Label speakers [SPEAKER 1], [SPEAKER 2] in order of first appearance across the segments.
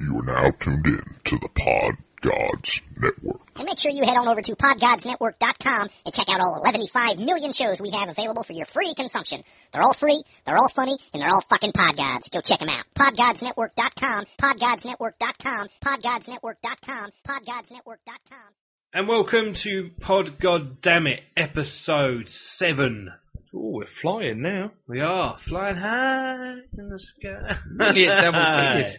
[SPEAKER 1] You are now tuned in to the Pod Gods Network.
[SPEAKER 2] And make sure you head on over to podgodsnetwork.com and check out all 115 million shows we have available for your free consumption. They're all free, they're all funny, and they're all fucking podgods. Go check them out. podgodsnetwork.com, podgodsnetwork.com, podgodsnetwork.com, podgodsnetwork.com.
[SPEAKER 3] And welcome to Pod God Damn It, episode seven.
[SPEAKER 4] Oh, we're flying now.
[SPEAKER 3] We are flying high in the sky.
[SPEAKER 4] Nearly at double figures.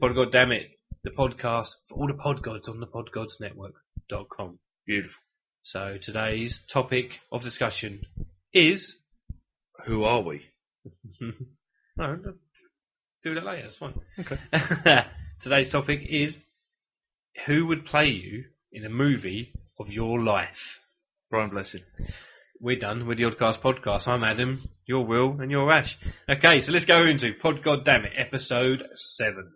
[SPEAKER 3] Pod God Damn It, the podcast for all the pod gods on the podgodsnetwork.com.
[SPEAKER 4] Beautiful.
[SPEAKER 3] So today's topic of discussion is.
[SPEAKER 4] Who are we?
[SPEAKER 3] no, no, do that later, it's fine.
[SPEAKER 4] Okay.
[SPEAKER 3] today's topic is who would play you in a movie of your life?
[SPEAKER 4] Brian Blessing.
[SPEAKER 3] We're done with the Oddcast podcast. I'm Adam, you're Will, and you're Ash. Okay, so let's go into Pod God Damn It, episode 7.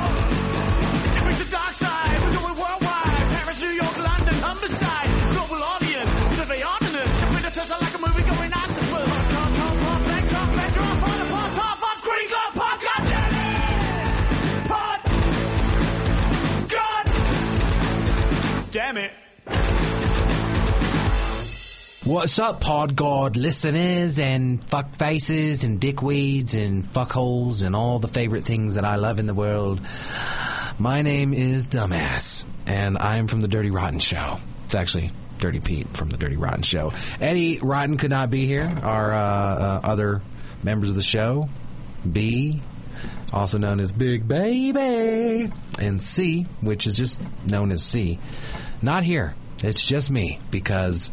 [SPEAKER 5] Bring the dark side, we're going worldwide. Paris, New York, London, Humberside. Global audience, survey ordinance. Competitors are like a movie going octopus. Hong Kong, Hong Kong, Bangkok, Bedrock, Port, Port, Top, Off, Green Club, Pod, God, damn it! Pod, God, damn it.
[SPEAKER 6] What's up, Pod God listeners and fuck faces and dickweeds and fuckholes and all the favorite things that I love in the world? My name is Dumbass, and I'm from the Dirty Rotten Show. It's actually Dirty Pete from the Dirty Rotten Show. Eddie Rotten could not be here. Our uh, uh, other members of the show, B, also known as Big Baby, and C, which is just known as C, not here. It's just me because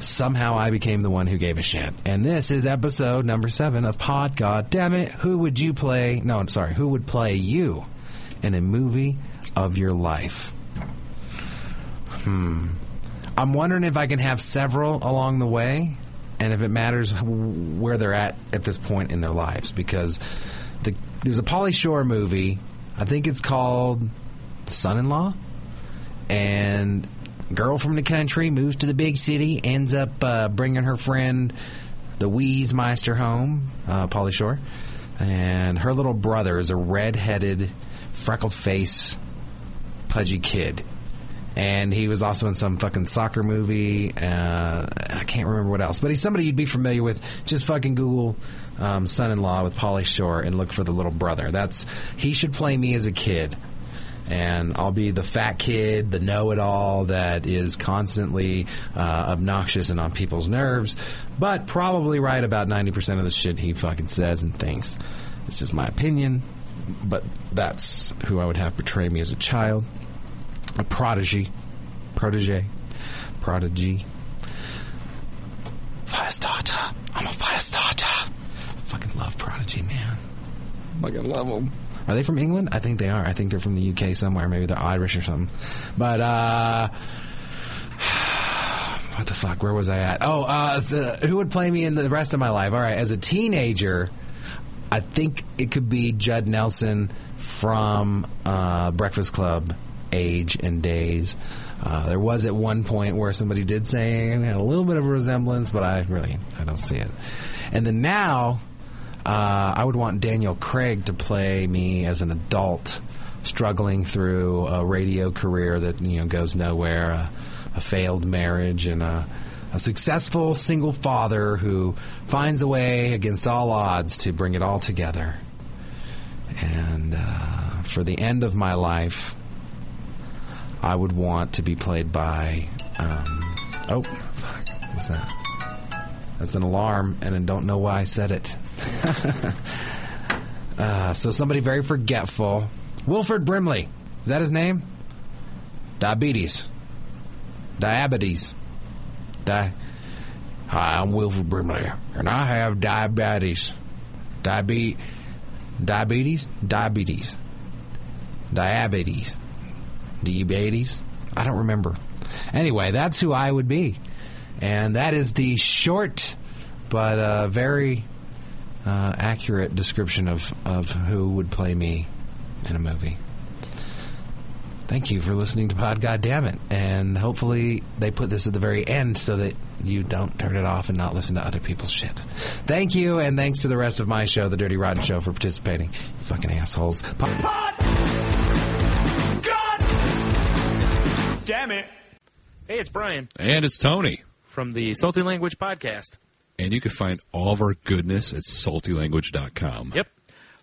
[SPEAKER 6] somehow I became the one who gave a shit. And this is episode number seven of Pod God Damn It. Who would you play? No, I'm sorry. Who would play you in a movie of your life? Hmm. I'm wondering if I can have several along the way and if it matters wh- where they're at at this point in their lives because the, there's a Polly Shore movie. I think it's called Son-in-Law and girl from the country moves to the big city, ends up uh, bringing her friend the Weesmeister home, uh, Polly Shore, and her little brother is a red-headed, freckled-face, pudgy kid. And he was also in some fucking soccer movie. Uh, I can't remember what else, but he's somebody you'd be familiar with. Just fucking Google um, "son-in-law" with Polly Shore and look for the little brother. That's he should play me as a kid and I'll be the fat kid, the know-it-all that is constantly uh, obnoxious and on people's nerves, but probably right about ninety percent of the shit he fucking says and thinks. It's just my opinion, but that's who I would have portray me as a child, a prodigy, protege, prodigy. Firestarter, I'm a firestarter. Fucking love Prodigy, man. Fucking love them. Are they from England? I think they are. I think they're from the UK somewhere. Maybe they're Irish or something. But, uh, what the fuck? Where was I at? Oh, uh, the, who would play me in the rest of my life? All right. As a teenager, I think it could be Judd Nelson from uh, Breakfast Club, Age and Days. Uh, there was at one point where somebody did say we had a little bit of a resemblance, but I really I don't see it. And then now, uh, I would want Daniel Craig to play me as an adult struggling through a radio career that you know goes nowhere, a, a failed marriage, and a, a successful single father who finds a way against all odds to bring it all together. And uh, for the end of my life, I would want to be played by. Um, oh, fuck! What's that? That's an alarm, and I don't know why I said it. uh, so somebody very forgetful. Wilford Brimley. Is that his name? Diabetes. Diabetes. Di- Hi, I'm Wilford Brimley, and I have diabetes. Diabe- diabetes? Diabetes. Diabetes. Diabetes? I don't remember. Anyway, that's who I would be. And that is the short but uh, very uh, accurate description of, of who would play me in a movie. Thank you for listening to Pod Goddammit. And hopefully they put this at the very end so that
[SPEAKER 7] you don't turn it off and not listen to other people's shit. Thank you, and thanks to the rest of my show, The Dirty Rotten Show, for participating. Fucking assholes. Po-
[SPEAKER 5] Damn it.
[SPEAKER 8] Hey, it's Brian
[SPEAKER 9] And it's Tony.
[SPEAKER 8] from the Salty Language Podcast.
[SPEAKER 9] And you can find all of our goodness at saltylanguage.com.
[SPEAKER 8] Yep.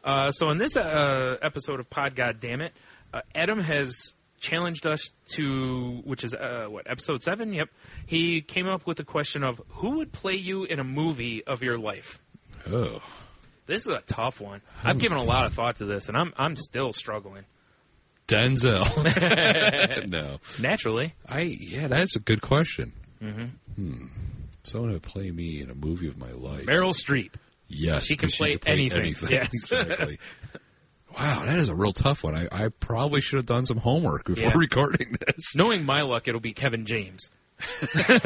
[SPEAKER 8] Uh, so in this uh, episode of Pod God Damn It, uh, Adam has challenged us to, which is uh, what episode seven. Yep. He came up with the question of who would play you in a movie of your life.
[SPEAKER 9] Oh.
[SPEAKER 8] This is a tough one. I've given a lot of thought to this, and I'm I'm still struggling. Mm-hmm.
[SPEAKER 9] Denzel. no.
[SPEAKER 8] Naturally,
[SPEAKER 9] I yeah, that's a good question. Mm-hmm. Hmm. Someone would play me in a movie of my life.
[SPEAKER 8] Meryl Streep.
[SPEAKER 9] Yes,
[SPEAKER 8] She can
[SPEAKER 9] 'cause
[SPEAKER 8] play anything. Yes.
[SPEAKER 9] exactly. wow, that is a real tough one. I, I probably should have done some homework before
[SPEAKER 8] Yeah.
[SPEAKER 9] recording this.
[SPEAKER 8] Knowing my luck, it'll be Kevin James, and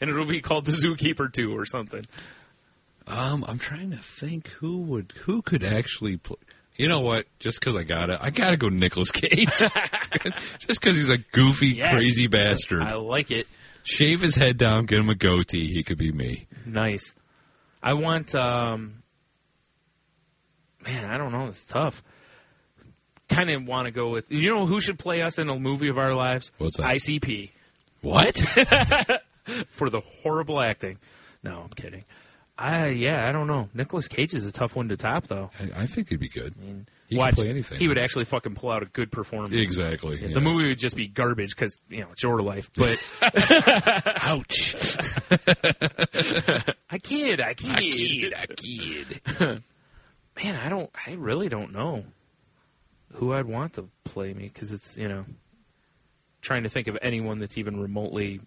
[SPEAKER 8] it'll be called The Zookeeper Two or something.
[SPEAKER 9] Um, I'm trying to think who would who could actually play. You know what? Just because I got it, I gotta go Nicolas Cage. Just because he's a goofy,
[SPEAKER 8] Yes.
[SPEAKER 9] crazy bastard.
[SPEAKER 8] I like it.
[SPEAKER 9] Shave his head down, get him a goatee. He could be me.
[SPEAKER 8] Nice. I want. Um, man, I don't know. It's tough. Kind of want to go with. You know who should play us in a movie of our lives?
[SPEAKER 9] What's that?
[SPEAKER 8] ICP
[SPEAKER 9] What?
[SPEAKER 8] for the horrible acting. No, I'm kidding. I yeah, I don't know. Nicholas Cage is a tough one to top, though.
[SPEAKER 9] I, I think he'd be good. he
[SPEAKER 8] Watch,
[SPEAKER 9] could play anything.
[SPEAKER 8] He would actually fucking pull out a good performance.
[SPEAKER 9] exactly.
[SPEAKER 8] The
[SPEAKER 9] yeah.
[SPEAKER 8] movie would just be garbage because you know it's your life. But
[SPEAKER 9] Ouch.
[SPEAKER 8] I kid, I kid,
[SPEAKER 9] a kid.
[SPEAKER 8] man, I don't, I really don't know who I'd want to play me because it's you know trying to think of anyone that's even remotely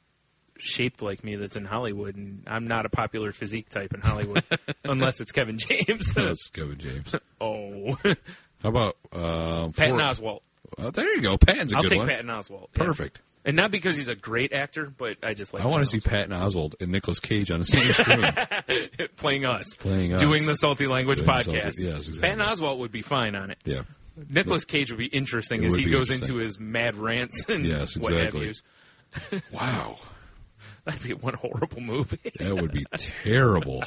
[SPEAKER 8] shaped like me that's in Hollywood, and I'm not a popular physique type in Hollywood unless it's Kevin James.
[SPEAKER 9] That's Kevin James.
[SPEAKER 8] oh,
[SPEAKER 9] How about um,
[SPEAKER 8] Patton
[SPEAKER 9] Ford-
[SPEAKER 8] Oswalt.
[SPEAKER 9] Oh, there you go. Patton's a
[SPEAKER 8] I'll
[SPEAKER 9] good
[SPEAKER 8] take
[SPEAKER 9] one.
[SPEAKER 8] Patton Oswalt. yeah.
[SPEAKER 9] Perfect.
[SPEAKER 8] and not because he's a great actor, but I just like.
[SPEAKER 9] I want to see
[SPEAKER 8] Patton
[SPEAKER 9] Patton Oswald and Nicolas Cage on the same screen.
[SPEAKER 8] Oswalt playing us,
[SPEAKER 9] Playing us.
[SPEAKER 8] doing the salty language
[SPEAKER 9] Doing the salty-
[SPEAKER 8] podcast.
[SPEAKER 9] yes, exactly.
[SPEAKER 8] Patton Oswalt would be fine on it.
[SPEAKER 9] yeah.
[SPEAKER 8] Nicholas Cage would be interesting
[SPEAKER 9] It
[SPEAKER 8] as
[SPEAKER 9] would
[SPEAKER 8] he
[SPEAKER 9] be
[SPEAKER 8] goes
[SPEAKER 9] interesting.
[SPEAKER 8] into his mad rants and
[SPEAKER 9] Yes,
[SPEAKER 8] what have
[SPEAKER 9] exactly.
[SPEAKER 8] you.
[SPEAKER 9] Wow.
[SPEAKER 8] That'd be one horrible movie.
[SPEAKER 9] That would be terrible.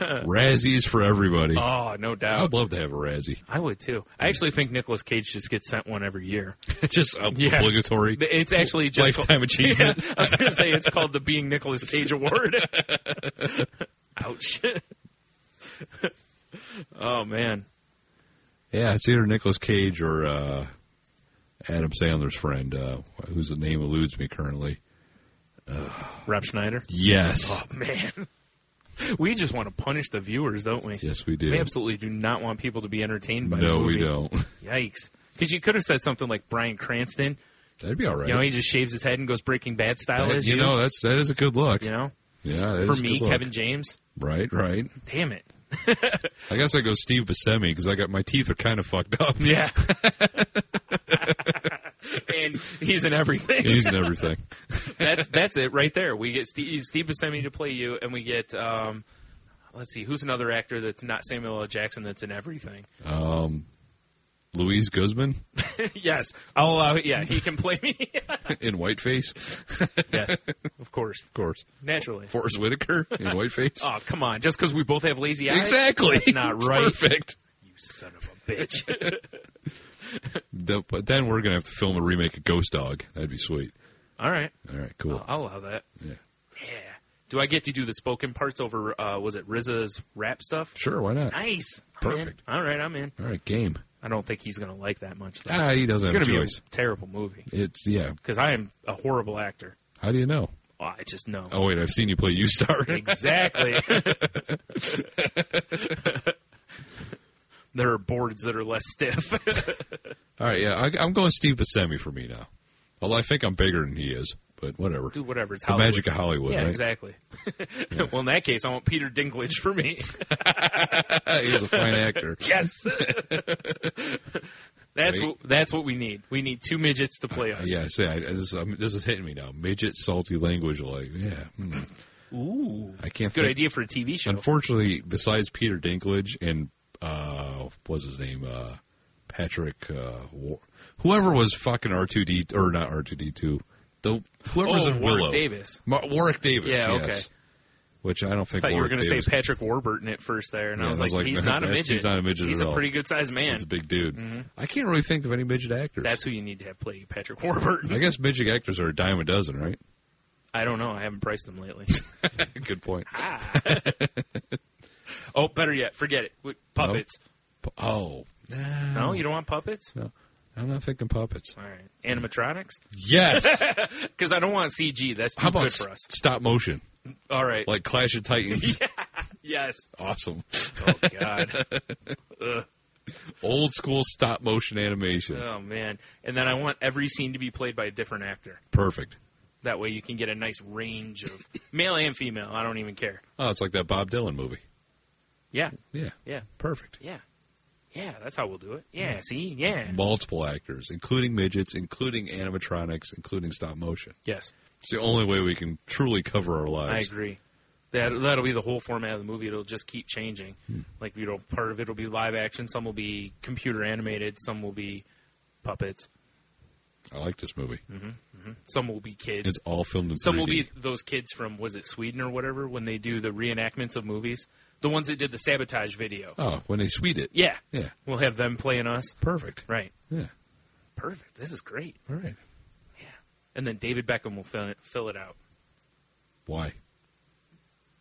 [SPEAKER 9] Razzies for everybody.
[SPEAKER 8] oh, no
[SPEAKER 9] I
[SPEAKER 8] doubt.
[SPEAKER 9] would love to have a Razzie.
[SPEAKER 8] I would too. I actually think Nicolas Cage just gets sent one every year.
[SPEAKER 9] just ob-
[SPEAKER 8] Yeah.
[SPEAKER 9] obligatory.
[SPEAKER 8] It's actually just
[SPEAKER 9] Lifetime achievement.
[SPEAKER 8] I was going to say it's called the Being Nicolas Cage Award. Ouch. oh man.
[SPEAKER 9] Yeah, it's either Nicolas Cage or uh, Adam Sandler's friend, uh, whose name eludes me currently.
[SPEAKER 8] Uh, Rob Schneider.
[SPEAKER 9] Yes.
[SPEAKER 8] Oh man. We just want to punish the viewers, don't we?
[SPEAKER 9] Yes, we do.
[SPEAKER 8] We absolutely do not want people to be entertained by
[SPEAKER 9] no,
[SPEAKER 8] the
[SPEAKER 9] we
[SPEAKER 8] movie.
[SPEAKER 9] don't.
[SPEAKER 8] Yikes. Because you could have said something like Brian Cranston.
[SPEAKER 9] That'd be all right.
[SPEAKER 8] You know, he just shaves his head and goes Breaking Bad style
[SPEAKER 9] That-
[SPEAKER 8] as
[SPEAKER 9] you
[SPEAKER 8] you.
[SPEAKER 9] know, that's that is a good look.
[SPEAKER 8] you know,
[SPEAKER 9] Yeah, that
[SPEAKER 8] for
[SPEAKER 9] is a
[SPEAKER 8] me,
[SPEAKER 9] good look.
[SPEAKER 8] Kevin James.
[SPEAKER 9] Right, right.
[SPEAKER 8] Damn it.
[SPEAKER 9] I guess I go Steve Buscemi because I got my teeth are kind of fucked up.
[SPEAKER 8] Yeah. and he's in everything.
[SPEAKER 9] He's in everything.
[SPEAKER 8] that's that's it right there. We get Steve, Steve Buscemi to play you, and we get um, let's see, who's another actor that's not Samuel L. Jackson that's in everything?
[SPEAKER 9] Um, Louise Guzman
[SPEAKER 8] yes, I'll allow. Oh, uh, Yeah, he can play me.
[SPEAKER 9] in Whiteface, of
[SPEAKER 8] yes, of course,
[SPEAKER 9] course.
[SPEAKER 8] naturally.
[SPEAKER 9] Forrest Whitaker in Whiteface.
[SPEAKER 8] Oh come on! Just because we both have lazy eyes,
[SPEAKER 9] exactly.
[SPEAKER 8] That's not
[SPEAKER 9] It's
[SPEAKER 8] right.
[SPEAKER 9] Perfect.
[SPEAKER 8] You son of a bitch.
[SPEAKER 9] The- but then we're gonna have to film a remake of Ghost Dog. That'd be sweet.
[SPEAKER 8] All right,
[SPEAKER 9] All right, cool.
[SPEAKER 8] I'll allow that.
[SPEAKER 9] Yeah.
[SPEAKER 8] Yeah. Do I get to do the spoken parts over? Uh, was it Rizza's rap stuff?
[SPEAKER 9] Sure, why not?
[SPEAKER 8] Nice. I'm
[SPEAKER 9] Perfect.
[SPEAKER 8] in. All right, I'm in.
[SPEAKER 9] All right, game.
[SPEAKER 8] I don't think he's gonna like that much. Though.
[SPEAKER 9] Ah, he doesn't
[SPEAKER 8] it's
[SPEAKER 9] have
[SPEAKER 8] gonna
[SPEAKER 9] a
[SPEAKER 8] be a
[SPEAKER 9] choice.
[SPEAKER 8] terrible movie
[SPEAKER 9] It's yeah.
[SPEAKER 8] because I am a horrible actor.
[SPEAKER 9] How do you know?
[SPEAKER 8] Oh, I just know.
[SPEAKER 9] Oh wait, I've seen you play U Star.
[SPEAKER 8] Exactly. there are boards that are less stiff.
[SPEAKER 9] All right, yeah, I, I'm going Steve Buscemi for me now. Although I think I'm bigger than he is, but whatever.
[SPEAKER 8] do whatever. It's
[SPEAKER 9] the
[SPEAKER 8] Hollywood.
[SPEAKER 9] magic of Hollywood,
[SPEAKER 8] Yeah,
[SPEAKER 9] right?
[SPEAKER 8] exactly. well, in that case, I want Peter Dinklage for me.
[SPEAKER 9] He was a fine actor.
[SPEAKER 8] Yes. that's
[SPEAKER 9] Wait.
[SPEAKER 8] what, that's what we need. We need two midgets to play us.
[SPEAKER 9] Yeah, see, I, this, is, um, this is hitting me now. Midget, salty language, like, yeah. hmm.
[SPEAKER 8] Ooh.
[SPEAKER 9] I can't
[SPEAKER 8] Good
[SPEAKER 9] think-
[SPEAKER 8] idea for a TV show.
[SPEAKER 9] Unfortunately, besides Peter Dinklage and, uh, what was his name? Uh, Patrick, uh, War- whoever was fucking R2D, or not R2D2, the whoever's
[SPEAKER 8] oh,
[SPEAKER 9] in
[SPEAKER 8] Warwick
[SPEAKER 9] Willow,
[SPEAKER 8] Davis.
[SPEAKER 9] Ma- Warwick Davis.
[SPEAKER 8] Yeah,
[SPEAKER 9] yes.
[SPEAKER 8] okay.
[SPEAKER 9] Which I don't think
[SPEAKER 8] I thought you were
[SPEAKER 9] Warwick
[SPEAKER 8] going to say
[SPEAKER 9] Davis
[SPEAKER 8] Patrick Warburton at first there, and
[SPEAKER 9] Yeah,
[SPEAKER 8] I was
[SPEAKER 9] I was
[SPEAKER 8] like,
[SPEAKER 9] like,
[SPEAKER 8] he's
[SPEAKER 9] no,
[SPEAKER 8] not a
[SPEAKER 9] that's-
[SPEAKER 8] midget.
[SPEAKER 9] he's not a midget
[SPEAKER 8] He's
[SPEAKER 9] at
[SPEAKER 8] a
[SPEAKER 9] all.
[SPEAKER 8] pretty good sized man. Mm-hmm.
[SPEAKER 9] is a big dude. I can't really think of any midget actors.
[SPEAKER 8] That's who you need to have play Patrick Warburton.
[SPEAKER 9] I guess midget actors are a dime a dozen, right?
[SPEAKER 8] I don't know. I haven't priced him lately.
[SPEAKER 9] Good point.
[SPEAKER 8] oh, better yet, forget it. With Puppets.
[SPEAKER 9] P- Oh,
[SPEAKER 8] No, you don't want puppets.
[SPEAKER 9] no. I'm not thinking puppets.
[SPEAKER 8] All right, animatronics.
[SPEAKER 9] Yes.
[SPEAKER 8] Because I don't want CG. That's too
[SPEAKER 9] How about
[SPEAKER 8] good for
[SPEAKER 9] s-
[SPEAKER 8] us.
[SPEAKER 9] stop motion?
[SPEAKER 8] All right.
[SPEAKER 9] Like Clash of Titans.
[SPEAKER 8] yes.
[SPEAKER 9] Awesome.
[SPEAKER 8] Oh God.
[SPEAKER 9] Old school stop motion animation.
[SPEAKER 8] oh man. And then I want every scene to be played by a different actor.
[SPEAKER 9] Perfect.
[SPEAKER 8] That way you can get a nice range of male and female. I don't even care.
[SPEAKER 9] Oh, it's like that Bob Dylan movie.
[SPEAKER 8] Yeah.
[SPEAKER 9] Yeah.
[SPEAKER 8] Yeah.
[SPEAKER 9] Perfect.
[SPEAKER 8] Yeah. Yeah. That's how we'll do it. Yeah. See. Yeah.
[SPEAKER 9] Multiple actors, including midgets, including animatronics, including stop motion.
[SPEAKER 8] Yes.
[SPEAKER 9] It's the only way we can truly cover our
[SPEAKER 8] I
[SPEAKER 9] lives.
[SPEAKER 8] agree. That that'll be the whole format of the movie. It'll just keep changing.
[SPEAKER 9] Hmm.
[SPEAKER 8] Like you know, part of it will be live action. Some will be computer animated. Some will be puppets. Mm-hmm.
[SPEAKER 9] I like this movie.
[SPEAKER 8] Some will be kids.
[SPEAKER 9] It's all filmed in
[SPEAKER 8] Some
[SPEAKER 9] 3D.
[SPEAKER 8] will be those kids from was it Sweden or whatever when they do the reenactments of movies, the ones that did the sabotage video.
[SPEAKER 9] Oh, when they sweet it.
[SPEAKER 8] Yeah,
[SPEAKER 9] Yeah.
[SPEAKER 8] We'll have them playing us.
[SPEAKER 9] Perfect.
[SPEAKER 8] Right.
[SPEAKER 9] Yeah.
[SPEAKER 8] Perfect. This is great.
[SPEAKER 9] All right.
[SPEAKER 8] And then David Beckham will fill it, fill it out.
[SPEAKER 9] Why?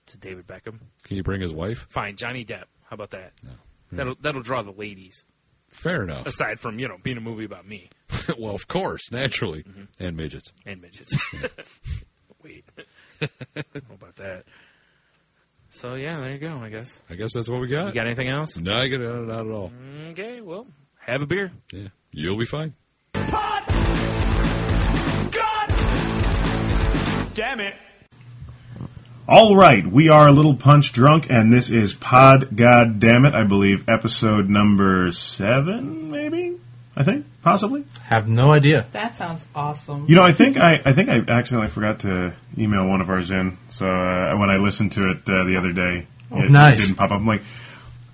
[SPEAKER 8] It's David Beckham.
[SPEAKER 9] Can you bring his wife?
[SPEAKER 8] Fine. Johnny Depp. How about that? No. That'll
[SPEAKER 9] Hmm.
[SPEAKER 8] that'll draw the ladies.
[SPEAKER 9] Fair enough.
[SPEAKER 8] Aside from you know being a movie about me
[SPEAKER 9] well, of course, naturally, and midgets.
[SPEAKER 8] Mm-hmm. and midgets. Wait. I don't know about that. So yeah, there you go. I guess.
[SPEAKER 9] I guess that's what we got.
[SPEAKER 8] You got anything else?
[SPEAKER 9] no, I get it. Not at all.
[SPEAKER 8] Okay. Well, have a beer.
[SPEAKER 9] Yeah, you'll be fine.
[SPEAKER 5] Pod God Damn it.
[SPEAKER 10] All right, we are a little punch drunk, and this is Pod God Damn It, I believe, episode number seven, maybe. I think possibly.
[SPEAKER 11] Have no idea.
[SPEAKER 12] That sounds awesome.
[SPEAKER 10] You know, I think I, I think I accidentally forgot to email one of ours in. So uh, when I listened to it uh, the other day, it
[SPEAKER 11] Oh, nice.
[SPEAKER 10] didn't pop up. I'm like,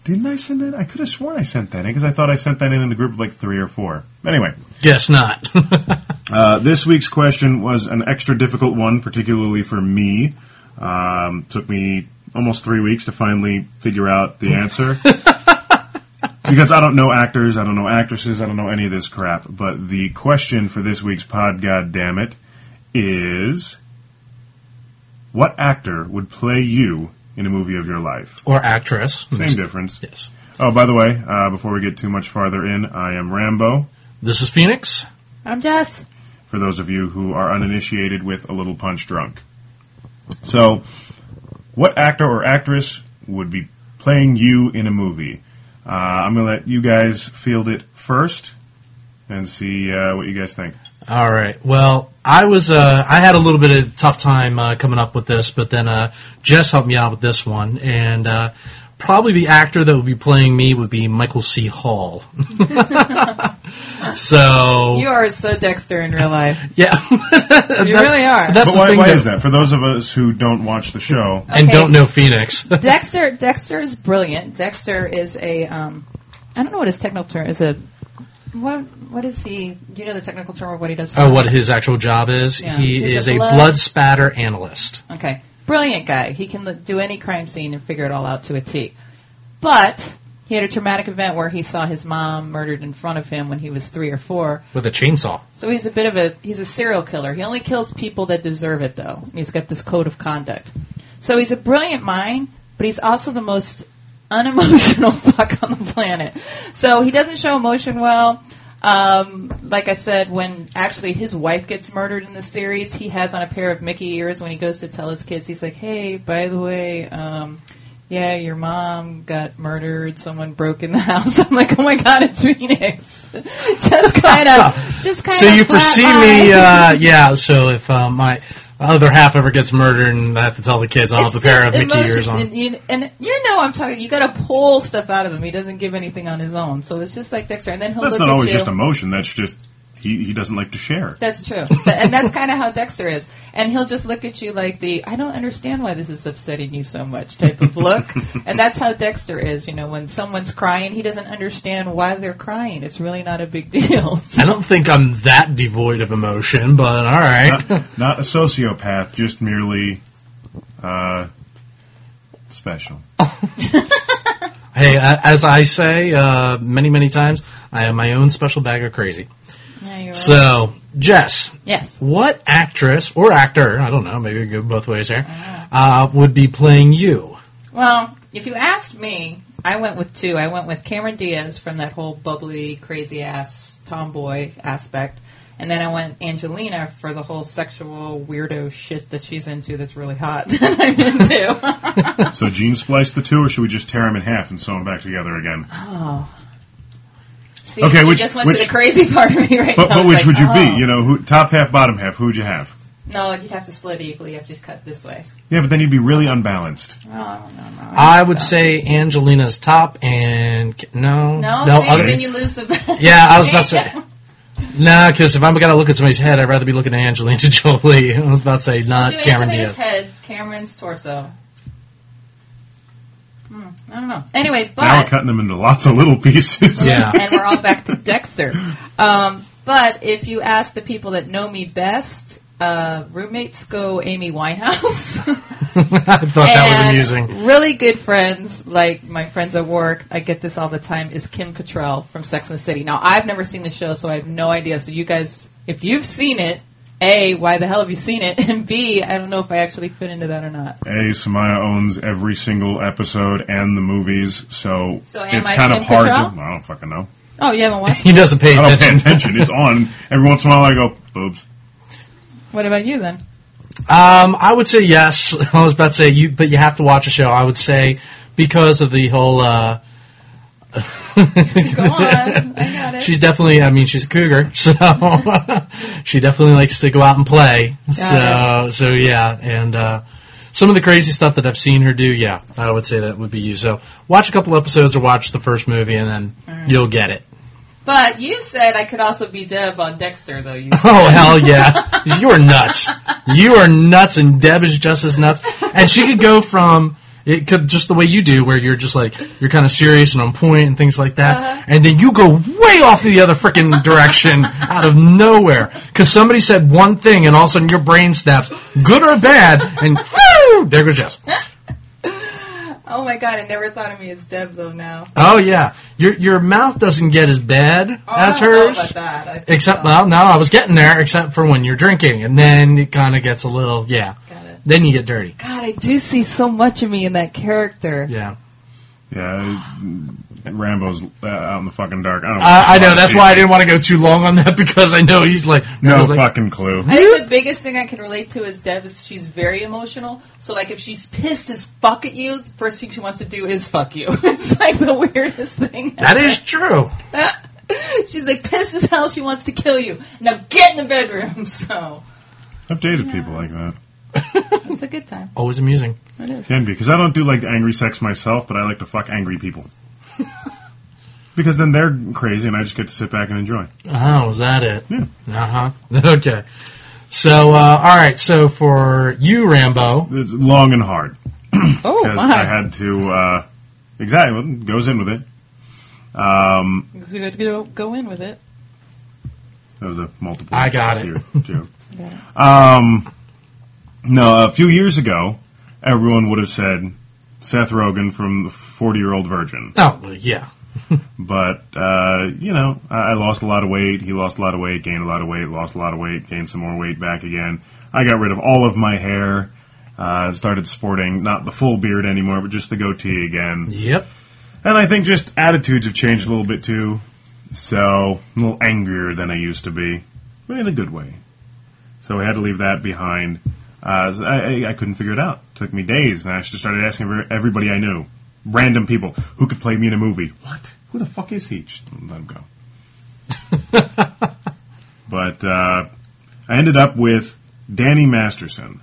[SPEAKER 10] didn't I send that? I could have sworn I sent that in because I thought I sent that in in a group of like three or four. Anyway,
[SPEAKER 11] Guess not.
[SPEAKER 10] uh, this week's question was an extra difficult one, particularly for me. Um, took me almost three weeks to finally figure out the answer. because I don't know actors, I don't know actresses, I don't know any of this crap. But the question for this week's pod, God damn it, is what actor would play you in a movie of your life?
[SPEAKER 11] or actress.
[SPEAKER 10] Same difference.
[SPEAKER 11] Yes.
[SPEAKER 10] Oh, by the way, uh, before we get too much farther in, I am Rambo.
[SPEAKER 11] This is Phoenix.
[SPEAKER 12] I'm Jess.
[SPEAKER 10] for those of you who are uninitiated with a little punch drunk. So, what actor or actress would be playing you in a movie? Uh, I'm going to let you guys field it first and see uh, what you guys think.
[SPEAKER 11] All right. Well, I was uh, I had a little bit of tough time uh, coming up with this, but then uh, Jess helped me out with this one, and uh, probably the actor that would be playing me would be Michael C. Hall. so
[SPEAKER 12] You are so Dexter in real life.
[SPEAKER 11] yeah,
[SPEAKER 12] You really are.
[SPEAKER 11] that's
[SPEAKER 10] But
[SPEAKER 11] the
[SPEAKER 10] why,
[SPEAKER 11] thing
[SPEAKER 10] why
[SPEAKER 11] that-
[SPEAKER 10] is that? For those of us who don't watch the show,
[SPEAKER 11] and
[SPEAKER 12] Okay.
[SPEAKER 11] don't know Phoenix.
[SPEAKER 12] Dexter. Dexter is brilliant. Dexter is a. Um, I don't know what his technical term is. A what? What is he? Do you know the technical term of what he does?
[SPEAKER 11] Oh, what his actual job is?
[SPEAKER 12] Yeah.
[SPEAKER 11] He
[SPEAKER 12] He's a
[SPEAKER 11] is a
[SPEAKER 12] blood-
[SPEAKER 11] blood, spatter analyst.
[SPEAKER 12] Okay. Brilliant guy. He can look- do any crime scene and figure it all out to a T. But he had a traumatic event where he saw his mom murdered in front of him when he was three or four.
[SPEAKER 11] with a chainsaw.
[SPEAKER 12] So he's a bit of a he's a serial killer. He only kills people that deserve it though. He's got this code of conduct. So he's a brilliant mind, but he's also the most unemotional fuck on the planet. So he doesn't show emotion well. Um, like I said, when actually his wife gets murdered in the series, he has on a pair of Mickey ears when he goes to tell his kids. He's like, "Hey, by the way, um, yeah, your mom got murdered. Someone broke in the house." I'm like, "Oh my god, it's Phoenix!" just kind of, just kind
[SPEAKER 11] So
[SPEAKER 12] of.
[SPEAKER 11] you
[SPEAKER 12] flat
[SPEAKER 11] foresee me,
[SPEAKER 12] eye.
[SPEAKER 11] uh, yeah. So if uh, my other half ever gets murdered and I have to tell the kids, I'll
[SPEAKER 12] It's
[SPEAKER 11] have a pair of
[SPEAKER 12] just
[SPEAKER 11] Mickey ears
[SPEAKER 12] emotions,
[SPEAKER 11] on.
[SPEAKER 12] And you, and you know, I'm talking. You got to pull stuff out of him. He doesn't give anything on his own, so it's just like Dexter. And then he'll
[SPEAKER 10] that's
[SPEAKER 12] look
[SPEAKER 10] not
[SPEAKER 12] at
[SPEAKER 10] always
[SPEAKER 12] you.
[SPEAKER 10] just emotion. That's just he He he doesn't like to share.
[SPEAKER 12] That's true. But, and that's kind of how Dexter is. And he'll just look at you like the, I don't understand why this is upsetting you so much type of look. and that's how Dexter is. You know, when someone's crying, he doesn't understand why they're crying. It's really not a big deal.
[SPEAKER 11] I don't think I'm that devoid of emotion, but all right.
[SPEAKER 10] Not, not a sociopath, just merely uh, special.
[SPEAKER 11] Hey, a- as I say uh, many, many times, I am my own special bag of crazy.
[SPEAKER 12] Yeah, you're right.
[SPEAKER 11] So, Jess,
[SPEAKER 12] Yes.
[SPEAKER 11] what actress or actor, I don't know, maybe we go both ways here, uh, would be playing you?
[SPEAKER 12] Well, if you asked me, I went with two. I went with Cameron Diaz from that whole bubbly, crazy ass tomboy aspect, and then I went Angelina for the whole sexual weirdo shit that she's into that's really hot that I'm into.
[SPEAKER 10] So gene splice the two, or should we just tear him in half and sew him back together again?
[SPEAKER 12] Oh. See,
[SPEAKER 10] Okay,
[SPEAKER 12] you
[SPEAKER 10] which-
[SPEAKER 12] just went
[SPEAKER 10] which-
[SPEAKER 12] to the crazy part of me right
[SPEAKER 10] But
[SPEAKER 12] now.
[SPEAKER 10] but
[SPEAKER 12] It's
[SPEAKER 10] which
[SPEAKER 12] like,
[SPEAKER 10] would you
[SPEAKER 12] oh.
[SPEAKER 10] be? You know, who, top half, bottom half. Who would you have?
[SPEAKER 12] No, you'd have to split it equally. You have to just cut this way.
[SPEAKER 10] Yeah, but then you'd be really unbalanced.
[SPEAKER 12] No, I don't know. Oh, No,
[SPEAKER 11] I would say Angelina's top and no,
[SPEAKER 12] no, see,
[SPEAKER 11] other-
[SPEAKER 12] then you lose the bet.
[SPEAKER 11] yeah, I was about to say no because if I'm gonna look at somebody's head, I'd rather be looking at Angelina Jolie. I was about to say not
[SPEAKER 12] Do
[SPEAKER 11] Uh, Cameron Diaz.
[SPEAKER 12] Angelina's head, Cameron's torso. Hmm, I don't know. Anyway, but
[SPEAKER 10] Now we're cutting them into lots of little pieces.
[SPEAKER 11] Yeah.
[SPEAKER 12] and we're all back to Dexter. Um, but if you ask the people that know me best, uh, roommates go Amy Winehouse.
[SPEAKER 11] I thought that was
[SPEAKER 12] And
[SPEAKER 11] amusing.
[SPEAKER 12] Really good friends, like my friends at work, I get this all the time, is Kim Cattrall from Sex and the City. Now, I've never seen the show, so I have no idea. So you guys, if you've seen it, A, why the hell have you seen it? And B, I don't know if I actually fit into that or not.
[SPEAKER 10] A, Samaya owns every single episode and the movies, so,
[SPEAKER 12] So am
[SPEAKER 10] it's
[SPEAKER 12] I
[SPEAKER 10] kind
[SPEAKER 12] Kim
[SPEAKER 10] of hard
[SPEAKER 12] Cattrall?
[SPEAKER 10] to. I don't fucking know.
[SPEAKER 12] Oh, you haven't watched
[SPEAKER 11] He doesn't pay
[SPEAKER 10] I don't pay
[SPEAKER 11] attention.
[SPEAKER 10] attention. It's on. Every once in a while I go, boobs.
[SPEAKER 12] What about you then?
[SPEAKER 11] Um, I would say yes. I was about to say you, but you have to watch a show. I would say because of the whole. Uh,
[SPEAKER 12] Go on. I got it.
[SPEAKER 11] she's definitely. I mean, she's a cougar, so she definitely likes to go out and play. so, so yeah, and uh, some of the crazy stuff that I've seen her do. Yeah, I would say that would be you. So, watch a couple episodes or watch the first movie, and then you'll get it.
[SPEAKER 12] but you said I could also be Deb on Dexter, though. You
[SPEAKER 11] Oh hell yeah! you are nuts. You are nuts, and Deb is just as nuts. And she could go from it could just the way you do, where you're just like you're kind of serious and on point and things like that, and then you go way off to the other freaking direction out of nowhere because somebody said one thing, and all of a sudden your brain snaps, good or bad, and whew, there goes Jess.
[SPEAKER 12] Oh my god, I never thought of me as Deb though now.
[SPEAKER 11] Oh yeah, your your mouth doesn't get as bad
[SPEAKER 12] Oh,
[SPEAKER 11] as
[SPEAKER 12] I don't know
[SPEAKER 11] hers.
[SPEAKER 12] about that. I think
[SPEAKER 11] Except
[SPEAKER 12] so.
[SPEAKER 11] well, no, I was getting there. Except for when you're drinking, and then it kind of gets a little yeah.
[SPEAKER 12] Got it.
[SPEAKER 11] Then you get dirty.
[SPEAKER 12] God, I do see so much of me in that character.
[SPEAKER 11] Yeah,
[SPEAKER 10] Yeah, Rambo's uh, out in the fucking dark. I
[SPEAKER 11] I,
[SPEAKER 10] don't
[SPEAKER 11] I know.
[SPEAKER 10] Fucking
[SPEAKER 11] That's
[SPEAKER 10] see.
[SPEAKER 11] why I didn't want to go too long on that because I know he's like I
[SPEAKER 10] No
[SPEAKER 11] was like,
[SPEAKER 10] fucking clue.
[SPEAKER 12] I think the biggest thing I can relate to is Deb is she's very emotional. So like if she's pissed as fuck at you, the first thing she wants to do is fuck you. it's like the weirdest thing.
[SPEAKER 11] That is true.
[SPEAKER 12] she's like pissed as hell. She wants to kill you. Now get in the bedroom. So
[SPEAKER 10] I've dated people like that.
[SPEAKER 12] it's a good time.
[SPEAKER 11] Always amusing.
[SPEAKER 10] Can be because I don't do like angry sex myself, but I like to fuck angry people. because then they're crazy, and I just get to sit back and enjoy.
[SPEAKER 11] Oh, was that it? Uh huh. Okay. So, uh, all right. So for you, Rambo.
[SPEAKER 10] It's long and hard
[SPEAKER 12] Oh
[SPEAKER 10] because I had to. Uh, exactly, well, it goes in with it. Um,
[SPEAKER 12] you had to go, go in with it.
[SPEAKER 10] that was a multiple.
[SPEAKER 11] I got it.
[SPEAKER 10] joke- joke. Um, no, a few years ago, everyone would have said Seth Rogen from the Forty Year Old Virgin.
[SPEAKER 11] Oh, well, yeah.
[SPEAKER 10] But uh, you know, I, I lost a lot of weight. He lost a lot of weight, gained a lot of weight, lost a lot of weight, gained some more weight back again. I got rid of all of my hair. Uh, started sporting not the full beard anymore, but just the goatee again.
[SPEAKER 11] Yep.
[SPEAKER 10] And I think just attitudes have changed a little bit too. So I'm a little angrier than I used to be, but in a good way. So I had to leave that behind. Uh, so I, I- I couldn't figure it out. took me days, and I just started asking every- everybody I knew, random people, who could play me in a movie. What? Who the fuck is he? Just let him go. but uh, I ended up with Danny Masterson.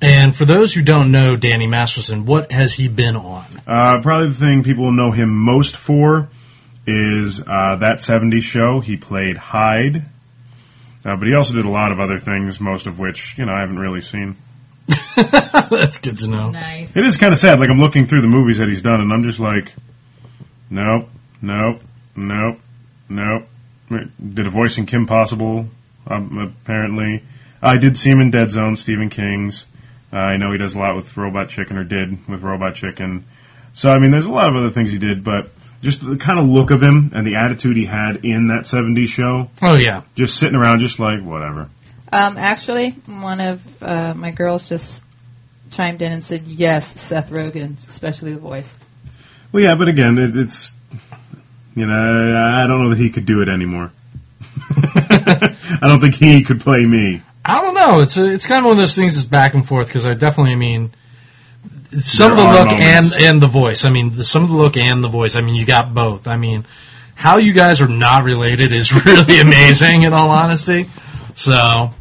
[SPEAKER 11] And for those who don't know Danny Masterson, what has he been on?
[SPEAKER 10] Uh, probably the thing people know him most for is uh, that 70s show. He played Hyde, uh, but he also did a lot of other things, most of which, you know, I haven't really seen.
[SPEAKER 11] That's good to know.
[SPEAKER 10] It is kind of sad. Like, I'm looking through the movies that he's done, and I'm just like, nope, nope, nope, nope. Did a voice in Kim Possible, um, apparently. I did see him in Dead Zone, Stephen King's. Uh, I know he does a lot with Robot Chicken, or did with Robot Chicken. So, I mean, there's a lot of other things he did, but just the kind of look of him and the attitude he had in that 70s show.
[SPEAKER 11] Oh yeah.
[SPEAKER 10] Just sitting around, just like, whatever.
[SPEAKER 12] Um, actually, one of uh, my girls just chimed in and said, yes, Seth Rogen, especially the voice.
[SPEAKER 10] Well, yeah, but again, it, it's you know I don't know that he could do it anymore. I don't think he could play me.
[SPEAKER 11] I don't know. It's a, it's kind of one of those things that's back and forth because I definitely I mean some
[SPEAKER 10] There
[SPEAKER 11] of the
[SPEAKER 10] are
[SPEAKER 11] look
[SPEAKER 10] moments.
[SPEAKER 11] and and the voice. I mean the, some of the look and the voice. I mean you got both. I mean how you guys are not related is really amazing in all honesty. So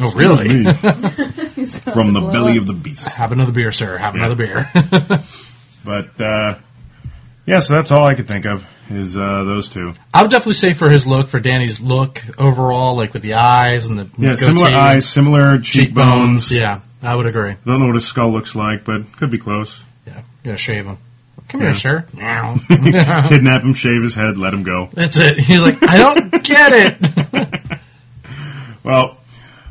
[SPEAKER 11] Oh really?
[SPEAKER 10] Excuse me.
[SPEAKER 12] He's about
[SPEAKER 10] From
[SPEAKER 12] to
[SPEAKER 10] the
[SPEAKER 12] blow
[SPEAKER 10] belly
[SPEAKER 12] up.
[SPEAKER 10] of the beast.
[SPEAKER 11] Have another beer, sir. Have another beer.
[SPEAKER 10] But uh, yeah, so that's all I could think of is uh, those two.
[SPEAKER 11] I would definitely say for his look, for Danny's look overall, like with the eyes and the
[SPEAKER 10] Yeah,
[SPEAKER 11] goatee,
[SPEAKER 10] similar eyes, similar cheekbones.
[SPEAKER 11] cheekbones. Yeah, I would agree.
[SPEAKER 10] Don't know what his skull looks like, but could be close.
[SPEAKER 11] Yeah, gotta shave him. Come
[SPEAKER 10] Yeah.
[SPEAKER 11] here, sir. Now
[SPEAKER 10] Kidnap him, shave his head, let him go.
[SPEAKER 11] that's it. He's like, I don't get it.
[SPEAKER 10] Well,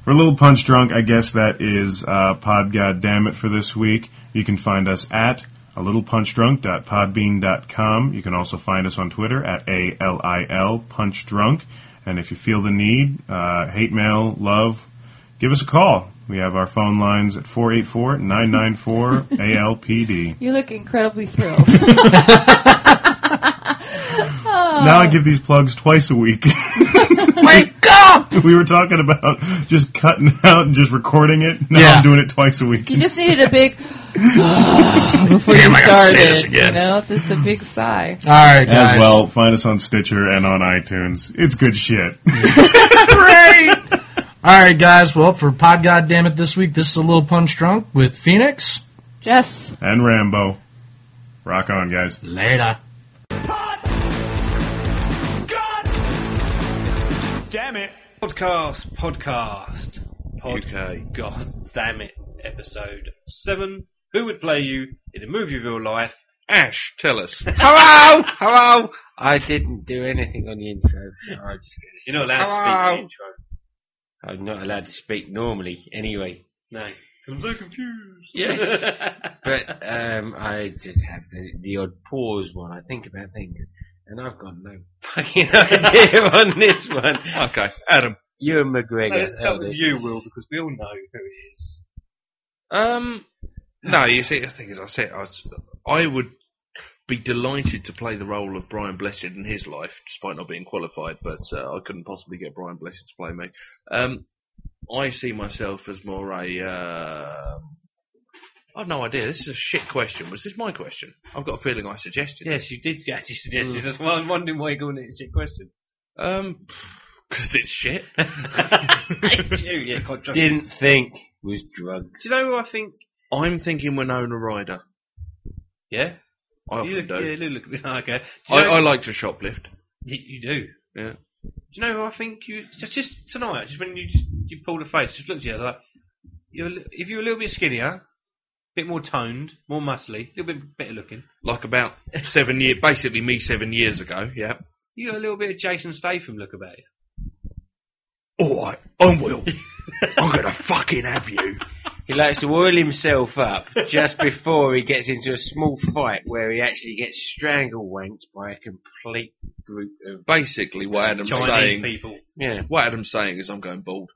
[SPEAKER 10] for a little punch drunk, I guess that is uh, Pod God Damn It for this week. You can find us at a little punch com. You can also find us on Twitter at a l i l punch drunk. And if you feel the need, uh, hate mail, love, give us a call. We have our phone lines at 484 994 ALPD.
[SPEAKER 12] You look incredibly thrilled. Oh,
[SPEAKER 10] Now I give these plugs twice a week.
[SPEAKER 11] Oh. Wake up!
[SPEAKER 10] we were talking about just cutting out and just recording it. Now
[SPEAKER 11] Yeah.
[SPEAKER 10] I'm doing it twice a week.
[SPEAKER 12] You just needed a big before you started. You know, just a big sigh.
[SPEAKER 11] All right, guys.
[SPEAKER 10] As well, find us on Stitcher and on iTunes. It's good shit.
[SPEAKER 11] great. All right, guys. Well, for Pod God Damn It this week, this is a little punch drunk with Phoenix.
[SPEAKER 12] Jess.
[SPEAKER 10] and Rambo. Rock on, guys.
[SPEAKER 11] Later.
[SPEAKER 5] God damn it.
[SPEAKER 3] Podcast, podcast, pod.
[SPEAKER 4] Okay.
[SPEAKER 3] God damn it! Episode seven. Who would play you in a movie of your life?
[SPEAKER 4] Ash, tell us. hello, hello. I didn't do anything on the intro. So I just
[SPEAKER 3] You're not allowed to speak
[SPEAKER 4] I'm not allowed to speak normally, anyway.
[SPEAKER 3] in the intro. No, I'm so confused.
[SPEAKER 4] Yes. but um, I just have the, the odd pause while I think about things, and I've got no fucking idea on this one. Okay, Adam. Ewan
[SPEAKER 3] No,
[SPEAKER 4] McGregor. Uh,
[SPEAKER 3] let's start with you, Will, because we all know who it is.
[SPEAKER 8] Um,
[SPEAKER 4] No, you see, the thing is, I said I, was- I would be delighted to play the role of Brian Blessed in his life, despite not being qualified, but uh, I couldn't possibly get Brian Blessed to play me. Um, I see myself as more a. Uh, I've no idea. This is a shit question. Was this my question? I've got a feeling I suggested. it.
[SPEAKER 3] Yes, you did actually suggest
[SPEAKER 4] Mm.
[SPEAKER 3] this. That's why I'm wondering why you're calling it a shit question.
[SPEAKER 4] Um, because it's shit.
[SPEAKER 3] it's you, yeah, can't trust you.
[SPEAKER 13] didn't think was drugged.
[SPEAKER 3] Do you know who I think?
[SPEAKER 4] I'm thinking Winona Ryder.
[SPEAKER 3] Yeah,
[SPEAKER 4] I
[SPEAKER 3] you
[SPEAKER 4] often
[SPEAKER 3] look,
[SPEAKER 4] do.
[SPEAKER 3] yeah, you look oh, okay. Do you,
[SPEAKER 4] I,
[SPEAKER 3] know,
[SPEAKER 4] I like to shoplift.
[SPEAKER 3] you, you do.
[SPEAKER 4] Yeah.
[SPEAKER 3] Do you know who I think you? Just, just tonight, just when you just you pulled a face, just looked at you. I was like, you're, a li- if you were a little bit skinnier, a bit more toned, more muscly, a little bit better looking,
[SPEAKER 4] Like about seven year, basically me seven years ago. Yeah.
[SPEAKER 3] you got a little bit of Jason Statham look about you.
[SPEAKER 4] All right, I will. I'm gonna fucking have you.
[SPEAKER 13] He likes to oil himself up just before he gets into a small fight where he actually gets strangle wanked by a complete group of
[SPEAKER 4] Basically, what Adam's
[SPEAKER 3] Chinese
[SPEAKER 4] saying,
[SPEAKER 3] people.
[SPEAKER 13] yeah.
[SPEAKER 4] what Adam's saying is, I'm going bald.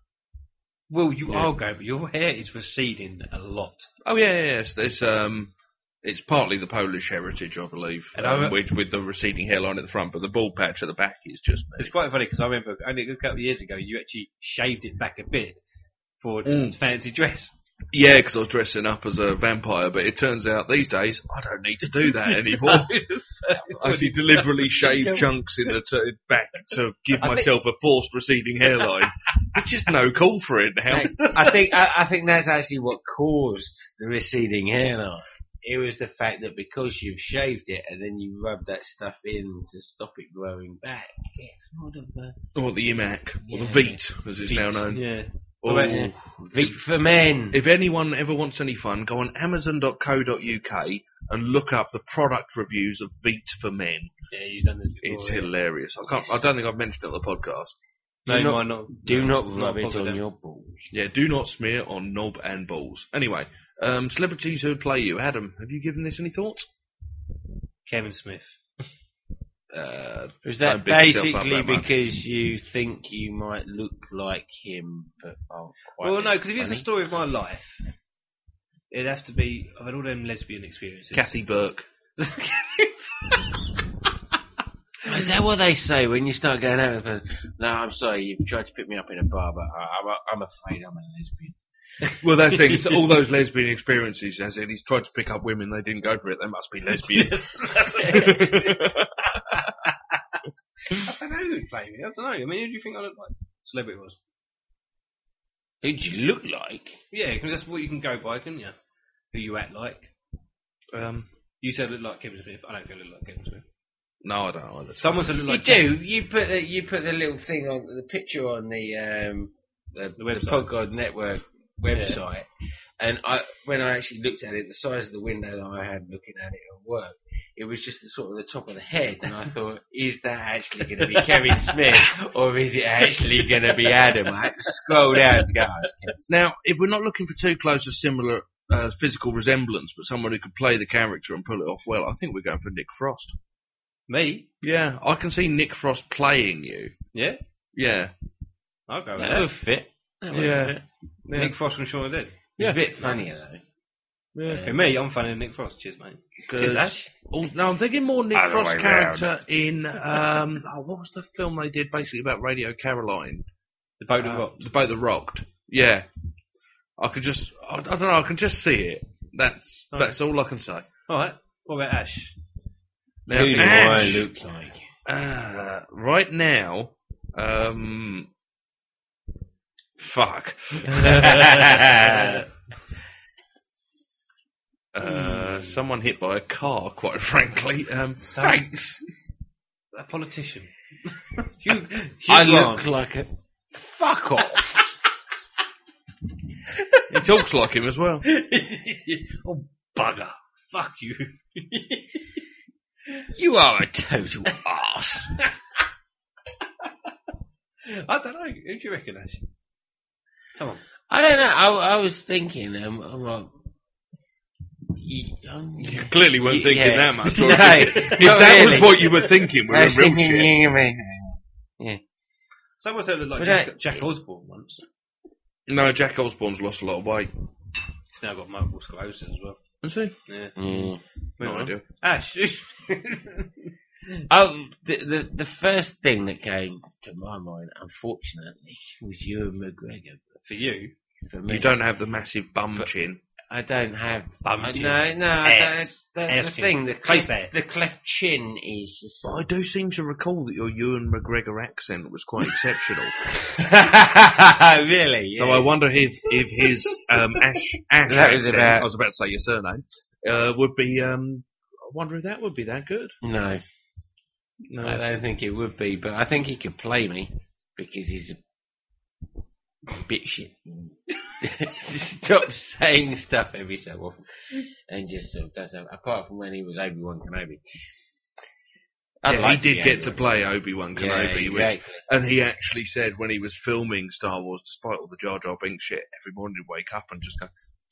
[SPEAKER 3] Well, you are going, but your hair is receding a lot.
[SPEAKER 4] Oh yeah, yeah, yeah. It's, it's um, it's partly the Polish heritage, I believe,
[SPEAKER 3] And
[SPEAKER 4] um,
[SPEAKER 3] I'm-
[SPEAKER 4] with, with the receding hairline at the front, but the bald patch at the back is just me.
[SPEAKER 3] It's quite funny because I remember only a good couple of years ago you actually shaved it back a bit for
[SPEAKER 4] Mm.
[SPEAKER 3] fancy dress.
[SPEAKER 4] Yeah, because I was dressing up as a vampire, but it turns out these days I don't need to do that anymore. I actually deliberately shave chunks in the t- back to give myself a forced receding hairline. There's just no call for it now.
[SPEAKER 13] I think I, I think that's actually what caused the receding hairline. it was the fact that because you've shaved it and then you rub that stuff in to stop it growing back. It's more of a
[SPEAKER 4] Or Oh, the E imac, or the Veet, as it's now known.
[SPEAKER 13] Yeah.
[SPEAKER 4] Or
[SPEAKER 13] Well, yeah. Veet for men.
[SPEAKER 4] If anyone ever wants any fun, go on Amazon.co.uk and look up the product reviews of Veet for men.
[SPEAKER 13] Yeah, you've done this before.
[SPEAKER 4] It's
[SPEAKER 13] yeah.
[SPEAKER 4] hilarious. I can't. I don't think I've mentioned it on the podcast.
[SPEAKER 13] No, Do you not- might not. do not
[SPEAKER 4] No,
[SPEAKER 13] rub it
[SPEAKER 4] bother
[SPEAKER 13] on
[SPEAKER 4] them.
[SPEAKER 13] your balls.
[SPEAKER 4] Yeah, do not smear on knob and balls. Anyway, um, celebrities who would play you. Adam, have you given this any thought?
[SPEAKER 3] Kevin Smith.
[SPEAKER 4] Uh,
[SPEAKER 13] Was
[SPEAKER 4] don't
[SPEAKER 13] that
[SPEAKER 4] big yourself up
[SPEAKER 13] basically
[SPEAKER 4] that much.
[SPEAKER 13] because you think you might look like him, but aren't quite?
[SPEAKER 3] well, no,
[SPEAKER 13] as
[SPEAKER 3] because if it's the
[SPEAKER 13] funny?
[SPEAKER 3] story of my life, it'd have to be. I've had all them lesbian experiences.
[SPEAKER 4] Kathy Burke?
[SPEAKER 13] Is that what they say when you start going out with them? No, I'm sorry, you've tried to pick me up in a bar, but I, I'm, I'm afraid I'm a lesbian.
[SPEAKER 4] Well, that's the thing. It's all those lesbian experiences. As in, he's tried to pick up women, they didn't go for it. They must be lesbian.
[SPEAKER 3] I don't know who'd play me. I don't know. I mean, who do you think I look like? Celebrity was.
[SPEAKER 13] Who do you look like?
[SPEAKER 3] Yeah, because that's what you can go by, can not you? Who you act like.
[SPEAKER 4] Um,
[SPEAKER 3] You said I look like Kevin Smith. I don't think I look like Kevin Smith.
[SPEAKER 4] no, I don't know either.
[SPEAKER 3] Someone said I look
[SPEAKER 13] You
[SPEAKER 3] like
[SPEAKER 13] do. You put the you put the little thing on the picture on the um, the, the,
[SPEAKER 3] website.
[SPEAKER 13] Podgod Network website, and I when I actually looked at it, the size of the window that I had looking at it at work, it was just the, sort of the top of the head, and I thought, is that actually going to be Kevin Smith or is it actually going to be Adam? I had to scroll down to go. "Oh, it's Kevin Smith."
[SPEAKER 4] Now, if we're not looking for too close a similar uh, physical resemblance, but someone who could play the character and pull it off well, I think we're going for Nick Frost.
[SPEAKER 3] Me?
[SPEAKER 4] Yeah, I can see Nick Frost playing you.
[SPEAKER 3] Yeah?
[SPEAKER 4] Yeah.
[SPEAKER 3] I'll go with
[SPEAKER 13] That would
[SPEAKER 3] that.
[SPEAKER 13] fit.
[SPEAKER 4] Yeah. Yeah.
[SPEAKER 3] Nick Frost from Shaun of the Dead.
[SPEAKER 13] It's a bit funnier though.
[SPEAKER 3] For Uh, me, I'm funny than Nick Frost. Cheers, mate.
[SPEAKER 4] 'Cause-
[SPEAKER 3] Cheers, Ash.
[SPEAKER 4] Oh, no, I'm thinking more Nick
[SPEAKER 14] Other
[SPEAKER 4] Frost
[SPEAKER 14] way
[SPEAKER 4] character in um, oh, what was the film they did basically about Radio Caroline?
[SPEAKER 3] The boat of
[SPEAKER 4] Uh,
[SPEAKER 3] rocks.
[SPEAKER 4] The boat that rocked. Yeah, I could just I, I don't know. I can just see it. That's
[SPEAKER 3] All
[SPEAKER 4] that's all I can say.
[SPEAKER 3] All right. What about Ash?
[SPEAKER 4] Now,
[SPEAKER 13] Who do
[SPEAKER 4] Ash,
[SPEAKER 13] I look like?
[SPEAKER 4] uh, right now, um, fuck. Uh, someone hit by a car, quite frankly. Um, thanks.
[SPEAKER 3] A politician. Hugh, Hugh
[SPEAKER 13] I
[SPEAKER 3] Grant.
[SPEAKER 13] look like a fuck off.
[SPEAKER 4] He talks like him as well.
[SPEAKER 3] oh, bugger. Fuck you.
[SPEAKER 13] You are a total ass.
[SPEAKER 3] I don't know. Who do you reckon, Ash? Come on.
[SPEAKER 13] I don't know. I, I was thinking, um, I'm a, you, um,
[SPEAKER 4] You clearly weren't
[SPEAKER 13] Y-
[SPEAKER 4] thinking
[SPEAKER 13] yeah.
[SPEAKER 4] that much.
[SPEAKER 13] No,
[SPEAKER 4] were you? if
[SPEAKER 13] not
[SPEAKER 4] that was
[SPEAKER 13] really.
[SPEAKER 4] what you were thinking, we're
[SPEAKER 13] I
[SPEAKER 4] in
[SPEAKER 13] was
[SPEAKER 4] real
[SPEAKER 13] thinking,
[SPEAKER 4] shit.
[SPEAKER 13] you mean-
[SPEAKER 3] Someone said I look like
[SPEAKER 13] Was
[SPEAKER 3] Jack,
[SPEAKER 13] that-
[SPEAKER 3] Jack Osborne once.
[SPEAKER 4] No, Jack Osborne's lost a lot of weight.
[SPEAKER 3] He's now got multiple sclerosis as well.
[SPEAKER 4] Is he?
[SPEAKER 3] Yeah.
[SPEAKER 13] Mm.
[SPEAKER 4] No
[SPEAKER 3] Moving on.
[SPEAKER 4] idea.
[SPEAKER 3] Ash.
[SPEAKER 13] Oh, the, the the first thing that came to my mind, unfortunately, was you and McGregor.
[SPEAKER 3] For you.
[SPEAKER 13] For me,
[SPEAKER 4] You don't have the massive bum chin.
[SPEAKER 13] I don't have.
[SPEAKER 3] Bum
[SPEAKER 13] I,
[SPEAKER 3] chin.
[SPEAKER 13] no, no. I don't,
[SPEAKER 3] Ass.
[SPEAKER 13] that's
[SPEAKER 3] Ass
[SPEAKER 13] the
[SPEAKER 3] chin.
[SPEAKER 13] thing. The
[SPEAKER 3] Face
[SPEAKER 13] cleft,
[SPEAKER 3] ass.
[SPEAKER 13] the cleft chin is. the
[SPEAKER 4] But I do seem to recall that your Ewan McGregor accent was quite exceptional.
[SPEAKER 13] sort- really?
[SPEAKER 4] So I wonder if if his um, Ash Ash
[SPEAKER 13] That was
[SPEAKER 4] accent,
[SPEAKER 13] about-
[SPEAKER 4] I was about to say your surname, uh, would be. Um, I wonder if that would be that good.
[SPEAKER 13] No,
[SPEAKER 4] No,
[SPEAKER 13] I don't think it would be, but I think he could play me because he's a bitshit. Stop saying stuff every so often, and just sort of does that. Apart from when he was Obi Wan Kenobi, I'd
[SPEAKER 4] Yeah,
[SPEAKER 13] like
[SPEAKER 4] he
[SPEAKER 13] be
[SPEAKER 4] did get to
[SPEAKER 13] Obi-Wan.
[SPEAKER 4] play Obi Wan
[SPEAKER 13] Yeah,
[SPEAKER 4] Kenobi, which-
[SPEAKER 13] exactly.
[SPEAKER 4] and he actually said when he was filming Star Wars, despite all the Jar Jar Binks shit, every morning he'd wake up and just go,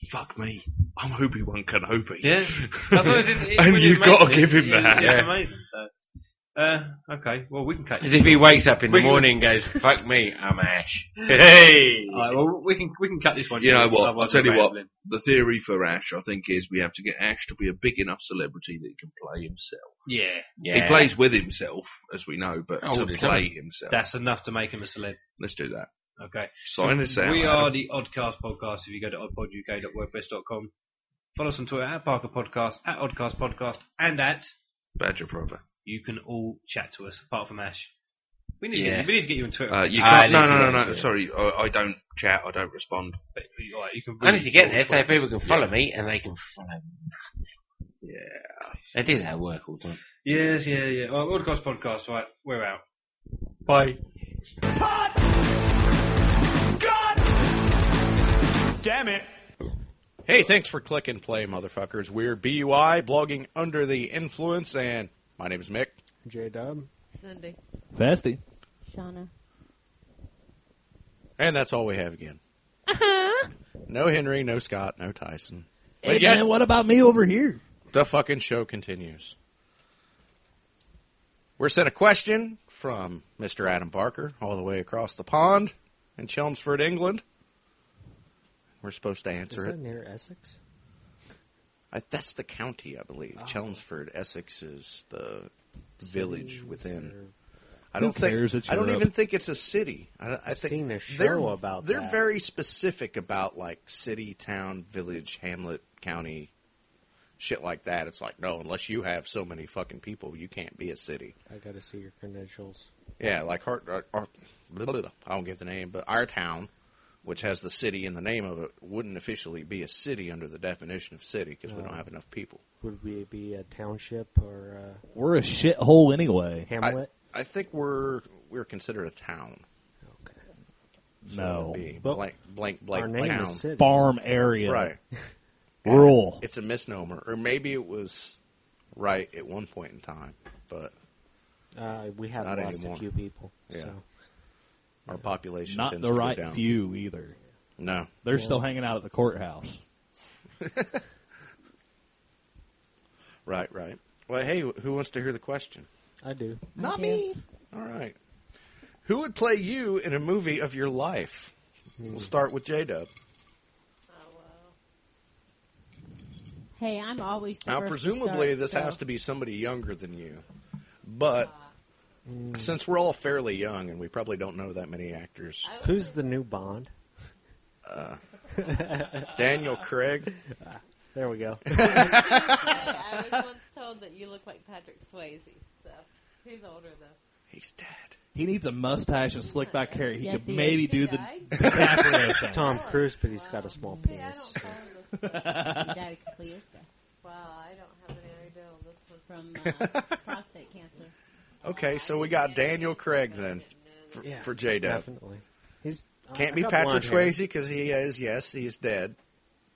[SPEAKER 4] "Fuck me, I'm Obi Wan Kenobi."
[SPEAKER 3] Yeah. I thought it did- it
[SPEAKER 4] and
[SPEAKER 3] really
[SPEAKER 4] you got to
[SPEAKER 3] amazing.
[SPEAKER 4] give him
[SPEAKER 3] Yeah,
[SPEAKER 4] that.
[SPEAKER 3] It's amazing. So, uh, okay. Well, we can cut.
[SPEAKER 13] As if he wakes up in the
[SPEAKER 3] We can-
[SPEAKER 13] morning and goes, "Fuck me, I'm Ash." Hey,
[SPEAKER 3] All right, well, we can we can cut this one.
[SPEAKER 4] You know what?
[SPEAKER 3] Otherwise
[SPEAKER 4] I'll tell
[SPEAKER 3] we're
[SPEAKER 4] you what.
[SPEAKER 3] rambling.
[SPEAKER 4] The theory for Ash, I think, is we have to get Ash to be a big enough celebrity that he can play himself.
[SPEAKER 3] Yeah,
[SPEAKER 13] yeah.
[SPEAKER 4] He plays with himself, as we know, but
[SPEAKER 13] Oh,
[SPEAKER 4] to
[SPEAKER 13] does
[SPEAKER 4] play himself.
[SPEAKER 3] that's enough to make him a celeb.
[SPEAKER 4] Let's do that.
[SPEAKER 3] Okay.
[SPEAKER 4] Sign us out.
[SPEAKER 3] we
[SPEAKER 4] Adam.
[SPEAKER 3] are the Oddcast Podcast. If you go to oddpoduk.wordpress.com, follow us on Twitter at Parker Podcast, at Oddcast Podcast, and at
[SPEAKER 4] Badger brother.
[SPEAKER 3] you can all chat to us apart from Ash. We need, to, get, we need to get you on Twitter.
[SPEAKER 4] Uh, you
[SPEAKER 3] I
[SPEAKER 4] can't,
[SPEAKER 3] need
[SPEAKER 4] no,
[SPEAKER 3] to
[SPEAKER 4] no,
[SPEAKER 3] get
[SPEAKER 4] no,
[SPEAKER 3] on
[SPEAKER 4] no.
[SPEAKER 3] Twitter.
[SPEAKER 4] Sorry, I, I don't chat. I don't respond.
[SPEAKER 3] But, like, you can
[SPEAKER 13] I need to get
[SPEAKER 3] read
[SPEAKER 13] there
[SPEAKER 3] all
[SPEAKER 13] so
[SPEAKER 3] sorts.
[SPEAKER 13] people can follow me and they can follow nothing.
[SPEAKER 4] Yeah.
[SPEAKER 13] I do that at work all the time.
[SPEAKER 3] Yes, yeah, yeah. All right, Autocots podcast. Right, we're out. Bye.
[SPEAKER 5] Damn it.
[SPEAKER 15] Hey, thanks for click and play, motherfuckers. We're BUI, blogging under the influence, and my name is Mick. J Dub.
[SPEAKER 1] Cindy.
[SPEAKER 15] Fasty.
[SPEAKER 1] Shauna.
[SPEAKER 15] And that's all we have again. No Henry, no Scott, no Tyson.
[SPEAKER 16] Uh-huh. Hey, man, what about me over here?
[SPEAKER 15] The fucking show continues. We're sent a question from Mr. Adam Barker all the way across the pond in Chelmsford, England. We're supposed to answer it.
[SPEAKER 16] near Essex?
[SPEAKER 15] I, that's the county, I believe.
[SPEAKER 16] Oh.
[SPEAKER 15] Chelmsford, Essex is the village within. I
[SPEAKER 16] Who
[SPEAKER 15] don't think.
[SPEAKER 16] cares? It's
[SPEAKER 15] I don't
[SPEAKER 16] Europe.
[SPEAKER 15] even think it's a city. I, I
[SPEAKER 16] I've
[SPEAKER 15] think
[SPEAKER 16] seen their
[SPEAKER 15] they're,
[SPEAKER 16] show about
[SPEAKER 15] They're
[SPEAKER 16] that.
[SPEAKER 15] very specific about like city, town, village, hamlet, county, shit like that. It's like no, unless you have so many fucking people, you can't be a city.
[SPEAKER 16] I gotta see your credentials.
[SPEAKER 15] Yeah, like Hart. Hart, Hart blah, blah, blah. I don't give the name, but our town, which has the city in the name of it, wouldn't officially be a city under the definition of city because we
[SPEAKER 16] Oh.
[SPEAKER 15] don't have enough people.
[SPEAKER 16] Would we be a township or a
[SPEAKER 17] We're a shithole anyway.
[SPEAKER 16] hamlet?
[SPEAKER 15] I, I think we're we're considered a town. Okay.
[SPEAKER 17] No.
[SPEAKER 15] Be
[SPEAKER 17] Well,
[SPEAKER 15] blank blank blank
[SPEAKER 16] our name
[SPEAKER 15] town.
[SPEAKER 16] is city.
[SPEAKER 17] Farm area.
[SPEAKER 15] Right.
[SPEAKER 17] Rural.
[SPEAKER 15] It's a misnomer, or maybe it was right at one point in time, but
[SPEAKER 16] uh, we have
[SPEAKER 15] not
[SPEAKER 16] lost
[SPEAKER 15] anymore.
[SPEAKER 16] a few people.
[SPEAKER 15] Yeah.
[SPEAKER 16] So.
[SPEAKER 15] Our population
[SPEAKER 17] Not
[SPEAKER 15] tends
[SPEAKER 17] the
[SPEAKER 15] to go
[SPEAKER 17] right
[SPEAKER 15] down.
[SPEAKER 17] few either.
[SPEAKER 15] No,
[SPEAKER 17] They're still hanging out at the courthouse.
[SPEAKER 15] right, right. Well, hey, who wants to hear the question?
[SPEAKER 16] I do.
[SPEAKER 15] Not me. All right. Who would play you in a movie of your life?
[SPEAKER 16] Hmm.
[SPEAKER 15] We'll start with J Dub.
[SPEAKER 1] Hey, I'm always the
[SPEAKER 15] Now,
[SPEAKER 1] first to
[SPEAKER 15] presumably,
[SPEAKER 1] start,
[SPEAKER 15] this
[SPEAKER 1] so-
[SPEAKER 15] has to be somebody younger than you. But
[SPEAKER 16] Mm.
[SPEAKER 15] since we're all fairly young and we probably don't know that many actors,
[SPEAKER 16] Who's the new Bond?
[SPEAKER 15] uh, Daniel Craig.
[SPEAKER 16] There we go.
[SPEAKER 1] I was once told that you look like Patrick Swayze, so he's older though.
[SPEAKER 17] He needs a mustache and slick back hair. He
[SPEAKER 1] Yes,
[SPEAKER 17] could
[SPEAKER 1] he is.
[SPEAKER 17] maybe
[SPEAKER 1] He
[SPEAKER 17] do the
[SPEAKER 1] died?
[SPEAKER 17] DiCaprio thing.
[SPEAKER 16] Tom Cruise, but he's got a small penis.
[SPEAKER 1] he died a couple years ago. Well, I don't have any idea. This was from uh, prostate cancer.
[SPEAKER 15] Okay, so we got Daniel Craig then for, for J Dub.
[SPEAKER 16] Definitely. He's uh,
[SPEAKER 15] Can't
[SPEAKER 16] I
[SPEAKER 15] be
[SPEAKER 16] got
[SPEAKER 15] Patrick
[SPEAKER 16] blonde hair.
[SPEAKER 15] Swayze because he is, yes, he is dead.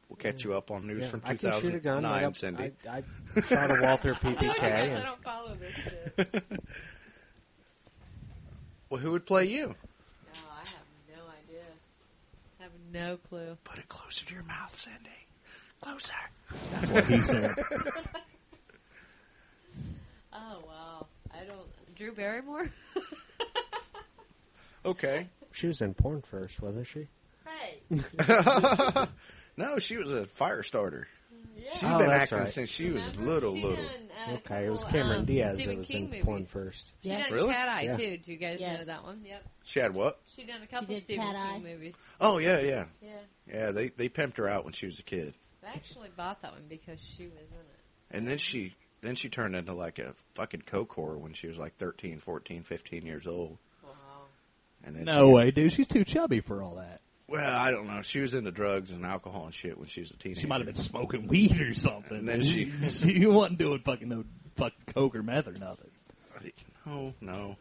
[SPEAKER 15] We'll catch you up on news
[SPEAKER 16] Yeah,
[SPEAKER 15] from
[SPEAKER 16] I can shoot a gun.
[SPEAKER 15] 2009,
[SPEAKER 16] I got-
[SPEAKER 15] Cindy.
[SPEAKER 16] I, I shot a Walther PPK. and-
[SPEAKER 1] follow this shit.
[SPEAKER 15] well, who would play you?
[SPEAKER 1] No, I have no idea. I have no clue.
[SPEAKER 15] Put it closer to your mouth, Cindy.
[SPEAKER 1] Closer.
[SPEAKER 17] That's what he said.
[SPEAKER 1] oh wow! I don't. Drew Barrymore.
[SPEAKER 15] Okay.
[SPEAKER 16] She was in porn first, wasn't she?
[SPEAKER 1] Right.
[SPEAKER 15] no, she was a fire starter. She's
[SPEAKER 16] Oh,
[SPEAKER 15] been
[SPEAKER 16] that's
[SPEAKER 15] acting
[SPEAKER 16] right.
[SPEAKER 15] since she was little, little.
[SPEAKER 1] uh,
[SPEAKER 16] okay, it was Cameron Diaz
[SPEAKER 1] um, Stephen
[SPEAKER 16] that was
[SPEAKER 1] King
[SPEAKER 16] in
[SPEAKER 1] movies.
[SPEAKER 16] porn first.
[SPEAKER 1] She done
[SPEAKER 15] Really?
[SPEAKER 1] Cat Eye
[SPEAKER 15] Yeah.
[SPEAKER 1] too. Do you guys know
[SPEAKER 12] Yes.
[SPEAKER 1] that one? Yep.
[SPEAKER 15] She had what?
[SPEAKER 1] She done a couple
[SPEAKER 12] did
[SPEAKER 1] Stephen
[SPEAKER 12] Cat
[SPEAKER 1] King
[SPEAKER 12] Eye.
[SPEAKER 1] movies.
[SPEAKER 15] Oh yeah, yeah,
[SPEAKER 1] Yeah.
[SPEAKER 15] yeah. They they pimped her out when she was a kid,
[SPEAKER 1] I actually bought that one because she was in it.
[SPEAKER 15] and then she then she turned into like a fucking coke whore when she was like 13, 14, 15 years old.
[SPEAKER 1] Wow.
[SPEAKER 15] And then
[SPEAKER 17] No
[SPEAKER 15] she-
[SPEAKER 17] way, dude. She's too chubby for all that.
[SPEAKER 15] Well, I don't know. She was into drugs and alcohol and shit when she was a teenager.
[SPEAKER 17] She might have been smoking weed or something.
[SPEAKER 15] And then she-
[SPEAKER 17] she, wasn't doing fucking no fucking coke or meth or nothing.
[SPEAKER 15] No, Oh, no.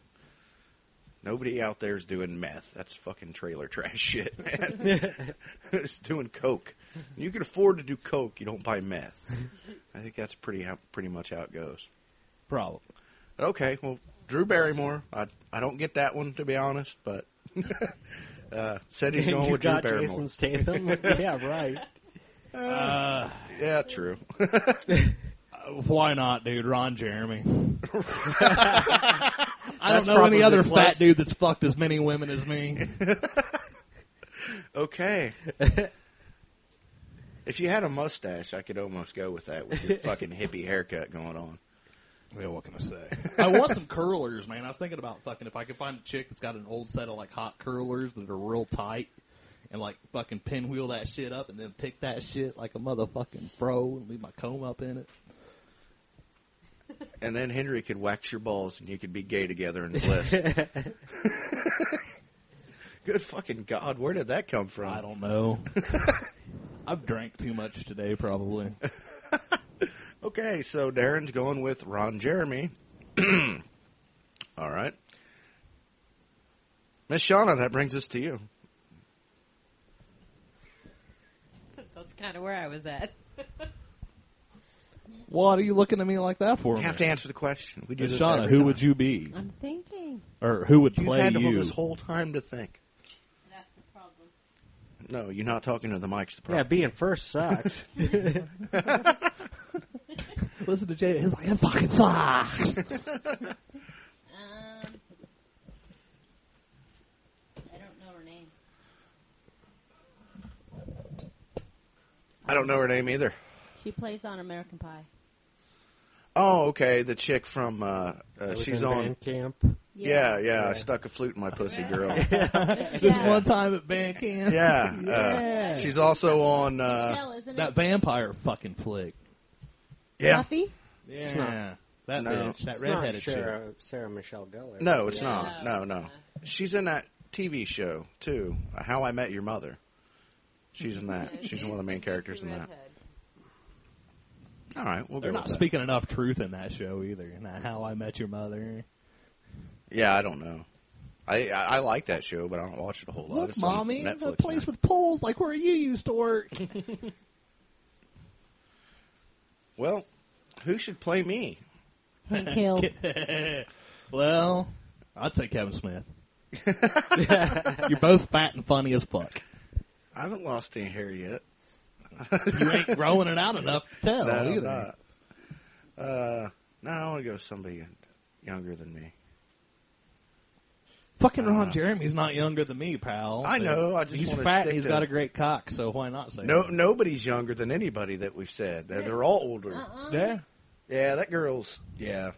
[SPEAKER 15] Nobody out there is doing meth. That's fucking trailer trash shit, man. it's doing coke. You can afford to do coke. You don't buy meth. I think that's pretty how, pretty much how it goes.
[SPEAKER 17] Probably.
[SPEAKER 15] Okay. Well, Drew Barrymore. I I don't get that one to be honest, but uh, said he's going
[SPEAKER 16] you
[SPEAKER 15] with
[SPEAKER 16] got
[SPEAKER 15] Drew Barrymore.
[SPEAKER 16] Jason Statham. yeah, right.
[SPEAKER 17] Uh,
[SPEAKER 15] yeah, true.
[SPEAKER 17] why not, dude? Ron Jeremy. I
[SPEAKER 15] That's
[SPEAKER 17] don't know
[SPEAKER 15] probably
[SPEAKER 17] any
[SPEAKER 15] the
[SPEAKER 17] other fat
[SPEAKER 15] place.
[SPEAKER 17] dude that's fucked as many women as me.
[SPEAKER 15] Okay. if you had a mustache, I could almost go with that with your fucking hippie haircut going on.
[SPEAKER 17] Yeah, what can I say? I want some curlers, man. I was thinking about fucking if I could find a chick that's got an old set of like hot curlers that are real tight and like fucking pinwheel that shit up and then pick that shit like a motherfucking fro and leave my comb up in it.
[SPEAKER 15] and then Henry could wax your balls, and you could be gay together in bliss. Good fucking God, where did that come from? I
[SPEAKER 17] don't know. I've drank too much today, probably.
[SPEAKER 15] okay, so Darren's going with Ron Jeremy. All right. Miss Shauna, that brings us to you.
[SPEAKER 1] That's kind of where I was at.
[SPEAKER 17] What are you looking at me like that for?
[SPEAKER 15] You have to answer the question. We do
[SPEAKER 17] Miss
[SPEAKER 15] this
[SPEAKER 17] Shauna,
[SPEAKER 15] every
[SPEAKER 17] who
[SPEAKER 15] time.
[SPEAKER 17] would you be?
[SPEAKER 1] I'm thinking.
[SPEAKER 17] Or who would
[SPEAKER 15] You've
[SPEAKER 17] play
[SPEAKER 15] had
[SPEAKER 17] you?
[SPEAKER 15] this whole time to think. No, you're not talking to the mic's the problem.
[SPEAKER 16] Yeah, being first sucks.
[SPEAKER 17] Listen to Jay. He's like, it fucking sucks.
[SPEAKER 1] Um, I don't know her name.
[SPEAKER 15] I don't know her name either.
[SPEAKER 1] She plays on American Pie.
[SPEAKER 15] Oh, okay, the chick from uh, uh
[SPEAKER 16] was
[SPEAKER 15] she's
[SPEAKER 16] in
[SPEAKER 15] on
[SPEAKER 16] band camp.
[SPEAKER 15] Yeah, yeah, I
[SPEAKER 16] Yeah.
[SPEAKER 15] stuck a flute in my pussy girl.
[SPEAKER 17] This one time at band camp.
[SPEAKER 15] Yeah, uh, she's also on
[SPEAKER 1] Hell,
[SPEAKER 15] uh,
[SPEAKER 1] isn't it?
[SPEAKER 17] that vampire fucking flick.
[SPEAKER 15] Yeah.
[SPEAKER 1] Buffy?
[SPEAKER 17] Yeah,
[SPEAKER 16] It's not.
[SPEAKER 17] that
[SPEAKER 15] No.
[SPEAKER 17] bitch, that
[SPEAKER 16] It's not
[SPEAKER 17] redheaded
[SPEAKER 16] Sarah, Sarah Michelle Gellar.
[SPEAKER 15] No, it's not. No, no. She's in that TV show too, How I Met Your Mother. She's in that. She's one of the main characters in that. All right, we'll
[SPEAKER 17] They're
[SPEAKER 15] go
[SPEAKER 17] not
[SPEAKER 15] with that.
[SPEAKER 17] speaking enough truth in that show either. And that How I Met Your Mother.
[SPEAKER 15] Yeah, I don't know. I, I I like that show, but I don't watch it a whole lot.
[SPEAKER 17] Look,
[SPEAKER 15] It's on
[SPEAKER 17] mommy,
[SPEAKER 15] Netflix
[SPEAKER 17] the
[SPEAKER 15] now.
[SPEAKER 17] place with poles like where you used to work.
[SPEAKER 15] Well, who should play me?
[SPEAKER 1] Hank Hill.
[SPEAKER 17] well, I'd say Kevin Smith. You're both fat and funny as fuck.
[SPEAKER 15] I haven't lost any hair yet.
[SPEAKER 17] You ain't growing it out enough to tell
[SPEAKER 15] No, I'm
[SPEAKER 17] either.
[SPEAKER 15] not. Uh, no, I want to go with somebody younger than me.
[SPEAKER 17] Fucking Ron Jeremy's not younger than me, pal.
[SPEAKER 15] Uh-huh. I know, I just
[SPEAKER 17] he's
[SPEAKER 15] wanna
[SPEAKER 17] fat.
[SPEAKER 15] stick
[SPEAKER 17] and He's
[SPEAKER 15] to-
[SPEAKER 17] got a great cock, so why not say
[SPEAKER 15] No,
[SPEAKER 17] that?
[SPEAKER 15] nobody's younger than anybody that we've said. They're, they're all older.
[SPEAKER 1] Uh-uh.
[SPEAKER 17] Yeah.
[SPEAKER 15] Yeah, that girl's. Yeah,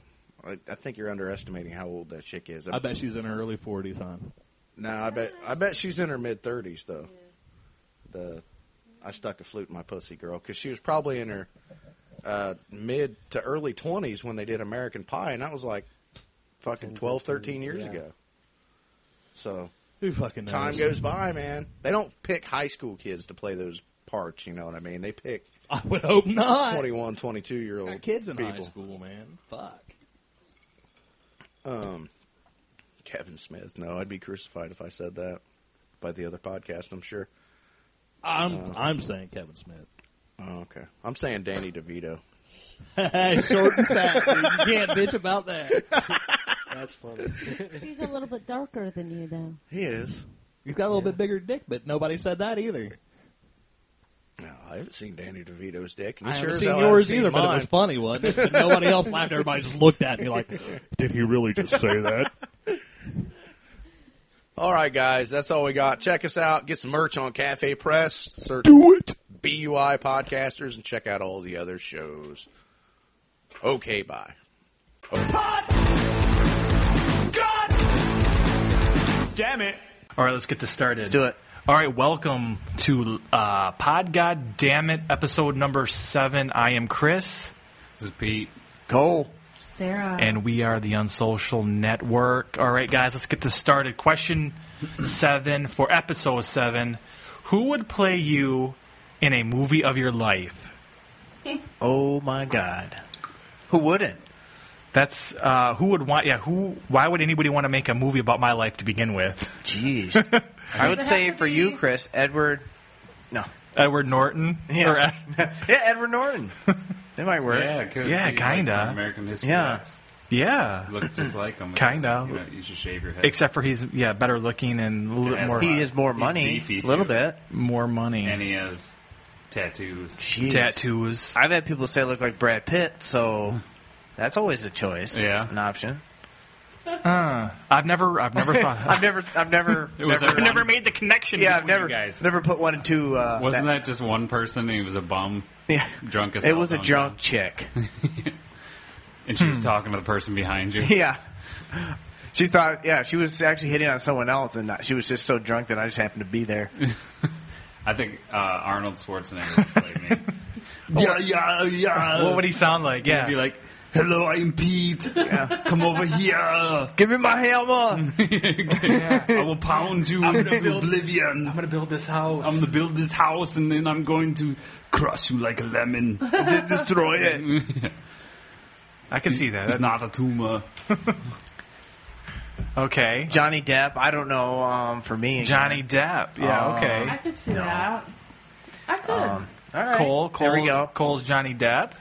[SPEAKER 15] I, I think you're underestimating how old that chick is.
[SPEAKER 17] I bet she's in her early forties, hon.
[SPEAKER 15] No, I bet. I bet she's in her mid thirties though. The I stuck a flute in my pussy girl because she was probably in her uh, mid to early twenties when they did American Pie, and that was like fucking 12, 13 years
[SPEAKER 17] yeah.
[SPEAKER 15] ago. So
[SPEAKER 17] Who fucking knows?
[SPEAKER 15] time goes by, man. They don't pick high school kids to play those parts. You know what I mean? They pick.
[SPEAKER 17] I would hope not.
[SPEAKER 15] 21, 22 year old
[SPEAKER 17] Got kids in
[SPEAKER 15] people.
[SPEAKER 17] high school, man. Fuck.
[SPEAKER 15] Um, Kevin Smith. No, I'd be crucified if I said that by the other podcast. I'm sure.
[SPEAKER 17] I'm
[SPEAKER 15] Uh,
[SPEAKER 17] I'm saying Kevin Smith.
[SPEAKER 15] Oh, okay. I'm saying Danny DeVito.
[SPEAKER 17] Hey, short and fat. dude. You can't bitch about that.
[SPEAKER 16] That's funny.
[SPEAKER 1] She's a little bit darker than you, though.
[SPEAKER 15] He is.
[SPEAKER 17] He's got a little bit bigger dick, but nobody said that either.
[SPEAKER 15] No, I haven't seen Danny DeVito's dick. and
[SPEAKER 17] I
[SPEAKER 15] he
[SPEAKER 17] haven't
[SPEAKER 15] sure as
[SPEAKER 17] seen
[SPEAKER 15] hell
[SPEAKER 17] yours
[SPEAKER 15] hasn't seen
[SPEAKER 17] either, but it
[SPEAKER 15] mine.
[SPEAKER 17] was funny, wasn't it? But nobody else laughed. Everybody just looked at me like, did he really just say that?
[SPEAKER 15] All right, guys, that's all we got. Check us out. Get some merch on Cafe Press. Search
[SPEAKER 17] Do it.
[SPEAKER 15] BUI podcasters and check out all the other shows. Okay, bye.
[SPEAKER 18] Damn it! All right, let's get this started. Let's
[SPEAKER 15] do it.
[SPEAKER 18] All right, welcome to uh, Pod God Damn It, episode number seven. I am Chris. This is Pete. Cole.
[SPEAKER 12] Sarah.
[SPEAKER 18] And we are the Unsocial Network. All right, guys, let's get this started. Question seven for episode seven Who would play you in a movie of your life? oh my God. Who wouldn't? That's uh, who would want. Yeah, who? Why would anybody want to make a movie about my life to begin with? Jeez,
[SPEAKER 13] I would say for you, Chris, Edward. No,
[SPEAKER 18] Edward Norton.
[SPEAKER 13] Yeah,
[SPEAKER 18] Or-
[SPEAKER 13] yeah Edward Norton. That might work.
[SPEAKER 18] Yeah, it could Yeah, be, like, kinda. from American History
[SPEAKER 13] Yeah,
[SPEAKER 18] yeah,
[SPEAKER 13] Look just like him.
[SPEAKER 18] kind of.
[SPEAKER 13] You know, you should shave your head.
[SPEAKER 18] Except for he's yeah better looking and a little bit
[SPEAKER 13] Yes,
[SPEAKER 18] more.
[SPEAKER 13] he has more He's money, beefy, a little too. bit.
[SPEAKER 18] more money,
[SPEAKER 13] and he has tattoos.
[SPEAKER 18] Tattoos.
[SPEAKER 13] I've had people say I look like Brad Pitt, so that's always a choice. Yeah, an option.
[SPEAKER 18] Uh, I've never, I've never thought.
[SPEAKER 13] I've never, I've never,
[SPEAKER 18] It was
[SPEAKER 13] never,
[SPEAKER 18] that one- never made the connection.
[SPEAKER 13] Yeah, I've
[SPEAKER 18] between
[SPEAKER 13] never,
[SPEAKER 18] you guys.
[SPEAKER 13] never put one and two. Uh,
[SPEAKER 18] Wasn't
[SPEAKER 19] Isn't that just one person? He was a bum.
[SPEAKER 13] Yeah.
[SPEAKER 19] Drunk as
[SPEAKER 13] It
[SPEAKER 19] hell
[SPEAKER 13] was a
[SPEAKER 19] sometime.
[SPEAKER 13] drunk chick.
[SPEAKER 19] And she was talking to the person behind you.
[SPEAKER 13] yeah. She thought, yeah, she was actually hitting on someone else, and not, she was just so drunk that I just happened to be there.
[SPEAKER 19] I think uh, Arnold Schwarzenegger would play me.
[SPEAKER 18] Yeah, yeah, yeah. What would he sound like? Yeah,
[SPEAKER 19] He'd be like,
[SPEAKER 9] Hello, I'm Pete. Come over here.
[SPEAKER 20] Give me my hammer.
[SPEAKER 9] I will pound you
[SPEAKER 18] I'm gonna
[SPEAKER 9] into
[SPEAKER 18] build-
[SPEAKER 9] oblivion. I'm
[SPEAKER 18] gonna build this house.
[SPEAKER 9] I'm gonna build this house, and then I'm going to crush you like a lemon. Destroy it.
[SPEAKER 18] I can see that.
[SPEAKER 9] It's not a tumor.
[SPEAKER 18] Okay.
[SPEAKER 16] Johnny Depp. I don't know. Um, for me, again.
[SPEAKER 18] Johnny Depp. Yeah,
[SPEAKER 16] Um,
[SPEAKER 18] okay.
[SPEAKER 21] I could see that. I could.
[SPEAKER 18] Um,
[SPEAKER 16] all
[SPEAKER 18] Cole, Cole's,
[SPEAKER 16] There we go.
[SPEAKER 18] Cole's Johnny Depp.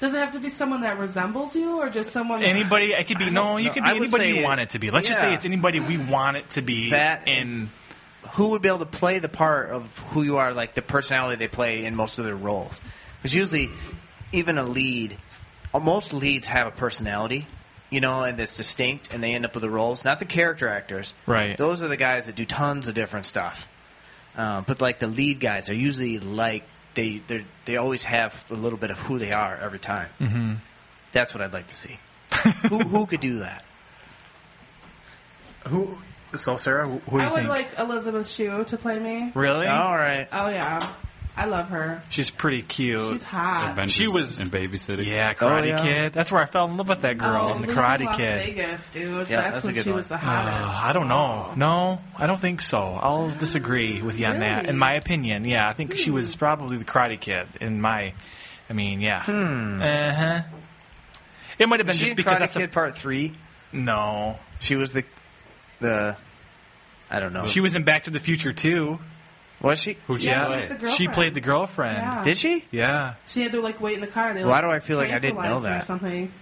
[SPEAKER 21] Does it have to be someone that resembles you, or just someone?
[SPEAKER 18] Anybody, it could be, no, you could be
[SPEAKER 16] I would
[SPEAKER 18] anybody
[SPEAKER 16] say
[SPEAKER 18] you
[SPEAKER 16] it-
[SPEAKER 18] want it to be. Let's just say
[SPEAKER 16] yeah.
[SPEAKER 18] it's anybody we want it to be.
[SPEAKER 16] That
[SPEAKER 18] and
[SPEAKER 16] who would be able to play the part of who you are, like the personality they play in most of their roles? Because usually, even a lead, uh, most leads have a personality, you know, and that's distinct, and they end up with the roles. Not the character actors,
[SPEAKER 18] Right.
[SPEAKER 16] Those are the guys that do tons of different stuff. Um, but like the lead guys are usually like they they they always have a little bit of who they are every time.
[SPEAKER 18] Mhm.
[SPEAKER 16] That's what I'd like to see. who who could do that?
[SPEAKER 18] Who? So Sarah, wh- who do
[SPEAKER 21] I
[SPEAKER 18] you
[SPEAKER 21] would
[SPEAKER 18] think?
[SPEAKER 21] like Elizabeth Shue to play me.
[SPEAKER 18] Really? All right.
[SPEAKER 21] Oh yeah, I love her.
[SPEAKER 18] She's pretty cute.
[SPEAKER 21] She's hot.
[SPEAKER 9] Adventures
[SPEAKER 18] she was
[SPEAKER 9] in babysitting.
[SPEAKER 18] Yeah, Karate
[SPEAKER 9] Oh, yeah.
[SPEAKER 18] Kid. That's where I fell in love with that girl.
[SPEAKER 21] oh,
[SPEAKER 18] in the
[SPEAKER 21] Losing
[SPEAKER 18] Karate
[SPEAKER 21] Las
[SPEAKER 18] Kid.
[SPEAKER 21] Vegas, dude.
[SPEAKER 18] Yeah,
[SPEAKER 21] that's,
[SPEAKER 18] that's a
[SPEAKER 21] when
[SPEAKER 18] good
[SPEAKER 21] she
[SPEAKER 18] one.
[SPEAKER 21] was the
[SPEAKER 18] Uh,
[SPEAKER 21] hottest.
[SPEAKER 18] I don't know. No, I don't think so. I'll disagree with you on that. In my opinion, yeah, I think
[SPEAKER 21] Hmm.
[SPEAKER 18] she was probably the Karate Kid. In my, I mean, yeah.
[SPEAKER 16] Hmm.
[SPEAKER 18] Uh huh. It might have been
[SPEAKER 16] Is she
[SPEAKER 18] just
[SPEAKER 16] in
[SPEAKER 18] because
[SPEAKER 16] Karate
[SPEAKER 18] that's a-
[SPEAKER 16] Kid Part Three.
[SPEAKER 18] No,
[SPEAKER 16] she was the the. I don't know.
[SPEAKER 18] She was in Back to the Future too.
[SPEAKER 16] Was she?
[SPEAKER 18] Who
[SPEAKER 21] she Yeah, she was played. the
[SPEAKER 18] She played the girlfriend.
[SPEAKER 21] Yeah. Did
[SPEAKER 16] she?
[SPEAKER 18] Yeah.
[SPEAKER 21] She had to like wait in the car. They,
[SPEAKER 18] Why
[SPEAKER 21] like,
[SPEAKER 18] do I feel like I didn't know
[SPEAKER 21] tranquilized her Or
[SPEAKER 18] that?
[SPEAKER 21] something.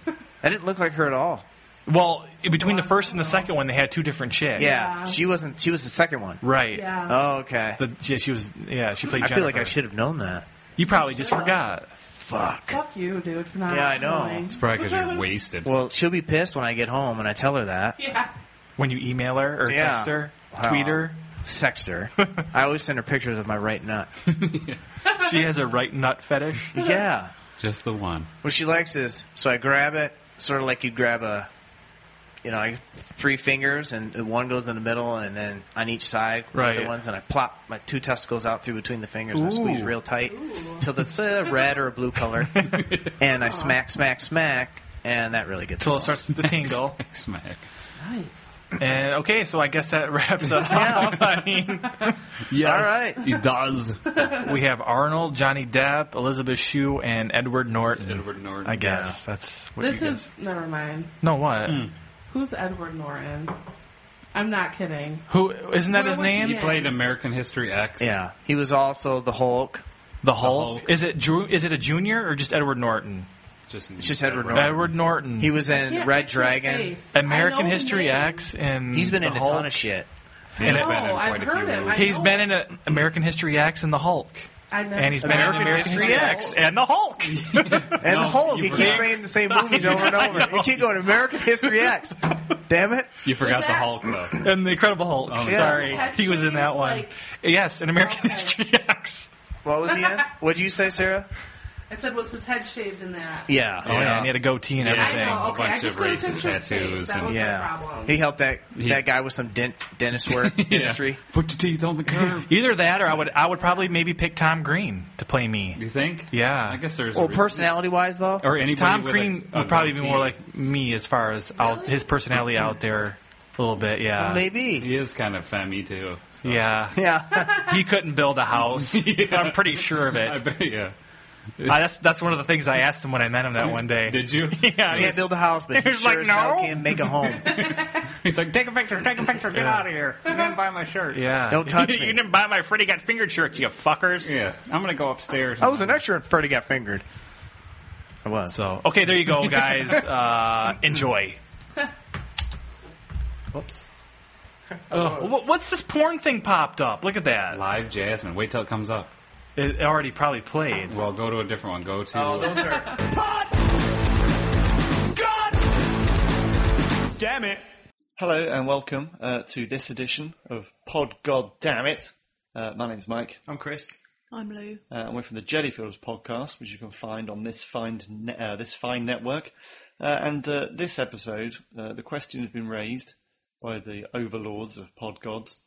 [SPEAKER 16] I didn't look like her at all.
[SPEAKER 18] Well, in between the first and the second one, they had two different chicks.
[SPEAKER 16] Yeah, she wasn't. She was the second one.
[SPEAKER 18] Right.
[SPEAKER 21] Yeah.
[SPEAKER 16] Oh, okay.
[SPEAKER 18] The, yeah, she was. Yeah, she played.
[SPEAKER 16] I feel like I
[SPEAKER 18] Jennifer.
[SPEAKER 16] should have known that.
[SPEAKER 18] You probably just forgot.
[SPEAKER 16] Fuck.
[SPEAKER 21] Fuck you, dude, for not.
[SPEAKER 16] Yeah, I know.
[SPEAKER 21] knowing.
[SPEAKER 16] wasted. Well, she'll be pissed when I get home and I tell her that.
[SPEAKER 21] Yeah.
[SPEAKER 18] When you email her or text her, tweet her.
[SPEAKER 16] sext her. I always send her pictures of my right nut.
[SPEAKER 18] she has a right nut fetish.
[SPEAKER 16] Yeah.
[SPEAKER 9] Just the one.
[SPEAKER 16] What she likes is so I grab it, sort of like you grab a, you know, I, three fingers and the one goes in the middle and then on each side, the
[SPEAKER 18] Right.
[SPEAKER 16] other ones, and I plop my two testicles out through between the fingers and I squeeze
[SPEAKER 18] Ooh.
[SPEAKER 16] real tight till it's a red or a blue color, and I smack, smack, smack, and that really gets
[SPEAKER 18] Till it
[SPEAKER 16] us.
[SPEAKER 18] starts to tingle.
[SPEAKER 9] Smack.
[SPEAKER 21] Nice.
[SPEAKER 18] And okay, so I guess that wraps up. I mean,
[SPEAKER 9] Yes,
[SPEAKER 18] all right,
[SPEAKER 9] it does.
[SPEAKER 18] We have Arnold, Johnny Depp, Elizabeth Shue, and Edward Norton. Edward Norton. I guess that's what
[SPEAKER 21] This
[SPEAKER 18] you
[SPEAKER 21] is never mind.
[SPEAKER 18] guys- no what.
[SPEAKER 21] Who's Edward Norton? I'm not kidding.
[SPEAKER 18] Who isn't that
[SPEAKER 21] Where
[SPEAKER 18] his
[SPEAKER 21] was he
[SPEAKER 18] name?
[SPEAKER 21] He in? played
[SPEAKER 18] American History X.
[SPEAKER 16] Yeah, he was also the Hulk.
[SPEAKER 18] The Hulk. Is it Drew? Is it a junior or just Edward Norton?
[SPEAKER 9] Just,
[SPEAKER 16] just Edward Norton.
[SPEAKER 18] Edward Norton.
[SPEAKER 16] He was in Red Dragon.
[SPEAKER 18] American History X, and
[SPEAKER 16] He's been
[SPEAKER 18] the
[SPEAKER 16] in a
[SPEAKER 18] Hulk.
[SPEAKER 16] ton of shit.
[SPEAKER 18] And
[SPEAKER 16] I know,
[SPEAKER 18] it-
[SPEAKER 16] I've heard him, I
[SPEAKER 18] He's
[SPEAKER 16] know.
[SPEAKER 18] been in a American History X and the Hulk.
[SPEAKER 21] I know.
[SPEAKER 18] And he's been in
[SPEAKER 16] American
[SPEAKER 18] American
[SPEAKER 16] History
[SPEAKER 18] History X
[SPEAKER 16] X.
[SPEAKER 18] and the Hulk.
[SPEAKER 16] And the Hulk,
[SPEAKER 18] you
[SPEAKER 16] he keeps
[SPEAKER 18] forgot.
[SPEAKER 16] saying the same movies over and over. You keep going American History X. Damn it!
[SPEAKER 9] You forgot
[SPEAKER 16] Was
[SPEAKER 9] the
[SPEAKER 16] that-
[SPEAKER 9] Hulk though.
[SPEAKER 18] And the Incredible Hulk.
[SPEAKER 9] Oh,
[SPEAKER 18] Sorry,
[SPEAKER 9] yeah.
[SPEAKER 18] he was in that one. yes, in American History X.
[SPEAKER 16] What was he in? What'd you say, Sarah?
[SPEAKER 21] I said, was his head shaved in that?
[SPEAKER 16] Yeah.
[SPEAKER 18] Oh, yeah. and he had a goatee and
[SPEAKER 16] Yeah.
[SPEAKER 18] everything.
[SPEAKER 21] I know, okay, A bunch I just of couldn't racist picture his face, tattoos that and- was my
[SPEAKER 16] yeah.
[SPEAKER 21] problem.
[SPEAKER 16] He helped that that guy with some dent, dentist work dentistry.
[SPEAKER 9] Put your teeth on the curb.
[SPEAKER 18] Either that, or I would, I would probably maybe pick Tom Green to play me.
[SPEAKER 9] You think?
[SPEAKER 18] Yeah,
[SPEAKER 9] I guess there's a
[SPEAKER 16] Well,
[SPEAKER 9] re-
[SPEAKER 16] personality wise though,
[SPEAKER 9] Or anybody
[SPEAKER 18] Tom
[SPEAKER 9] with a-
[SPEAKER 18] Green
[SPEAKER 9] a
[SPEAKER 18] would probably be
[SPEAKER 9] goatee.
[SPEAKER 18] more like me as far as out his personality out there a little bit. Yeah,
[SPEAKER 16] maybe
[SPEAKER 9] he is kind of femmy too.
[SPEAKER 18] Yeah,
[SPEAKER 16] yeah.
[SPEAKER 18] he couldn't build a house. I'm pretty sure of it. I
[SPEAKER 9] bet, yeah.
[SPEAKER 18] that's that's one of the things I asked him when I met him that one day.
[SPEAKER 9] Did you?
[SPEAKER 18] Yeah,
[SPEAKER 16] Can't build a house, but
[SPEAKER 18] he
[SPEAKER 16] you
[SPEAKER 18] was
[SPEAKER 16] sure
[SPEAKER 18] like,
[SPEAKER 16] as
[SPEAKER 18] no.
[SPEAKER 16] hell can make a home.
[SPEAKER 18] He's like, take a picture, take a picture, get
[SPEAKER 9] Yeah.
[SPEAKER 18] out of here. You didn't buy my shirt. Yeah,
[SPEAKER 16] Don't touch
[SPEAKER 18] you
[SPEAKER 16] me.
[SPEAKER 18] didn't buy my Freddy Got Fingered shirt, you fuckers.
[SPEAKER 9] Yeah, I'm gonna go upstairs.
[SPEAKER 16] I was an extra and Freddy got fingered. I was.
[SPEAKER 18] So okay, there you go, guys. uh, enjoy. Whoops. Ugh, wh- what's this porn thing popped up? Look at that.
[SPEAKER 9] Live Jasmine. Wait till it comes up.
[SPEAKER 18] It already probably played.
[SPEAKER 9] Well, go to a different one. Go
[SPEAKER 5] Oh,
[SPEAKER 9] to.
[SPEAKER 22] Damn it! Hello and welcome uh, to this edition of Pod God Damn It. Uh, my name's Mike. I'm Chris.
[SPEAKER 21] I'm Lou.
[SPEAKER 22] Uh, and we're from the Jellyfielders podcast, which you can find on this find ne- uh, this fine network. Uh, and uh, this episode, uh, the question has been raised by the overlords of pod gods: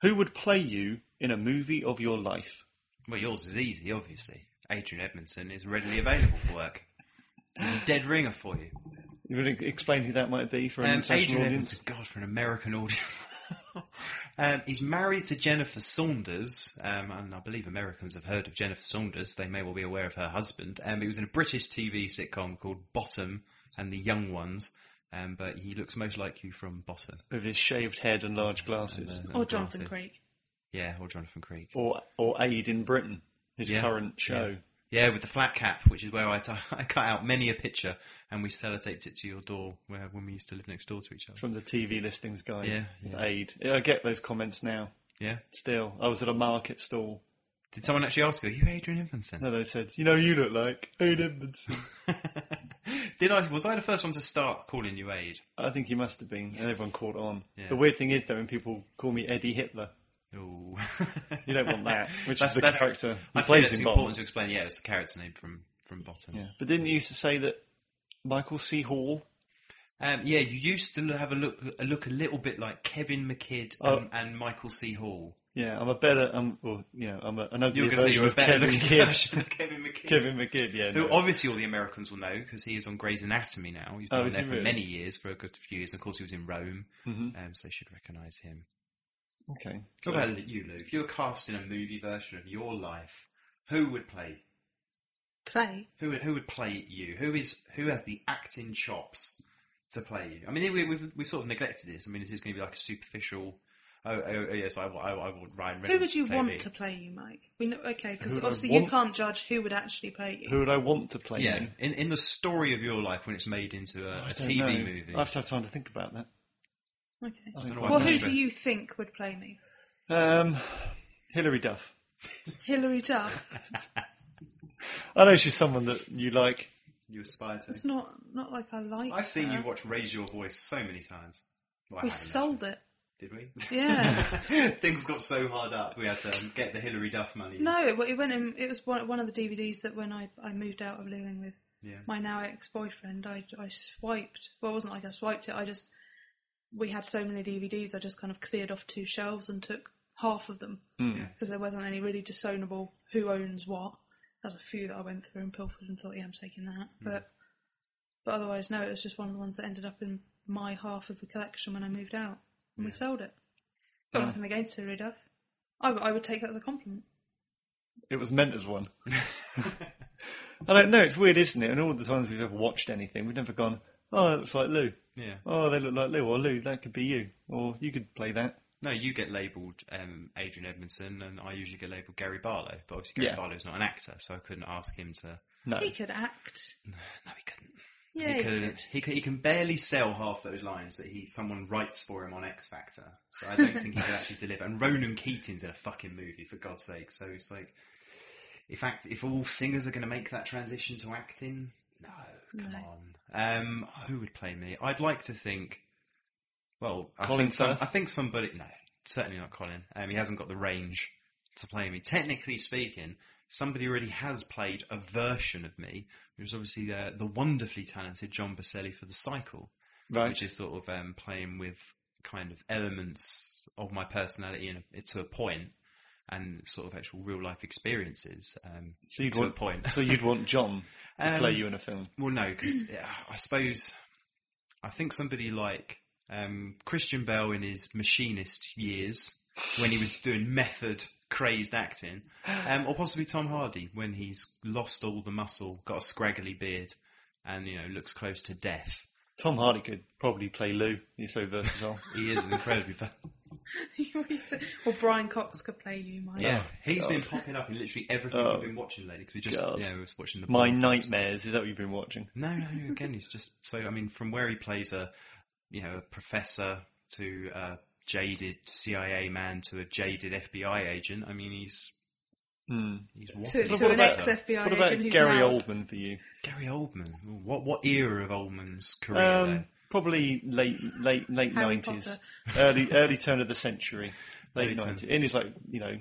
[SPEAKER 22] Who would play you in a movie of your life?
[SPEAKER 19] Well, yours is easy, obviously. Adrian Edmondson is readily available for work. There's a dead ringer for you.
[SPEAKER 22] You would ex- explain who that might be for an
[SPEAKER 19] Um,
[SPEAKER 22] international
[SPEAKER 19] Adrian
[SPEAKER 22] audience?
[SPEAKER 19] Evans, God, for an American audience. um, he's married to Jennifer Saunders, um, and I believe Americans have heard of Jennifer Saunders. They may well be aware of her husband. Um, he was in a British TV sitcom called Bottom and the Young Ones, um, but he looks most like you from Bottom.
[SPEAKER 22] With his shaved head and large glasses.
[SPEAKER 19] And, uh,
[SPEAKER 22] Or
[SPEAKER 19] and
[SPEAKER 22] Jonathan
[SPEAKER 19] glasses.
[SPEAKER 22] Creek.
[SPEAKER 19] Yeah, or Jonathan Creek.
[SPEAKER 22] Or or Aid in Britain, his
[SPEAKER 19] Yeah,
[SPEAKER 22] current show.
[SPEAKER 19] Yeah. Yeah, with the flat cap, which is where I, t- I cut out many a picture and we sellotaped it to your door where, when we used to live next door to each other.
[SPEAKER 22] From the TV listings guide.
[SPEAKER 19] Yeah,
[SPEAKER 22] with
[SPEAKER 19] yeah.
[SPEAKER 22] Aid. I get those comments now.
[SPEAKER 19] Yeah.
[SPEAKER 22] Still. I was at a market stall.
[SPEAKER 19] Did someone actually ask, are you Adrian Edmondson?
[SPEAKER 22] No, they said, you know, you look like Aid Edmondson.
[SPEAKER 19] Did I? Was I the first one to start calling you Aid?
[SPEAKER 22] I think you must have been, and everyone caught on.
[SPEAKER 19] Yeah.
[SPEAKER 22] The weird thing is, though, when people call me Eddie Hitler,
[SPEAKER 19] Ooh.
[SPEAKER 22] you don't want that, which
[SPEAKER 19] That's-
[SPEAKER 22] is the
[SPEAKER 19] that's-
[SPEAKER 22] character he
[SPEAKER 19] I think
[SPEAKER 22] plays
[SPEAKER 19] that's
[SPEAKER 22] in
[SPEAKER 19] important
[SPEAKER 22] Bond.
[SPEAKER 19] to explain. Yeah, it's the character name from from Bottom.
[SPEAKER 22] Yeah. But didn't you used to say that Michael C. Hall?
[SPEAKER 19] Um, yeah, you used to have a look a look a little bit like Kevin McKidd
[SPEAKER 22] Oh.
[SPEAKER 19] and, and Michael C. Hall.
[SPEAKER 22] Yeah, I'm a better. I'm, well, you know, I'm a, an
[SPEAKER 19] You
[SPEAKER 22] uglier
[SPEAKER 19] were going to say you
[SPEAKER 22] version
[SPEAKER 19] were a
[SPEAKER 22] of
[SPEAKER 19] better
[SPEAKER 22] Kevin
[SPEAKER 19] looking
[SPEAKER 22] Kidd.
[SPEAKER 19] version of Kevin McKidd.
[SPEAKER 22] Kevin McKidd, yeah.
[SPEAKER 19] Who
[SPEAKER 22] no.
[SPEAKER 19] obviously all the Americans will know because he is on Grey's Anatomy now. He's been
[SPEAKER 22] Oh,
[SPEAKER 19] on
[SPEAKER 22] is
[SPEAKER 19] there
[SPEAKER 22] he
[SPEAKER 19] for
[SPEAKER 22] really?
[SPEAKER 19] many years, for a good few years. Of course, he was in Rome,
[SPEAKER 22] Mhm.
[SPEAKER 19] um, so they should recognise him.
[SPEAKER 22] Okay.
[SPEAKER 19] What about you, Lou? If you were casting a movie version of your life, who would play
[SPEAKER 23] Play.
[SPEAKER 19] Who would- who would play you? Who is who has the acting chops to play you? I mean, we, we've we've sort of neglected this. I mean, this is going to be like a superficial. Oh, oh, oh, yes, I, wa- I, wa- I want Ryan Reynolds.
[SPEAKER 23] Who would you
[SPEAKER 19] to play
[SPEAKER 23] want
[SPEAKER 19] me.
[SPEAKER 23] to play you, Mike? We know, okay, because
[SPEAKER 19] Who would I
[SPEAKER 23] obviously you
[SPEAKER 19] want?
[SPEAKER 23] can't judge who would actually play you.
[SPEAKER 22] Who would I want to play?
[SPEAKER 19] Yeah,
[SPEAKER 22] me?
[SPEAKER 19] in in the story of your life when it's made into a, a
[SPEAKER 22] I don't
[SPEAKER 19] TV
[SPEAKER 22] know.
[SPEAKER 19] movie.
[SPEAKER 22] I have to have time to think about that.
[SPEAKER 23] Okay.
[SPEAKER 19] I don't know why
[SPEAKER 23] well,
[SPEAKER 19] I'm
[SPEAKER 23] who
[SPEAKER 19] sure.
[SPEAKER 23] do you think would play me?
[SPEAKER 22] Um, Hilary Duff.
[SPEAKER 23] Hilary Duff.
[SPEAKER 22] I know she's someone that you like.
[SPEAKER 19] You aspire to.
[SPEAKER 23] it's not not like I like.
[SPEAKER 19] I've seen
[SPEAKER 23] her.
[SPEAKER 19] you watch Raise Your Voice so many times. Well, I
[SPEAKER 23] We
[SPEAKER 19] haven't,
[SPEAKER 23] sold it.
[SPEAKER 19] did we?
[SPEAKER 23] Yeah.
[SPEAKER 19] Things got so hard up, we had to um, get the Hillary Duff money.
[SPEAKER 23] No, it, it went in. It was one, one of the DVDs that when I, I moved out of living with
[SPEAKER 19] Yeah.
[SPEAKER 23] my now ex boyfriend, I I swiped. Well, it wasn't like I swiped it. I just we had so many DVDs. I just kind of cleared off two shelves and took half of them
[SPEAKER 22] Hmm. Yeah.
[SPEAKER 23] because there wasn't any really discernible who owns what. There's a few that I went through and pilfered and thought, yeah, I'm taking that. But but otherwise, no. It was just one of the ones that ended up in my half of the collection when I moved out, and we sold it. Got
[SPEAKER 22] Ah.
[SPEAKER 23] nothing against Hilary Duff. I, w- I would take that as a compliment.
[SPEAKER 22] It was meant as one. I don't know. It's weird, isn't it? And all the times we've ever watched anything, we've never gone, "Oh, that looks like Lou."
[SPEAKER 19] Yeah.
[SPEAKER 22] Oh, they look like Lou. Or Lou, that could be you. Or you could play that.
[SPEAKER 19] No, you get labelled um, Adrian Edmondson, and I usually get labelled Gary Barlow. But obviously, Gary
[SPEAKER 22] Yeah.
[SPEAKER 19] Barlow's not an actor, so I couldn't ask him to.
[SPEAKER 23] He could act. No, he couldn't. Yeah,
[SPEAKER 19] he,
[SPEAKER 23] he
[SPEAKER 19] could,
[SPEAKER 23] could.
[SPEAKER 19] He, could, he can barely sell half those lines that he someone writes for him on X Factor. So I don't think he could actually deliver. And Ronan Keating's in a fucking movie, for God's sake. So it's like, if act, if all singers are going to make that transition to acting, no, come on. Um, who would play me? I'd like to think. Well, I
[SPEAKER 22] Colin
[SPEAKER 19] think some,
[SPEAKER 22] Firth?
[SPEAKER 19] I think somebody. No, certainly not Colin. Um, he hasn't got the range to play me. Technically speaking, somebody already has played a version of me, which is obviously the, the wonderfully talented John Baselli for the Cycle,
[SPEAKER 22] Right.
[SPEAKER 19] which is sort of um, playing with kind of elements of my personality in a, to a point and sort of actual real life experiences um,
[SPEAKER 22] So you'd
[SPEAKER 19] to
[SPEAKER 22] want
[SPEAKER 19] a point.
[SPEAKER 22] so you'd want John to
[SPEAKER 19] Um,
[SPEAKER 22] play you in a film.
[SPEAKER 19] Well, no, because I suppose I think somebody like um, Christian Bell in his machinist years, when he was doing method crazed acting, um, or possibly Tom Hardy when he's lost all the muscle, got a scraggly beard, and you know looks close to death.
[SPEAKER 22] Tom Hardy could probably play Lou. He's so versatile.
[SPEAKER 19] He is an incredibly. fa-
[SPEAKER 23] or Brian Cox could play you, Mike.
[SPEAKER 19] Yeah, he's
[SPEAKER 22] God.
[SPEAKER 19] been popping up in literally everything
[SPEAKER 22] Oh,
[SPEAKER 19] we've been watching lately because we just
[SPEAKER 22] God.
[SPEAKER 19] yeah we was watching the
[SPEAKER 22] My
[SPEAKER 19] Bond films.
[SPEAKER 22] Nightmares. Is that what you've been watching?
[SPEAKER 19] No, no. Again, it's just so. I mean, from where he plays a, you know, a professor to a jaded CIA man to a jaded FBI agent. I mean, he's he's
[SPEAKER 23] To-
[SPEAKER 19] wafting.
[SPEAKER 23] to an ex-FBI
[SPEAKER 22] What about
[SPEAKER 23] agent who's
[SPEAKER 22] Gary
[SPEAKER 23] now-
[SPEAKER 22] Oldman for you?
[SPEAKER 19] Gary Oldman. What what era of Oldman's career?
[SPEAKER 22] Um, probably late late late
[SPEAKER 19] Harry
[SPEAKER 22] nineties,
[SPEAKER 19] Potter.
[SPEAKER 22] early early turn of the century,
[SPEAKER 19] Early
[SPEAKER 22] late
[SPEAKER 19] turn.
[SPEAKER 22] nineties. And it's like you know,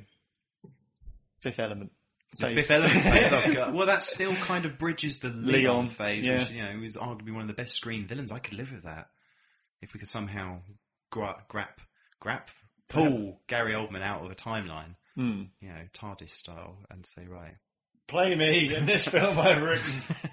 [SPEAKER 22] Fifth Element.
[SPEAKER 19] The
[SPEAKER 22] phase.
[SPEAKER 19] Fifth Element Oh, phase. I've got- Well, that still kind of bridges the Leon,
[SPEAKER 22] Leon,
[SPEAKER 19] phase,
[SPEAKER 22] yeah.
[SPEAKER 19] which you know is arguably one of the best screen villains. I could live with that if we could somehow gra- grap grap pull Gary Oldman out of a timeline,
[SPEAKER 22] Hmm.
[SPEAKER 19] you know, TARDIS style, and say right.
[SPEAKER 22] Play me in this film I've written.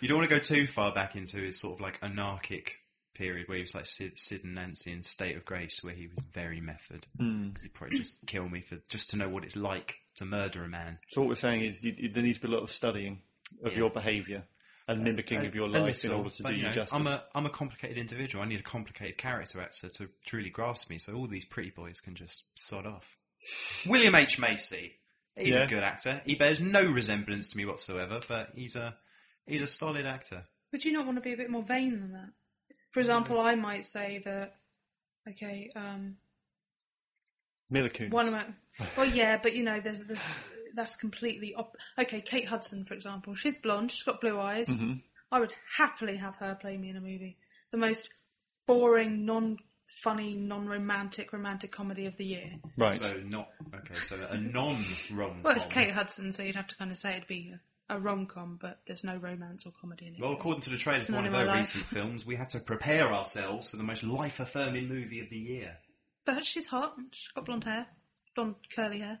[SPEAKER 19] You don't want to go too far back into his sort of like anarchic period where he was like Sid, Sid and Nancy in State of Grace, where he was very method.
[SPEAKER 22] Mm.
[SPEAKER 19] 'Cause he'd probably just kill me for just to know what it's like to murder a man.
[SPEAKER 22] So what we're saying is, you, you- there needs to be a lot of studying of
[SPEAKER 19] Yeah.
[SPEAKER 22] your behaviour and mimicking
[SPEAKER 19] A-
[SPEAKER 22] of your
[SPEAKER 19] a
[SPEAKER 22] life
[SPEAKER 19] little,
[SPEAKER 22] in order to
[SPEAKER 19] but,
[SPEAKER 22] do you
[SPEAKER 19] know,
[SPEAKER 22] justice.
[SPEAKER 19] I'm a I'm a complicated individual. I need a complicated character actor to truly grasp me. So all these pretty boys can just sod off. William H Macy. He's
[SPEAKER 22] Yeah.
[SPEAKER 19] a good actor. He bears no resemblance to me whatsoever, but he's a he's a solid actor.
[SPEAKER 23] Would you not want to be a bit more vain than that? For
[SPEAKER 22] Mm.
[SPEAKER 23] example, I might say that, okay, um,
[SPEAKER 22] Mila Kunis.
[SPEAKER 23] one of my, well, yeah, but you know, there's, there's that's completely op- okay. Kate Hudson, for example, she's blonde, she's got blue eyes.
[SPEAKER 22] Mhm.
[SPEAKER 23] I would happily have her play me in a movie. The most boring, non-funny, non-romantic romantic comedy of the year.
[SPEAKER 22] Right.
[SPEAKER 19] So not okay. So a non rom.
[SPEAKER 23] Well, it's Kate Hudson, so you'd have to kind of say it'd be a, a rom-com, but there's no romance or comedy in it.
[SPEAKER 19] Well, according to the trailer
[SPEAKER 23] It's
[SPEAKER 19] for
[SPEAKER 23] not
[SPEAKER 19] one
[SPEAKER 23] in
[SPEAKER 19] of
[SPEAKER 23] my
[SPEAKER 19] her
[SPEAKER 23] life.
[SPEAKER 19] recent films, we had to prepare ourselves for the most life affirming movie of the year.
[SPEAKER 23] But she's hot. She's got blonde hair, blonde curly hair.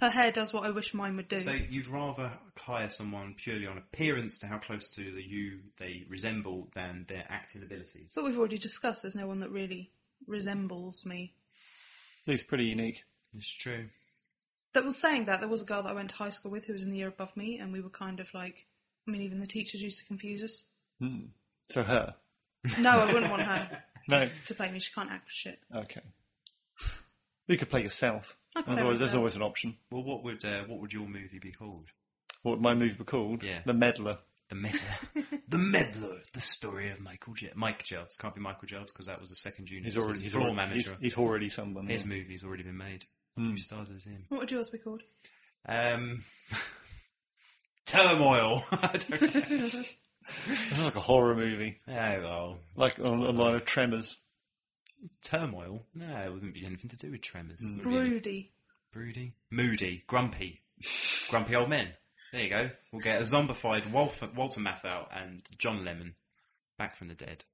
[SPEAKER 23] Her hair does what I wish mine would do.
[SPEAKER 19] So you'd rather hire someone purely on appearance to how close to the you they resemble than their acting abilities.
[SPEAKER 23] but we've already discussed there's no one that really resembles me.
[SPEAKER 22] He's pretty unique.
[SPEAKER 19] It's true.
[SPEAKER 23] That was saying that there was a girl that I went to high school with who was in the year above me, and we were kind of like, I mean, even the teachers used to confuse us.
[SPEAKER 22] Hmm. So her.
[SPEAKER 23] No, I wouldn't want her
[SPEAKER 22] No.
[SPEAKER 23] to play me. She can't act for shit.
[SPEAKER 22] Okay. You could play yourself.
[SPEAKER 23] I could play
[SPEAKER 22] There's always, there's
[SPEAKER 23] myself.
[SPEAKER 22] always an option.
[SPEAKER 19] Well, what would uh, what would your movie be called?
[SPEAKER 22] What my movie were called?
[SPEAKER 19] Yeah.
[SPEAKER 22] The Meddler.
[SPEAKER 19] The Meddler. the Meddler. The story of Michael J- Mike Jobs. Can't be Michael Jobs because that was the second unit.
[SPEAKER 22] He's already-
[SPEAKER 19] He's
[SPEAKER 22] he's
[SPEAKER 19] floor
[SPEAKER 22] already-
[SPEAKER 19] manager.
[SPEAKER 22] he's- he's already someone,
[SPEAKER 19] His
[SPEAKER 22] yeah. Hmm.
[SPEAKER 19] movie's already been made. Who starred as him?
[SPEAKER 23] What would yours be called?
[SPEAKER 19] Um, turmoil. I don't know.
[SPEAKER 22] This is like a horror movie.
[SPEAKER 19] Oh, well.
[SPEAKER 22] Like on, on the line of Tremors.
[SPEAKER 19] Turmoil? No, it wouldn't be anything to do with tremors. Would it be any-
[SPEAKER 23] Broody.
[SPEAKER 19] Broody. Moody. Grumpy. Grumpy old men. There you go. We'll get a zombified Walter, Walter Matthau and John Lemon back from the dead.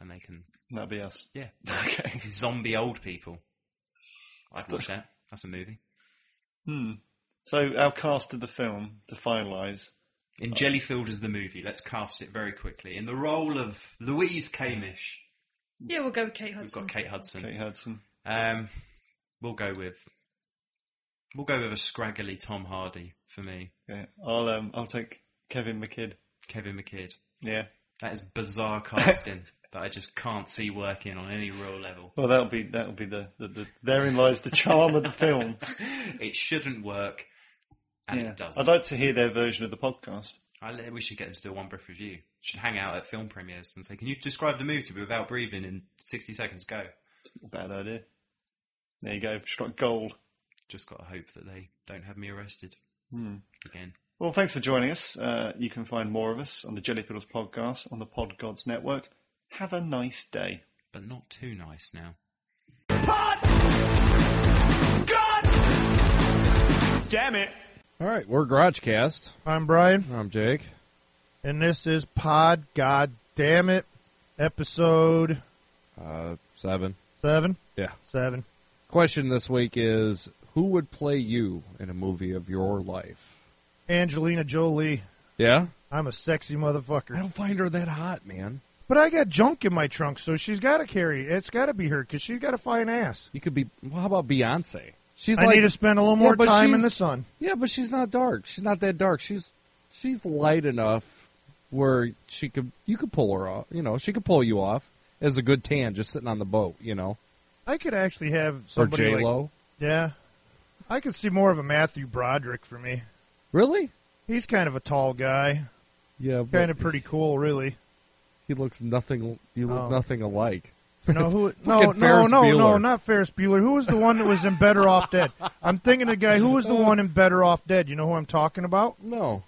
[SPEAKER 19] And they can.
[SPEAKER 22] That'd be us.
[SPEAKER 19] Yeah.
[SPEAKER 22] Okay.
[SPEAKER 19] Zombie old people. I'd watch that. That's a movie.
[SPEAKER 22] Hmm. So our cast of the film to finalise.
[SPEAKER 19] In Jellyfield as the movie, let's cast it very quickly. In the role of Louise Camish,
[SPEAKER 23] Yeah, we'll go with Kate
[SPEAKER 19] we've
[SPEAKER 23] Hudson.
[SPEAKER 19] got Kate Hudson.
[SPEAKER 22] Kate Hudson.
[SPEAKER 19] Um, we'll go with. We'll go with a scraggly Tom Hardy for me.
[SPEAKER 22] Yeah. I'll um I'll take Kevin McKidd.
[SPEAKER 19] Kevin McKidd.
[SPEAKER 22] Yeah.
[SPEAKER 19] That is bizarre casting that I just can't see working on any real level.
[SPEAKER 22] Well, that'll be that'll be the, the, the therein lies the charm of the film.
[SPEAKER 19] It shouldn't work, and
[SPEAKER 22] Yeah.
[SPEAKER 19] it doesn't.
[SPEAKER 22] I'd like to hear their version of the podcast.
[SPEAKER 19] I li- we should get them to do a one breath review. Should hang out at film premieres and say, "Can you describe the movie to me without breathing in sixty seconds?" Go.
[SPEAKER 22] Bad idea. There you go. Struck gold.
[SPEAKER 19] Just got to hope that they don't have me arrested
[SPEAKER 22] Hmm.
[SPEAKER 19] again.
[SPEAKER 22] Well, thanks for joining us. Uh, you can find more of us on the Jellyfiddles podcast on the Pod Gods Network. Have a nice day.
[SPEAKER 19] But not too nice now.
[SPEAKER 24] Damn it.
[SPEAKER 25] All right, we're GarageCast. I'm Brian. I'm Jake. And this is Pod God Damn It, episode
[SPEAKER 26] Uh, seven.
[SPEAKER 25] seven.
[SPEAKER 26] Yeah.
[SPEAKER 25] Seven.
[SPEAKER 26] Question this week is who would play you in a movie of your life?
[SPEAKER 25] Angelina Jolie.
[SPEAKER 26] Yeah?
[SPEAKER 25] I'm a sexy motherfucker. I
[SPEAKER 26] don't find her that hot, man.
[SPEAKER 25] But I got junk in my trunk, so she's got to carry. It's got to be her because she's got a fine ass.
[SPEAKER 26] You could be. Well, how about Beyonce? She's
[SPEAKER 25] I
[SPEAKER 26] like,
[SPEAKER 25] need to spend a little
[SPEAKER 26] Yeah,
[SPEAKER 25] more
[SPEAKER 26] but
[SPEAKER 25] time in the
[SPEAKER 26] she's-
[SPEAKER 25] sun.
[SPEAKER 26] Yeah, but she's not dark. She's not that dark. She's she's light enough where she could you could pull her off. You know, she could pull you off as a good tan just sitting on the boat. You know,
[SPEAKER 25] I could actually have somebody
[SPEAKER 26] or J
[SPEAKER 25] like-
[SPEAKER 26] Lo.
[SPEAKER 25] yeah, I could see more of a Matthew Broderick for me.
[SPEAKER 26] Really?
[SPEAKER 25] He's kind of a tall guy.
[SPEAKER 26] Yeah, but-
[SPEAKER 25] kind of pretty cool, really.
[SPEAKER 26] He looks nothing. You look
[SPEAKER 25] Oh.
[SPEAKER 26] nothing alike.
[SPEAKER 25] No, who?
[SPEAKER 26] Fucking
[SPEAKER 25] No, no,
[SPEAKER 26] Ferris
[SPEAKER 25] no, no,
[SPEAKER 26] Bueller.
[SPEAKER 25] not Ferris Bueller. Who was the one that was in Better Off Dead? I'm thinking the guy who was the one in Better Off Dead. You know who I'm talking about?
[SPEAKER 26] No.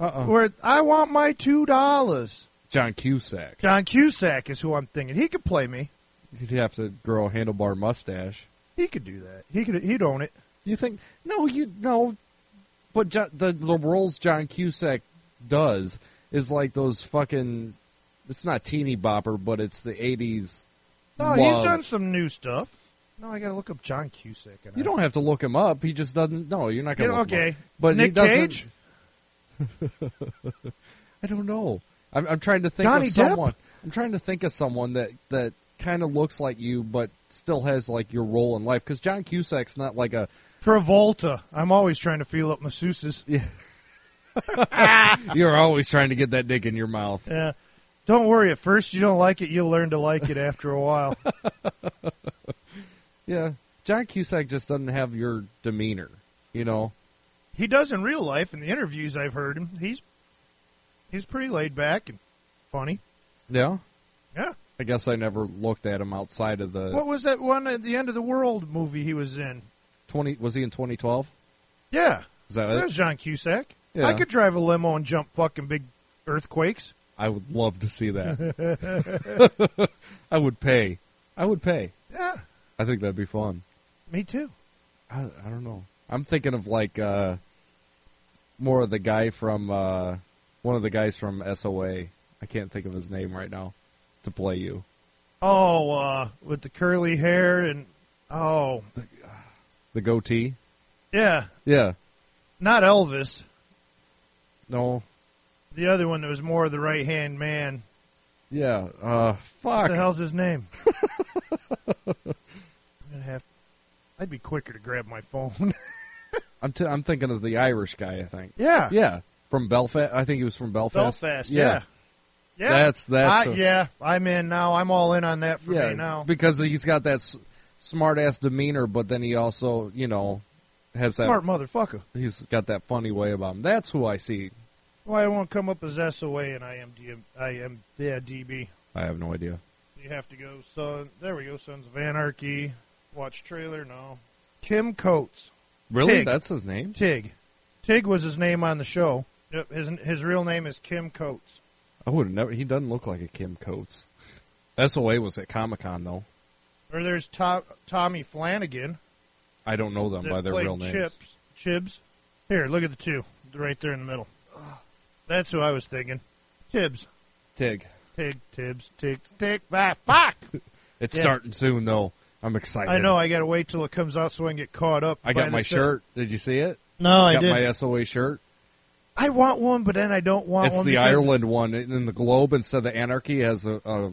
[SPEAKER 26] Uh-uh.
[SPEAKER 25] Where I want my two dollars.
[SPEAKER 26] John Cusack.
[SPEAKER 25] John Cusack is who I'm thinking. He could play me.
[SPEAKER 26] He'd have to grow a handlebar mustache.
[SPEAKER 25] He could do that. He could. He'd own it.
[SPEAKER 26] You think? No, you no. But jo- the the roles John Cusack does is like those fucking. It's not teeny bopper, but it's the '80s.
[SPEAKER 25] No,
[SPEAKER 26] love.
[SPEAKER 25] he's done some new stuff. No, I gotta look up John Cusack. And
[SPEAKER 26] You don't have to look him up. He just doesn't. No, you're not gonna.
[SPEAKER 25] Yeah,
[SPEAKER 26] look him
[SPEAKER 25] okay.
[SPEAKER 26] up. but he
[SPEAKER 25] Nick
[SPEAKER 26] doesn't-
[SPEAKER 25] Cage?
[SPEAKER 26] I don't know. I'm, I'm trying to think
[SPEAKER 27] Johnny
[SPEAKER 26] of
[SPEAKER 27] Depp?
[SPEAKER 26] someone. I'm trying to think of someone that that kind of looks like you, but still has like your role in life. Because John Cusack's not like a
[SPEAKER 25] Travolta. I'm always trying to feel up masseuses.
[SPEAKER 26] Yeah. You're always trying to get that dick in your mouth.
[SPEAKER 25] yeah. Don't worry. At first, you don't like it. You'll learn to like it after a while.
[SPEAKER 26] Yeah, John Cusack just doesn't have your demeanor. You know,
[SPEAKER 25] he does in real life. In the interviews I've heard him, he's he's pretty laid back and funny.
[SPEAKER 26] yeah,
[SPEAKER 25] Yeah.
[SPEAKER 26] I guess I never looked at him outside of the
[SPEAKER 25] What was that one at the end of the world movie he was in?
[SPEAKER 26] twenty. Was he in 2012?
[SPEAKER 25] Yeah,
[SPEAKER 26] Is that
[SPEAKER 25] that
[SPEAKER 26] it?
[SPEAKER 25] was John Cusack.
[SPEAKER 26] Uh, Yeah.
[SPEAKER 25] I could drive a limo and jump fucking big earthquakes.
[SPEAKER 26] I would love to see that. I would pay. I would pay.
[SPEAKER 25] Yeah.
[SPEAKER 26] I think that'd be fun.
[SPEAKER 25] Me too.
[SPEAKER 26] I, I don't know. I'm thinking of like uh, more of the guy from uh, one of the guys from SOA. I can't think of his name right now to play you.
[SPEAKER 25] Oh, uh, with the curly hair and oh,
[SPEAKER 26] The goatee.
[SPEAKER 25] yeah,
[SPEAKER 26] Yeah.
[SPEAKER 25] not Elvis.
[SPEAKER 26] No.
[SPEAKER 25] The other one that was more of the right hand man.
[SPEAKER 26] Yeah. Uh,
[SPEAKER 25] What
[SPEAKER 26] fuck.
[SPEAKER 25] the hell's his name? I'm gonna have. I'd be quicker to grab my phone.
[SPEAKER 26] I'm t- I'm thinking of the Irish guy. I think.
[SPEAKER 25] Yeah.
[SPEAKER 26] Yeah. From Belfast. I think he was from Belfast.
[SPEAKER 25] Belfast, yeah. yeah,
[SPEAKER 26] That's that's.
[SPEAKER 25] I,
[SPEAKER 26] a-
[SPEAKER 25] yeah, I'm in now. I'm all in on that for
[SPEAKER 26] yeah,
[SPEAKER 25] me now.
[SPEAKER 26] because he's got that s- smart ass demeanor, but then he also, you know, has that
[SPEAKER 25] Smart motherfucker.
[SPEAKER 26] He's got that funny way about him. That's who I see.
[SPEAKER 25] Why I won't come up as SOA and I am DM, I am yeah DB.
[SPEAKER 26] I have no idea.
[SPEAKER 25] You have to go, son. There we go, Sons of Anarchy. Watch trailer, no. Kim Coates.
[SPEAKER 26] Really?
[SPEAKER 25] Tig.
[SPEAKER 26] That's his name?
[SPEAKER 25] Tig. Tig was his name on the show. Yep, his his real name is Kim Coates.
[SPEAKER 26] I would have never. He doesn't look like a Kim Coates. SOA was at Comic Con though.
[SPEAKER 25] Or there's to- Tommy Flanagan.
[SPEAKER 26] I don't know them
[SPEAKER 25] that
[SPEAKER 26] by their
[SPEAKER 25] played
[SPEAKER 26] real names.
[SPEAKER 25] Chips. Chibs. Here, look at the two. Right there in the middle. That's who I was thinking. Tibbs.
[SPEAKER 26] Tig.
[SPEAKER 25] Tig, Tibbs, Tig, Tig, bah, fuck!
[SPEAKER 26] It's
[SPEAKER 25] Yeah.
[SPEAKER 26] starting soon though. I'm excited.
[SPEAKER 25] I know, I gotta wait till it comes out so I can get caught up.
[SPEAKER 26] I
[SPEAKER 25] by
[SPEAKER 26] got my
[SPEAKER 25] this thing.
[SPEAKER 26] shirt. Did you see it?
[SPEAKER 25] No, I
[SPEAKER 26] got my
[SPEAKER 25] didn't.
[SPEAKER 26] SOA shirt.
[SPEAKER 25] I want one, but then I don't want
[SPEAKER 26] it's
[SPEAKER 25] one.
[SPEAKER 26] the
[SPEAKER 25] because-
[SPEAKER 26] Ireland one, and then the globe instead of anarchy has a, a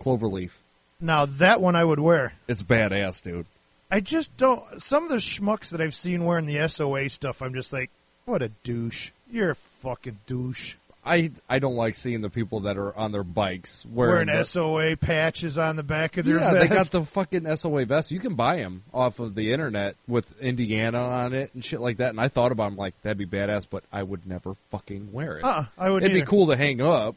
[SPEAKER 26] clover leaf.
[SPEAKER 25] Now that one I would wear.
[SPEAKER 26] It's badass, dude.
[SPEAKER 25] I just don't. Some of the schmucks that I've seen wearing the SOA stuff, I'm just like, what a douche. You're a fucking douche.
[SPEAKER 26] I I don't like seeing the people that are on their bikes wearing,
[SPEAKER 25] Wearing,
[SPEAKER 26] the-
[SPEAKER 25] SOA patches on the back of their
[SPEAKER 26] yeah,
[SPEAKER 25] vest.
[SPEAKER 26] they got the fucking SOA vest. You can buy them off of the internet with Indiana on it and shit like that. And I thought about, 'em, like that'd be badass, but I would never fucking wear it.
[SPEAKER 25] Uh-uh, I wouldn't
[SPEAKER 26] It'd be
[SPEAKER 25] either.
[SPEAKER 26] cool to hang up,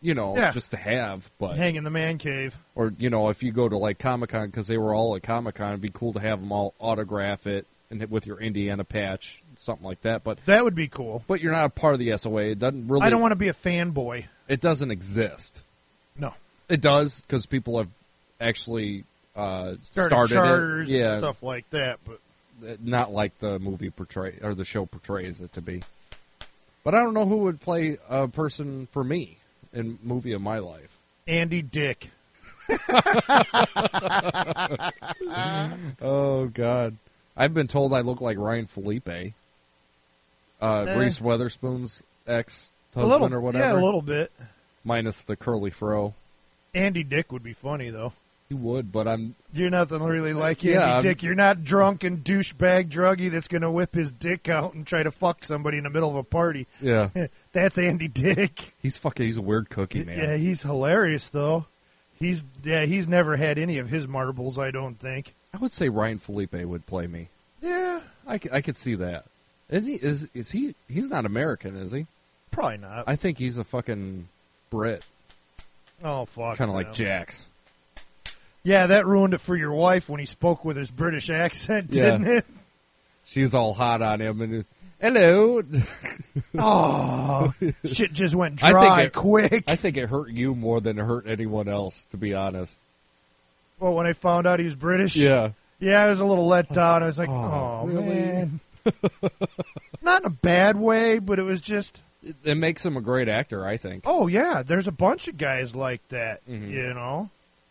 [SPEAKER 26] you know,
[SPEAKER 25] Yeah.
[SPEAKER 26] just to have. But
[SPEAKER 25] hang in the man cave.
[SPEAKER 26] or you know, if you go to like Comic Con because they were all at Comic Con, it'd be cool to have them all autograph it and hit with your Indiana patch, something like that. But
[SPEAKER 25] that would be cool.
[SPEAKER 26] But you're not a part of the SOA. It doesn't really.
[SPEAKER 25] I don't want to be a fanboy.
[SPEAKER 26] It doesn't exist.
[SPEAKER 25] No.
[SPEAKER 26] It does because people have actually uh,
[SPEAKER 25] Started,
[SPEAKER 26] started
[SPEAKER 25] charters
[SPEAKER 26] it. Yeah, Uh,
[SPEAKER 25] and stuff like that. But
[SPEAKER 26] not like the movie portray or the show portrays it to be. But I don't know who would play a person for me in movie of my life.
[SPEAKER 25] Andy Dick.
[SPEAKER 26] oh God, I've been told I look like Ryan Felipe, uh,
[SPEAKER 25] Eh.
[SPEAKER 26] Reese Witherspoon's ex
[SPEAKER 25] A little-
[SPEAKER 26] husband or whatever.
[SPEAKER 25] yeah, a little bit.
[SPEAKER 26] minus the curly fro.
[SPEAKER 25] Andy Dick would be funny, though.
[SPEAKER 26] He would, but I'm
[SPEAKER 25] You're nothing really like Andy
[SPEAKER 26] Yeah, I'm-
[SPEAKER 25] Dick. You're not drunk and douchebag druggy that's going to whip his dick out and try to fuck somebody in the middle of a party.
[SPEAKER 26] yeah.
[SPEAKER 25] that's Andy Dick.
[SPEAKER 26] He's fucking. He's a weird cookie man.
[SPEAKER 25] Yeah, he's hilarious though. He's yeah, he's never had any of his marbles, I don't think.
[SPEAKER 26] I would say Ryan Felipe would play me.
[SPEAKER 25] Yeah,
[SPEAKER 26] I, c- I could see that. Is he, is is he? He's not American, is he?
[SPEAKER 25] Probably not.
[SPEAKER 26] I think he's a fucking Brit,
[SPEAKER 25] Oh fuck.
[SPEAKER 26] kind of
[SPEAKER 25] no.
[SPEAKER 26] like Jax.
[SPEAKER 25] Yeah, that ruined it for your wife when he spoke with his British accent,
[SPEAKER 26] Yeah.
[SPEAKER 25] didn't it?
[SPEAKER 26] She's all hot on him and hello.
[SPEAKER 25] Oh, shit just went
[SPEAKER 26] I
[SPEAKER 25] dry.
[SPEAKER 26] think it-
[SPEAKER 25] quick.
[SPEAKER 26] I think it hurt you more than it hurt anyone else, to be honest.
[SPEAKER 25] Well, when I found out he was British.
[SPEAKER 26] Yeah.
[SPEAKER 25] Yeah, I was a little let down. I was like, oh, man. Not in a bad way, but it was just,
[SPEAKER 26] It, it makes him a great actor, I think.
[SPEAKER 25] oh, yeah, there's a bunch of guys like that,
[SPEAKER 26] Mhm.
[SPEAKER 25] you know?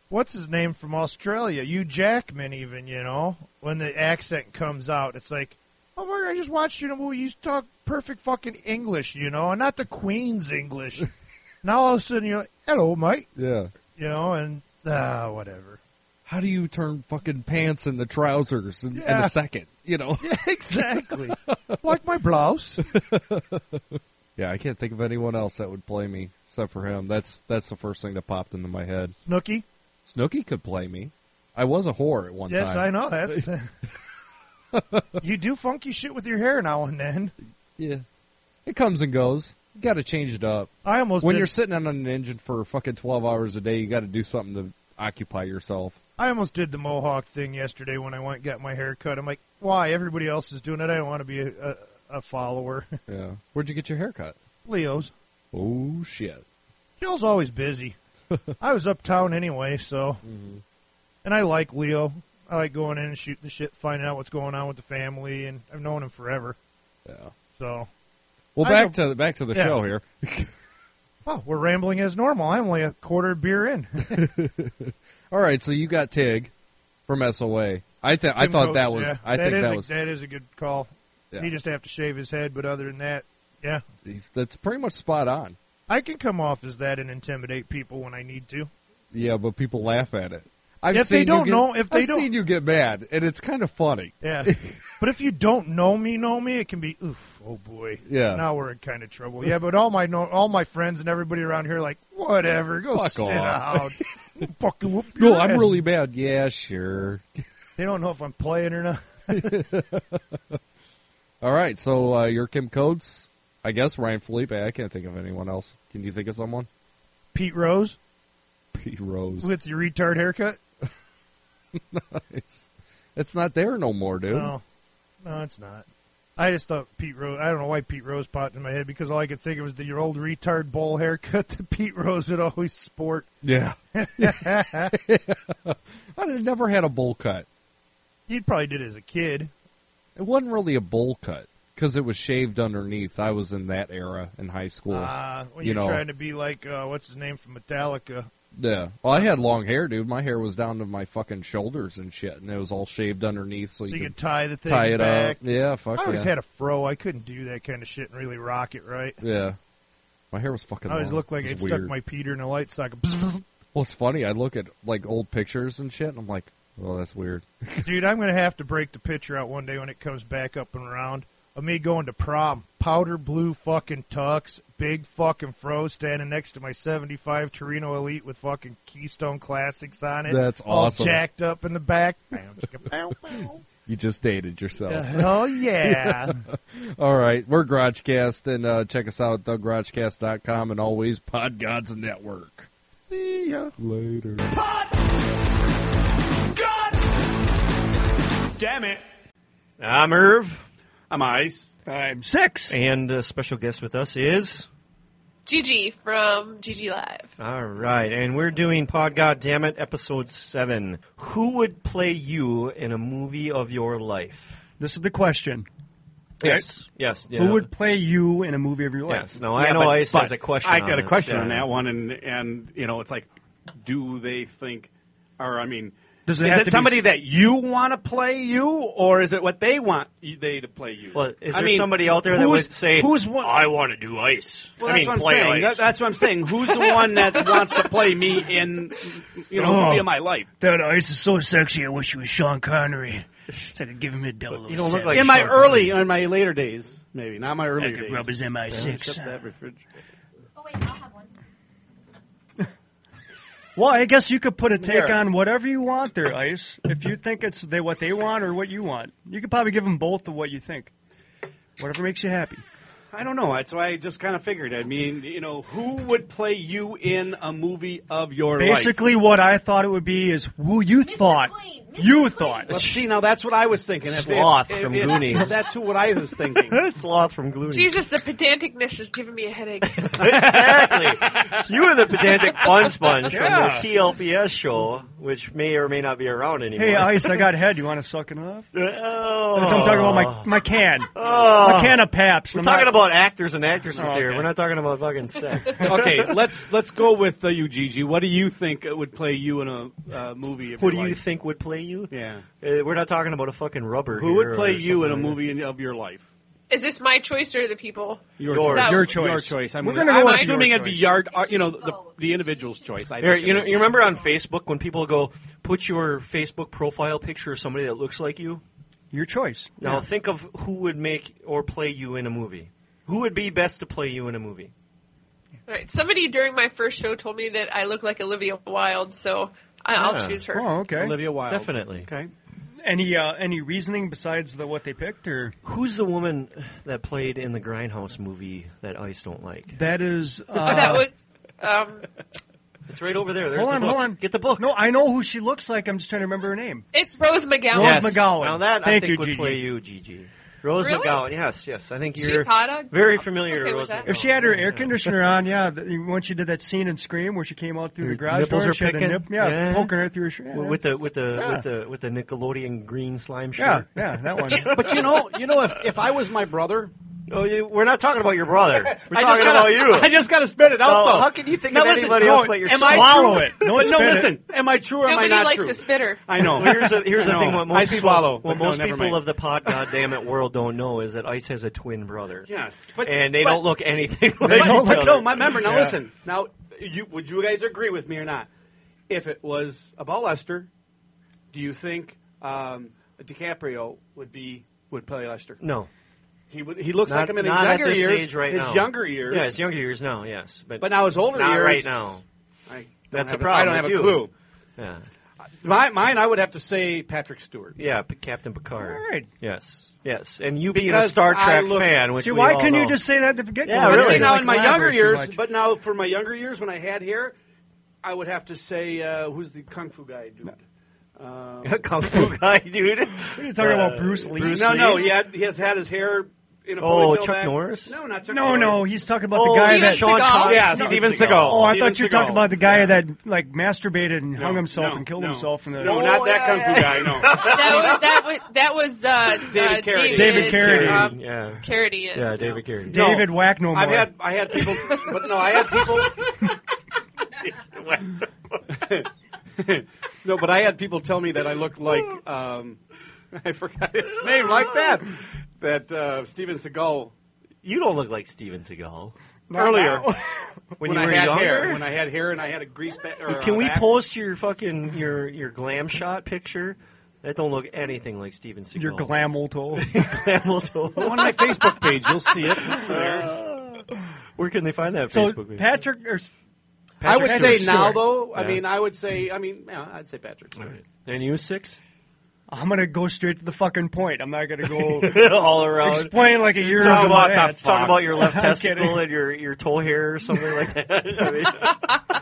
[SPEAKER 25] What's his name from Australia? Hugh Jackman, even, you know? When the accent comes out, it's like, Oh, fuck, I just watched you in a movie. You talk perfect fucking English, you know, and not the Queen's English. now all of a sudden you're like, hello, mate.
[SPEAKER 26] Yeah.
[SPEAKER 25] You know, and ah, whatever.
[SPEAKER 26] How do you turn fucking pants into trousers in, in
[SPEAKER 25] Yeah.
[SPEAKER 26] a second? You know.
[SPEAKER 25] Yeah, exactly. like my blouse.
[SPEAKER 26] Yeah, I can't think of anyone else that would play me except for him. That's that's the first thing that popped into my head.
[SPEAKER 25] Snooky.
[SPEAKER 26] Snooky could play me. I was a whore at one
[SPEAKER 25] yes, I
[SPEAKER 26] time.
[SPEAKER 25] know. That's. you do funky shit with your hair now and then.
[SPEAKER 26] Yeah. It comes and goes. You got to change it up.
[SPEAKER 25] I almost
[SPEAKER 26] when
[SPEAKER 25] did-
[SPEAKER 26] you're sitting on an engine for fucking twelve hours a day, you got to do something to occupy yourself.
[SPEAKER 25] I almost did the mohawk thing yesterday when I went and got my hair cut. I'm like, why? Everybody else is doing it. I don't want to be a, a, a follower.
[SPEAKER 26] Yeah. Where'd you get your haircut?
[SPEAKER 25] Leo's.
[SPEAKER 26] Oh shit.
[SPEAKER 25] Joe's always busy. I was uptown anyway, so.
[SPEAKER 26] Mm-hmm.
[SPEAKER 25] And I like Leo. I like going in and shooting the shit, finding out what's going on with the family, and I've known him forever.
[SPEAKER 26] Yeah.
[SPEAKER 25] So.
[SPEAKER 26] Well,
[SPEAKER 25] I
[SPEAKER 26] back
[SPEAKER 25] go-
[SPEAKER 26] to the back to the
[SPEAKER 25] Yeah.
[SPEAKER 26] show here.
[SPEAKER 25] Oh, we're rambling as normal. I'm only a quarter beer in.
[SPEAKER 26] All right, so you got Tig from SOA. I th- I
[SPEAKER 25] Tim
[SPEAKER 26] thought
[SPEAKER 25] Coates,
[SPEAKER 26] that was
[SPEAKER 25] yeah.
[SPEAKER 26] I
[SPEAKER 25] That
[SPEAKER 26] think
[SPEAKER 25] is
[SPEAKER 26] that
[SPEAKER 25] a,
[SPEAKER 26] was
[SPEAKER 25] that is a good call.
[SPEAKER 26] Yeah.
[SPEAKER 25] He just have to shave his head, but other than that, yeah,
[SPEAKER 26] he's, that's pretty much spot on.
[SPEAKER 25] I can come off as that and intimidate people when I need to.
[SPEAKER 26] Yeah, but people laugh at it. I've
[SPEAKER 25] If they
[SPEAKER 26] seen you
[SPEAKER 25] don't
[SPEAKER 26] get-
[SPEAKER 25] know- if they
[SPEAKER 26] I've
[SPEAKER 25] don't-
[SPEAKER 26] seen you get mad, and it's kind of funny.
[SPEAKER 25] Yeah, but if you don't know me, know me, it can be oof, oh boy,
[SPEAKER 26] Yeah.
[SPEAKER 25] Now we're in kind of trouble. Yeah, but all my no, all my friends and everybody around here are like whatever, go
[SPEAKER 26] Fuck
[SPEAKER 25] sit
[SPEAKER 26] off.
[SPEAKER 25] out. Fucking whoop
[SPEAKER 26] No,
[SPEAKER 25] your
[SPEAKER 26] I'm
[SPEAKER 25] ass.
[SPEAKER 26] really bad. Yeah, sure.
[SPEAKER 25] They don't know if I'm playing or not.
[SPEAKER 26] All right, so uh, your Kim Coates, I guess Ryan Felipe. I can't think of anyone else. Can you think of someone?
[SPEAKER 25] Pete Rose
[SPEAKER 26] Pete Rose.
[SPEAKER 25] with your retard haircut.
[SPEAKER 26] It's, it's not there no more, dude.
[SPEAKER 25] No, no, it's not. I just thought Pete Rose. I don't know why Pete Rose popped in my head because all I could think of was the your old retard bowl haircut that Pete Rose would always sport.
[SPEAKER 26] Yeah. I never had a bowl cut.
[SPEAKER 25] He probably did as a kid.
[SPEAKER 26] It wasn't really a bowl cut because it was shaved underneath. I was in that era in high school.
[SPEAKER 25] Uh, when
[SPEAKER 26] you
[SPEAKER 25] are
[SPEAKER 26] know,
[SPEAKER 25] trying to be like uh, what's his name from Metallica.
[SPEAKER 26] yeah. Well, I had long hair, dude. My hair was down to my fucking shoulders and shit, and it was all shaved underneath, so you,
[SPEAKER 25] You could tie the thing
[SPEAKER 26] tie it
[SPEAKER 25] back.
[SPEAKER 26] up. Uh, Yeah, fuck.
[SPEAKER 25] I always
[SPEAKER 26] yeah.
[SPEAKER 25] had a fro. I couldn't do that kind of shit and really rock it right.
[SPEAKER 26] Yeah, my hair was fucking.
[SPEAKER 25] I always
[SPEAKER 26] long.
[SPEAKER 25] looked like
[SPEAKER 26] It
[SPEAKER 25] I
[SPEAKER 26] was
[SPEAKER 25] stuck
[SPEAKER 26] weird.
[SPEAKER 25] my Peter in a light socket.
[SPEAKER 26] Well, it's funny. I look at like old pictures and shit, and I'm like, "Oh, that's weird."
[SPEAKER 25] Dude, I'm gonna have to break the picture out one day when it comes back up and around of me going to prom, powder blue fucking tux, big fucking fro, standing next to my '75 Torino Elite with fucking Keystone Classics on it.
[SPEAKER 26] That's awesome.
[SPEAKER 25] All jacked up in the back. Bam, chicka, bow, bow.
[SPEAKER 26] You just dated yourself.
[SPEAKER 25] Uh, hell yeah.
[SPEAKER 26] All right, we're GarageCast, and uh, check us out at thegaragecast.com and always Pod Gods Network.
[SPEAKER 25] See ya.
[SPEAKER 26] Later.
[SPEAKER 28] Damn it.
[SPEAKER 7] I'm Irv.
[SPEAKER 28] I'm Ice.
[SPEAKER 7] I'm Six. And uh, special guest with us is.
[SPEAKER 27] Gigi from Gigi Live.
[SPEAKER 7] All right, and we're doing Pod God Damn It Episode 7. Who would play you in a movie of your life?
[SPEAKER 28] This is the question.
[SPEAKER 7] Yes, yes, yeah.
[SPEAKER 28] Who would play you in a movie of your life?
[SPEAKER 7] Yes, no, I know Ice has a question
[SPEAKER 28] I
[SPEAKER 7] on
[SPEAKER 28] got a
[SPEAKER 7] this,
[SPEAKER 28] question
[SPEAKER 7] yeah.
[SPEAKER 28] on that one, and and you know, it's like, do they think, or I mean,
[SPEAKER 29] Does it
[SPEAKER 28] is
[SPEAKER 29] have
[SPEAKER 28] it
[SPEAKER 29] to be-
[SPEAKER 28] somebody that you want to play you, or is it what they want you- they to play you?
[SPEAKER 7] Well, is
[SPEAKER 28] I
[SPEAKER 7] there
[SPEAKER 28] mean,
[SPEAKER 7] somebody out there that
[SPEAKER 28] who's-
[SPEAKER 7] would say,
[SPEAKER 28] who's one?
[SPEAKER 7] I want to do ice?
[SPEAKER 28] Well,
[SPEAKER 7] I
[SPEAKER 28] that's
[SPEAKER 7] mean,
[SPEAKER 28] what I'm
[SPEAKER 7] play
[SPEAKER 28] saying.
[SPEAKER 7] ice.
[SPEAKER 28] That- that's what I'm saying. Who's the one that wants to play me in, you know,
[SPEAKER 29] Oh,
[SPEAKER 28] movie of my life?
[SPEAKER 29] That ice is so sexy. I wish he was Sean Connery. So I could give him a double.
[SPEAKER 28] You don't look like in my early, in my later days, maybe not my early
[SPEAKER 29] could
[SPEAKER 28] days.
[SPEAKER 29] rub his MI6.
[SPEAKER 28] Shut that refrigerator.
[SPEAKER 29] Well, I guess you could put a take
[SPEAKER 28] Here.
[SPEAKER 29] on whatever you want there, Ice. If you think it's they, what they want or what you want, you could probably give them both of what you think. Whatever makes you happy.
[SPEAKER 28] I don't know. That's why I just kind of figured. I mean, you know, who would play you in a movie of your life?
[SPEAKER 29] Basically, what I thought it would be is who you thought. you thought.
[SPEAKER 28] Well, see, now that's what I was thinking. If- if-
[SPEAKER 29] Sloth
[SPEAKER 28] if-
[SPEAKER 29] from
[SPEAKER 28] it's-
[SPEAKER 29] Goonies.
[SPEAKER 28] That's who- what I was thinking.
[SPEAKER 7] Sloth from Glooney.
[SPEAKER 27] Jesus, the pedanticness is giving me a headache.
[SPEAKER 7] exactly. you were the pedantic fun sponge
[SPEAKER 29] Yeah.
[SPEAKER 7] from the TLPS show, which may or may not be around anymore.
[SPEAKER 29] Hey, Ice, I got head. You want to suck it off?
[SPEAKER 7] Oh.
[SPEAKER 29] That's what I'm talking about. My my can.
[SPEAKER 7] Oh.
[SPEAKER 29] My can of Paps.
[SPEAKER 7] We're
[SPEAKER 29] I'm
[SPEAKER 7] talking
[SPEAKER 29] not-
[SPEAKER 7] about actors and actresses
[SPEAKER 29] Oh,
[SPEAKER 7] here.
[SPEAKER 29] okay.
[SPEAKER 7] We're not talking about fucking sex.
[SPEAKER 28] okay, let's let's go with uh, you, Gigi. What do you think would play you in a uh, movie? Of
[SPEAKER 7] Who
[SPEAKER 28] your
[SPEAKER 7] do you
[SPEAKER 28] life?
[SPEAKER 7] think would play you?
[SPEAKER 28] Yeah.
[SPEAKER 7] Uh, we're not talking about a fucking rubber.
[SPEAKER 28] Who would
[SPEAKER 7] here
[SPEAKER 28] play
[SPEAKER 7] or
[SPEAKER 28] you in a
[SPEAKER 7] something like
[SPEAKER 28] movie in, of your life?
[SPEAKER 27] Is this my choice or the people?
[SPEAKER 28] Your,
[SPEAKER 7] Yours.
[SPEAKER 28] choice.
[SPEAKER 7] Your choice.
[SPEAKER 28] Your choice. I'm,
[SPEAKER 7] We're
[SPEAKER 28] gonna
[SPEAKER 7] gonna go
[SPEAKER 28] I'm
[SPEAKER 7] with your
[SPEAKER 28] assuming it'd be
[SPEAKER 7] choice.
[SPEAKER 28] yard. Uh, you know, the, the individual's choice. I
[SPEAKER 7] that. Here,
[SPEAKER 28] think
[SPEAKER 7] you
[SPEAKER 28] it
[SPEAKER 7] know,
[SPEAKER 28] would be.
[SPEAKER 7] you remember on Facebook when people go put your Facebook profile picture of somebody that looks like you.
[SPEAKER 29] Your choice.
[SPEAKER 7] Now
[SPEAKER 29] Yeah.
[SPEAKER 7] think of who would make or play you in a movie. Who would be best to play you in a movie?
[SPEAKER 27] All right. Somebody during my first show told me that I look like Olivia Wilde, so I, I'll
[SPEAKER 7] Yeah.
[SPEAKER 27] choose her.
[SPEAKER 29] Oh, okay.
[SPEAKER 7] Olivia Wilde. Definitely.
[SPEAKER 29] Okay. Any uh, any reasoning besides the what they picked, or
[SPEAKER 7] Who's the woman that played in the Grindhouse movie that Ice don't like?
[SPEAKER 29] that is uh,
[SPEAKER 27] Oh, that was. Um,
[SPEAKER 7] It's right over there. There's
[SPEAKER 29] hold
[SPEAKER 7] the
[SPEAKER 29] on,
[SPEAKER 7] book.
[SPEAKER 29] hold on.
[SPEAKER 7] Get the book.
[SPEAKER 29] No, I know who she looks like. I'm just trying to remember her name.
[SPEAKER 27] it's Rose McGowan.
[SPEAKER 29] Rose McGowan.
[SPEAKER 7] Now that
[SPEAKER 29] Thank
[SPEAKER 7] I think
[SPEAKER 29] you,
[SPEAKER 7] would
[SPEAKER 29] Gigi.
[SPEAKER 7] play you, Gigi. Rose
[SPEAKER 27] Really?
[SPEAKER 7] McGowan. Yes, yes. I think
[SPEAKER 27] She's
[SPEAKER 7] you're
[SPEAKER 27] hot?
[SPEAKER 7] very familiar
[SPEAKER 27] Okay
[SPEAKER 7] to
[SPEAKER 27] with
[SPEAKER 7] Rose
[SPEAKER 27] that.
[SPEAKER 7] McGowan.
[SPEAKER 29] If she had her air conditioner on, yeah, th- once you did that scene in Scream where she came out through
[SPEAKER 7] Her
[SPEAKER 29] the garage
[SPEAKER 7] nipples
[SPEAKER 29] door,
[SPEAKER 7] are
[SPEAKER 29] she had a
[SPEAKER 7] picking?
[SPEAKER 29] nip, yeah,
[SPEAKER 7] Yeah.
[SPEAKER 29] poking her through her shirt.
[SPEAKER 7] with the with the
[SPEAKER 29] Yeah.
[SPEAKER 7] with the with the Nickelodeon green slime
[SPEAKER 29] Yeah,
[SPEAKER 7] shirt.
[SPEAKER 29] yeah, that one.
[SPEAKER 28] but you know, you know, if, if I was my brother,
[SPEAKER 7] Oh, you, we're not talking about your brother. We're
[SPEAKER 28] I just
[SPEAKER 7] talking
[SPEAKER 28] gotta-
[SPEAKER 7] about you.
[SPEAKER 28] I just got to spit it out.
[SPEAKER 7] No,
[SPEAKER 28] though.
[SPEAKER 7] how can you think
[SPEAKER 28] Now
[SPEAKER 7] of
[SPEAKER 28] listen,
[SPEAKER 7] anybody
[SPEAKER 28] no,
[SPEAKER 7] else but yourself?
[SPEAKER 28] Am I
[SPEAKER 7] Swallow
[SPEAKER 28] true?
[SPEAKER 7] it. No,
[SPEAKER 28] But no,
[SPEAKER 7] spit it.
[SPEAKER 28] listen. Am I true or am I
[SPEAKER 27] Nobody
[SPEAKER 28] not
[SPEAKER 27] likes
[SPEAKER 28] true?
[SPEAKER 27] to spitter.
[SPEAKER 28] I know.
[SPEAKER 7] Well, here's the here's
[SPEAKER 28] I
[SPEAKER 7] the thing.
[SPEAKER 28] know.
[SPEAKER 7] What most
[SPEAKER 28] I
[SPEAKER 7] people,
[SPEAKER 28] swallow.
[SPEAKER 7] what
[SPEAKER 28] but no,
[SPEAKER 7] most
[SPEAKER 28] never
[SPEAKER 7] people
[SPEAKER 28] mind.
[SPEAKER 7] of the pod, goddamn it, world don't know is that Ice has a twin brother.
[SPEAKER 28] Yes, but-
[SPEAKER 7] and they
[SPEAKER 28] but-
[SPEAKER 7] don't look anything
[SPEAKER 28] But,
[SPEAKER 7] like each
[SPEAKER 28] but
[SPEAKER 7] other.
[SPEAKER 28] no, my member. Now
[SPEAKER 7] Yeah.
[SPEAKER 28] listen. Now, you, would you guys agree with me or not? If it was about Lester, do you think um, DiCaprio would be would play Lester?
[SPEAKER 7] No.
[SPEAKER 28] He would. He looks
[SPEAKER 7] Not-
[SPEAKER 28] like him in his
[SPEAKER 7] not at
[SPEAKER 28] younger
[SPEAKER 7] this
[SPEAKER 28] years.
[SPEAKER 7] age right
[SPEAKER 28] his
[SPEAKER 7] now.
[SPEAKER 28] younger years.
[SPEAKER 7] Yeah, his younger years now. Yes, but
[SPEAKER 28] But now his older
[SPEAKER 7] not
[SPEAKER 28] years.
[SPEAKER 7] right now.
[SPEAKER 28] I don't
[SPEAKER 7] That's
[SPEAKER 28] have
[SPEAKER 7] a problem.
[SPEAKER 28] I don't have
[SPEAKER 7] with
[SPEAKER 28] a
[SPEAKER 7] you.
[SPEAKER 28] clue.
[SPEAKER 7] Yeah,
[SPEAKER 28] My, mine, I would have to say Patrick Stewart.
[SPEAKER 7] yeah, but Captain Picard.
[SPEAKER 29] All right.
[SPEAKER 7] Yes, yes, and you being a
[SPEAKER 28] Because
[SPEAKER 7] Star
[SPEAKER 28] I
[SPEAKER 7] Trek
[SPEAKER 28] look-
[SPEAKER 7] fan, which
[SPEAKER 29] See,
[SPEAKER 7] we
[SPEAKER 29] why
[SPEAKER 7] all
[SPEAKER 29] couldn't you
[SPEAKER 7] know.
[SPEAKER 29] just say that to begin
[SPEAKER 7] Yeah,
[SPEAKER 29] with?
[SPEAKER 7] really.
[SPEAKER 28] See, now
[SPEAKER 29] Like,
[SPEAKER 28] in my younger
[SPEAKER 29] elaborate too
[SPEAKER 28] years,
[SPEAKER 29] much.
[SPEAKER 28] but now for my younger years when I had hair, I would have to say uh, who's the kung fu guy dude? Um, Uh,
[SPEAKER 7] Kung Fu guy, dude? What
[SPEAKER 29] are you talking about, Bruce Lee?
[SPEAKER 28] no, no,
[SPEAKER 29] Lee?
[SPEAKER 28] he, had, he has had his hair in a
[SPEAKER 7] Oh,
[SPEAKER 28] ponytail
[SPEAKER 7] Chuck
[SPEAKER 28] back.
[SPEAKER 7] Norris?
[SPEAKER 28] No, not Chuck
[SPEAKER 29] No,
[SPEAKER 28] Norris.
[SPEAKER 29] no, he's talking about
[SPEAKER 7] Oh,
[SPEAKER 29] the guy
[SPEAKER 7] Steven
[SPEAKER 29] that
[SPEAKER 7] Seagal? Sean Connery. Yeah, Steven Seagal.
[SPEAKER 29] Oh, I
[SPEAKER 28] Steven
[SPEAKER 29] thought you were
[SPEAKER 28] Seagal.
[SPEAKER 29] talking about the guy that like masturbated and hung
[SPEAKER 28] No,
[SPEAKER 29] himself
[SPEAKER 28] no,
[SPEAKER 29] and killed
[SPEAKER 28] no.
[SPEAKER 29] himself. In the
[SPEAKER 28] No, not that kung fu guy. No.
[SPEAKER 27] that was that was, that was uh,
[SPEAKER 28] David
[SPEAKER 27] uh,
[SPEAKER 28] Carradine.
[SPEAKER 27] David,
[SPEAKER 29] David Carradine.
[SPEAKER 27] um,
[SPEAKER 7] Yeah.
[SPEAKER 27] Carradine.
[SPEAKER 7] Yeah, David Carradine.
[SPEAKER 28] No.
[SPEAKER 29] David Whack No More.
[SPEAKER 28] I've had I had people, but no, I had people. no, but I had people tell me that I looked like um, I forgot his name, like that. That uh, Steven Seagal
[SPEAKER 7] You don't look like Steven Seagal.
[SPEAKER 28] earlier
[SPEAKER 7] When you
[SPEAKER 28] I
[SPEAKER 7] were
[SPEAKER 28] had
[SPEAKER 7] younger?
[SPEAKER 28] hair, when I had hair and I had a grease back. Or
[SPEAKER 7] Can
[SPEAKER 28] a
[SPEAKER 7] we
[SPEAKER 28] back.
[SPEAKER 7] post your fucking your your glam shot picture? That don't look anything like Steven Seagal.
[SPEAKER 29] your glam old hole.
[SPEAKER 7] glam toe.
[SPEAKER 28] on my Facebook page? You'll see it. It's there.
[SPEAKER 7] Where can they find that
[SPEAKER 29] so
[SPEAKER 7] Facebook page?
[SPEAKER 29] Patrick, or,
[SPEAKER 28] I would say
[SPEAKER 7] Patrick
[SPEAKER 28] now
[SPEAKER 7] Stewart.
[SPEAKER 28] though. I
[SPEAKER 7] Yeah.
[SPEAKER 28] mean, I would say. I mean, yeah, I'd say Patrick. Stewart.
[SPEAKER 7] and you six
[SPEAKER 29] I'm gonna go straight to the fucking point. I'm not gonna go
[SPEAKER 7] all around.
[SPEAKER 29] explain like a year
[SPEAKER 7] Talk
[SPEAKER 29] ago
[SPEAKER 7] about
[SPEAKER 29] that.
[SPEAKER 7] talk about your left
[SPEAKER 29] I'm
[SPEAKER 7] testicle
[SPEAKER 29] kidding.
[SPEAKER 7] and your your toe hair or something like that. I mean,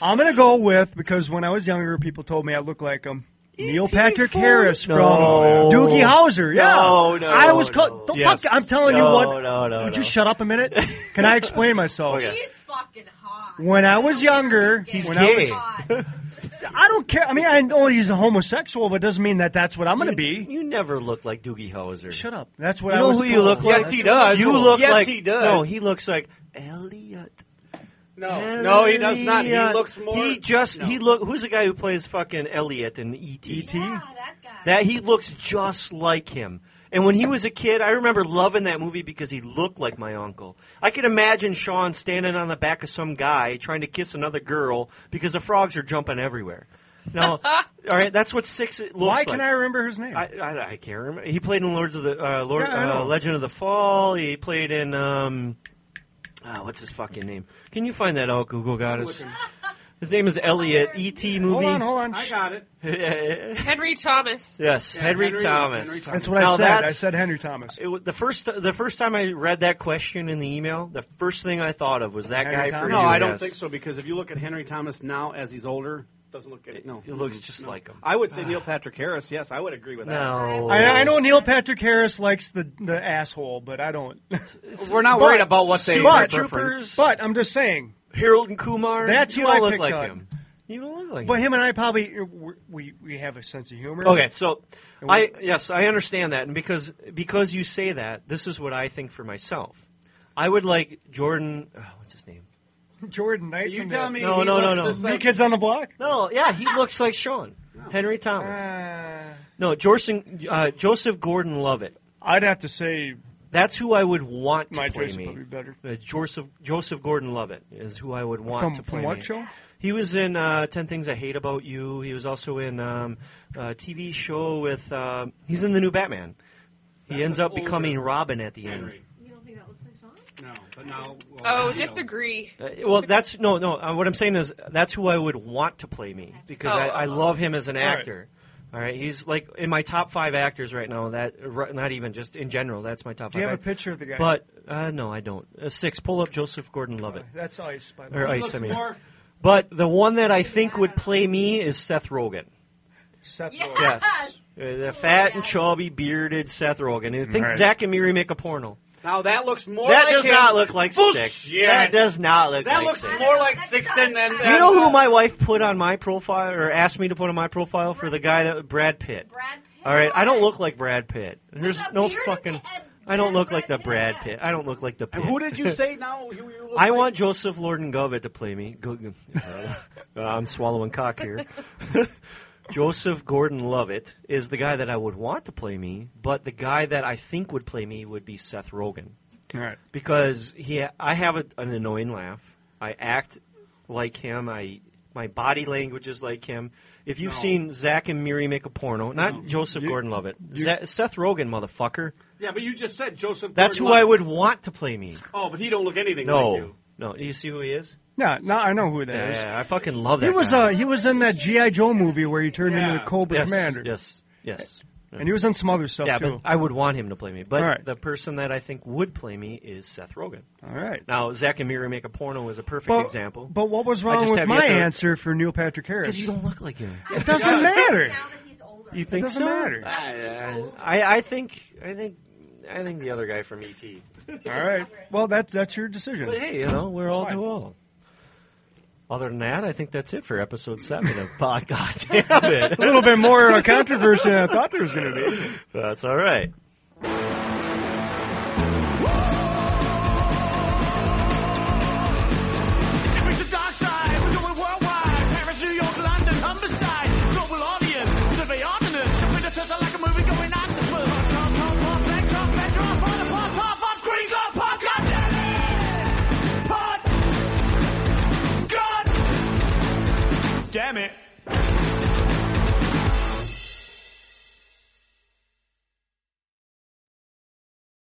[SPEAKER 29] I'm gonna go with because when I was younger, people told me I looked like him. Neil Patrick Harris from
[SPEAKER 7] No.
[SPEAKER 29] Doogie Howser. Yeah,
[SPEAKER 7] No, no,
[SPEAKER 29] I was
[SPEAKER 7] no.
[SPEAKER 29] called. Don't
[SPEAKER 7] Yes.
[SPEAKER 29] fuck. I'm telling you
[SPEAKER 7] No,
[SPEAKER 29] what.
[SPEAKER 7] no, no,
[SPEAKER 29] would
[SPEAKER 7] no.
[SPEAKER 29] you shut up a minute? Can I explain myself?
[SPEAKER 7] Okay.
[SPEAKER 29] When I was younger, when
[SPEAKER 7] gay.
[SPEAKER 29] I, was, I don't care. I mean, I know he's a homosexual, but it doesn't mean that that's what I'm going to be.
[SPEAKER 7] You never looked like Doogie Howser.
[SPEAKER 29] Shut up. That's what
[SPEAKER 7] You
[SPEAKER 29] I
[SPEAKER 7] know
[SPEAKER 29] was
[SPEAKER 7] who you
[SPEAKER 29] told.
[SPEAKER 7] look like?
[SPEAKER 28] Yes, he does.
[SPEAKER 7] You look
[SPEAKER 28] Yes,
[SPEAKER 7] like
[SPEAKER 28] he does.
[SPEAKER 7] No, he looks like Elliot.
[SPEAKER 28] No, no, he does not. He
[SPEAKER 7] Elliot.
[SPEAKER 28] looks more.
[SPEAKER 7] He just
[SPEAKER 28] no.
[SPEAKER 7] he look. Who's the guy who plays fucking Elliot in E.T.
[SPEAKER 29] E.T.?
[SPEAKER 7] That he looks just like him. And when he was a kid, I remember loving that movie because he looked like my uncle. I could imagine Sean standing on the back of some guy trying to kiss another girl because the frogs are jumping everywhere. Now, all right, that's what six looks
[SPEAKER 29] Why
[SPEAKER 7] like.
[SPEAKER 29] can I remember his name?
[SPEAKER 7] I, I, I can't remember. He played in Lords of the uh, Lord,
[SPEAKER 29] Yeah, I
[SPEAKER 7] uh,
[SPEAKER 29] know.
[SPEAKER 7] Legend of the Fall. He played in um, ah, what's his fucking name? Can you find that out? Google goddess. His name is Elliot. ET movie.
[SPEAKER 29] hold on, hold on.
[SPEAKER 28] I got it.
[SPEAKER 7] yes,
[SPEAKER 27] Henry Thomas.
[SPEAKER 7] Henry,
[SPEAKER 28] Henry-
[SPEAKER 7] Thomas.
[SPEAKER 28] Henry Thomas.
[SPEAKER 29] That's what I
[SPEAKER 7] Now
[SPEAKER 29] said.
[SPEAKER 7] that's-
[SPEAKER 29] I said Henry Thomas.
[SPEAKER 7] It, wa- the first the first time I read that question in the email, the first thing I thought of was that
[SPEAKER 29] Henry
[SPEAKER 7] guy. For
[SPEAKER 29] Thomas?
[SPEAKER 7] you,
[SPEAKER 28] No, I don't
[SPEAKER 7] yes.
[SPEAKER 28] think so because if you look at Henry Thomas now as he's older, doesn't look at no.
[SPEAKER 7] It looks just like him.
[SPEAKER 28] I would say Neil Patrick Harris. Yes, I would agree with that.
[SPEAKER 7] No,
[SPEAKER 29] I, I know Neil Patrick Harris likes the, the asshole, but I don't.
[SPEAKER 28] We're not
[SPEAKER 29] But
[SPEAKER 28] worried about what they
[SPEAKER 29] Super
[SPEAKER 28] their preference.
[SPEAKER 29] But I'm just saying,
[SPEAKER 7] Harold and Kumar.
[SPEAKER 29] That's
[SPEAKER 7] you
[SPEAKER 29] who
[SPEAKER 7] don't
[SPEAKER 29] I
[SPEAKER 7] look
[SPEAKER 29] picked
[SPEAKER 7] like
[SPEAKER 29] on.
[SPEAKER 7] him. You don't look like
[SPEAKER 29] But
[SPEAKER 7] him.
[SPEAKER 29] him and I probably uh, we we have a sense of humor.
[SPEAKER 7] Okay, so
[SPEAKER 29] And we-
[SPEAKER 7] I yes, I understand that, and because because you say that, this is what I think for myself. I would like Jordan. oh, what's his name?
[SPEAKER 29] Jordan Knight.
[SPEAKER 7] You
[SPEAKER 29] from
[SPEAKER 7] tell
[SPEAKER 29] the-
[SPEAKER 7] me No, he no, no, looks no. just
[SPEAKER 29] New
[SPEAKER 7] like-
[SPEAKER 29] Kids on the Block.
[SPEAKER 7] No, yeah, he looks like Sean Henry Thomas. no, Joseph, uh, Joseph Gordon Levitt.
[SPEAKER 29] I'd have to say
[SPEAKER 7] that's who I would want to
[SPEAKER 29] my
[SPEAKER 7] play
[SPEAKER 29] choice would
[SPEAKER 7] me.
[SPEAKER 29] probably be better.
[SPEAKER 7] Uh, Joseph Joseph Gordon Levitt is who I would want
[SPEAKER 29] From-
[SPEAKER 7] to
[SPEAKER 29] from
[SPEAKER 7] play.
[SPEAKER 29] what
[SPEAKER 7] me.
[SPEAKER 29] show?
[SPEAKER 7] He was in uh, Ten Things I Hate About You. He was also in um, a TV show with. Uh, he's in the new Batman. He ends up becoming Robin at the end.
[SPEAKER 28] No, but now. Well,
[SPEAKER 27] Oh,
[SPEAKER 28] you know.
[SPEAKER 27] disagree.
[SPEAKER 7] Uh, well, that's no, no. Uh, what I'm saying is that's who I would want to play me because
[SPEAKER 27] Oh,
[SPEAKER 7] I,
[SPEAKER 27] oh,
[SPEAKER 7] I
[SPEAKER 27] oh.
[SPEAKER 7] love him as an
[SPEAKER 27] All right.
[SPEAKER 7] actor. All right, he's like in my top five actors right now. That r- not even just in general. That's my top.
[SPEAKER 29] Do you
[SPEAKER 7] five
[SPEAKER 29] have a
[SPEAKER 7] act-
[SPEAKER 29] picture of the guy?
[SPEAKER 7] But uh, no, I don't. Uh, six. Pull up Joseph Gordon-Levitt.
[SPEAKER 29] That's Ice, by the
[SPEAKER 7] or
[SPEAKER 29] way.
[SPEAKER 7] Ice.
[SPEAKER 29] Looks
[SPEAKER 7] I mean.
[SPEAKER 29] more-
[SPEAKER 7] But the one that I think would play me is Seth Rogen.
[SPEAKER 29] Seth Rogen.
[SPEAKER 7] Yes. Uh, the fat and chubby, bearded Seth Rogen. And think
[SPEAKER 29] All right.
[SPEAKER 7] Zach and Miri make a porno.
[SPEAKER 28] Now that looks more.
[SPEAKER 7] that
[SPEAKER 28] like
[SPEAKER 7] does
[SPEAKER 28] him.
[SPEAKER 7] not look like
[SPEAKER 28] Bullshit.
[SPEAKER 7] six. That does not look
[SPEAKER 28] That
[SPEAKER 7] like
[SPEAKER 28] looks
[SPEAKER 7] six.
[SPEAKER 28] more like six than uh, than.
[SPEAKER 7] You know who my wife put on my profile, or asked me to put on my profile for the guy that Brad Pitt. Brad Pitt. All right, I don't look like Brad Pitt. There's no fucking. I don't look like the Brad Pitt. I don't look like the. Pitt.
[SPEAKER 28] Who did you say now? Who you look
[SPEAKER 7] I
[SPEAKER 28] like?
[SPEAKER 7] want Joseph Lorden Govett to play me. Go, uh, I'm swallowing cock here. Joseph Gordon Levitt is the guy that I would want to play me, but the guy that I think would play me would be Seth Rogen.
[SPEAKER 29] All right.
[SPEAKER 7] Because he, I have a, an annoying laugh. I act like him. I my body language is like him. If you've seen Zach and Miri make a porno, not Joseph Gordon Levitt, Seth Rogen, motherfucker.
[SPEAKER 28] Yeah, but you just said Joseph.
[SPEAKER 7] That's who
[SPEAKER 28] Gordon-Levitt.
[SPEAKER 7] I would want to play me.
[SPEAKER 28] Oh, but he don't look anything
[SPEAKER 7] No,
[SPEAKER 28] like you.
[SPEAKER 7] no. Do you see who he is?
[SPEAKER 29] No, no, I know who that is.
[SPEAKER 7] Yeah, yeah, I fucking love that.
[SPEAKER 29] He was
[SPEAKER 7] guy.
[SPEAKER 29] uh, he was in that GI Joe movie where he turned into the Cobra
[SPEAKER 7] yes,
[SPEAKER 29] Commander.
[SPEAKER 7] Yes, yes.
[SPEAKER 29] And he was in some other stuff
[SPEAKER 7] yeah,
[SPEAKER 29] too.
[SPEAKER 7] but I would want him to play me. But
[SPEAKER 29] All right.
[SPEAKER 7] the person that I think would play me is Seth Rogen.
[SPEAKER 29] All right.
[SPEAKER 7] Now, Zach and Miri make a porno is a perfect
[SPEAKER 29] But-
[SPEAKER 7] example.
[SPEAKER 29] But what was
[SPEAKER 7] I
[SPEAKER 29] wrong
[SPEAKER 7] just
[SPEAKER 29] with
[SPEAKER 7] have yet
[SPEAKER 29] my
[SPEAKER 7] to-
[SPEAKER 29] answer for Neil Patrick Harris?
[SPEAKER 7] 'Cause you don't look like him.
[SPEAKER 29] It doesn't matter.
[SPEAKER 7] You think
[SPEAKER 29] doesn't
[SPEAKER 7] so?
[SPEAKER 29] matter.
[SPEAKER 7] I, I, I think I think I think the other guy from E ET.
[SPEAKER 29] All right. Well, that's that's your decision.
[SPEAKER 7] But hey, you know we're all
[SPEAKER 29] It's fine.
[SPEAKER 7] too old. Other than that, I think that's it for episode seven of Pod. God damn it!
[SPEAKER 29] A little bit more uh, controversy than I thought there was going to be.
[SPEAKER 7] That's all right.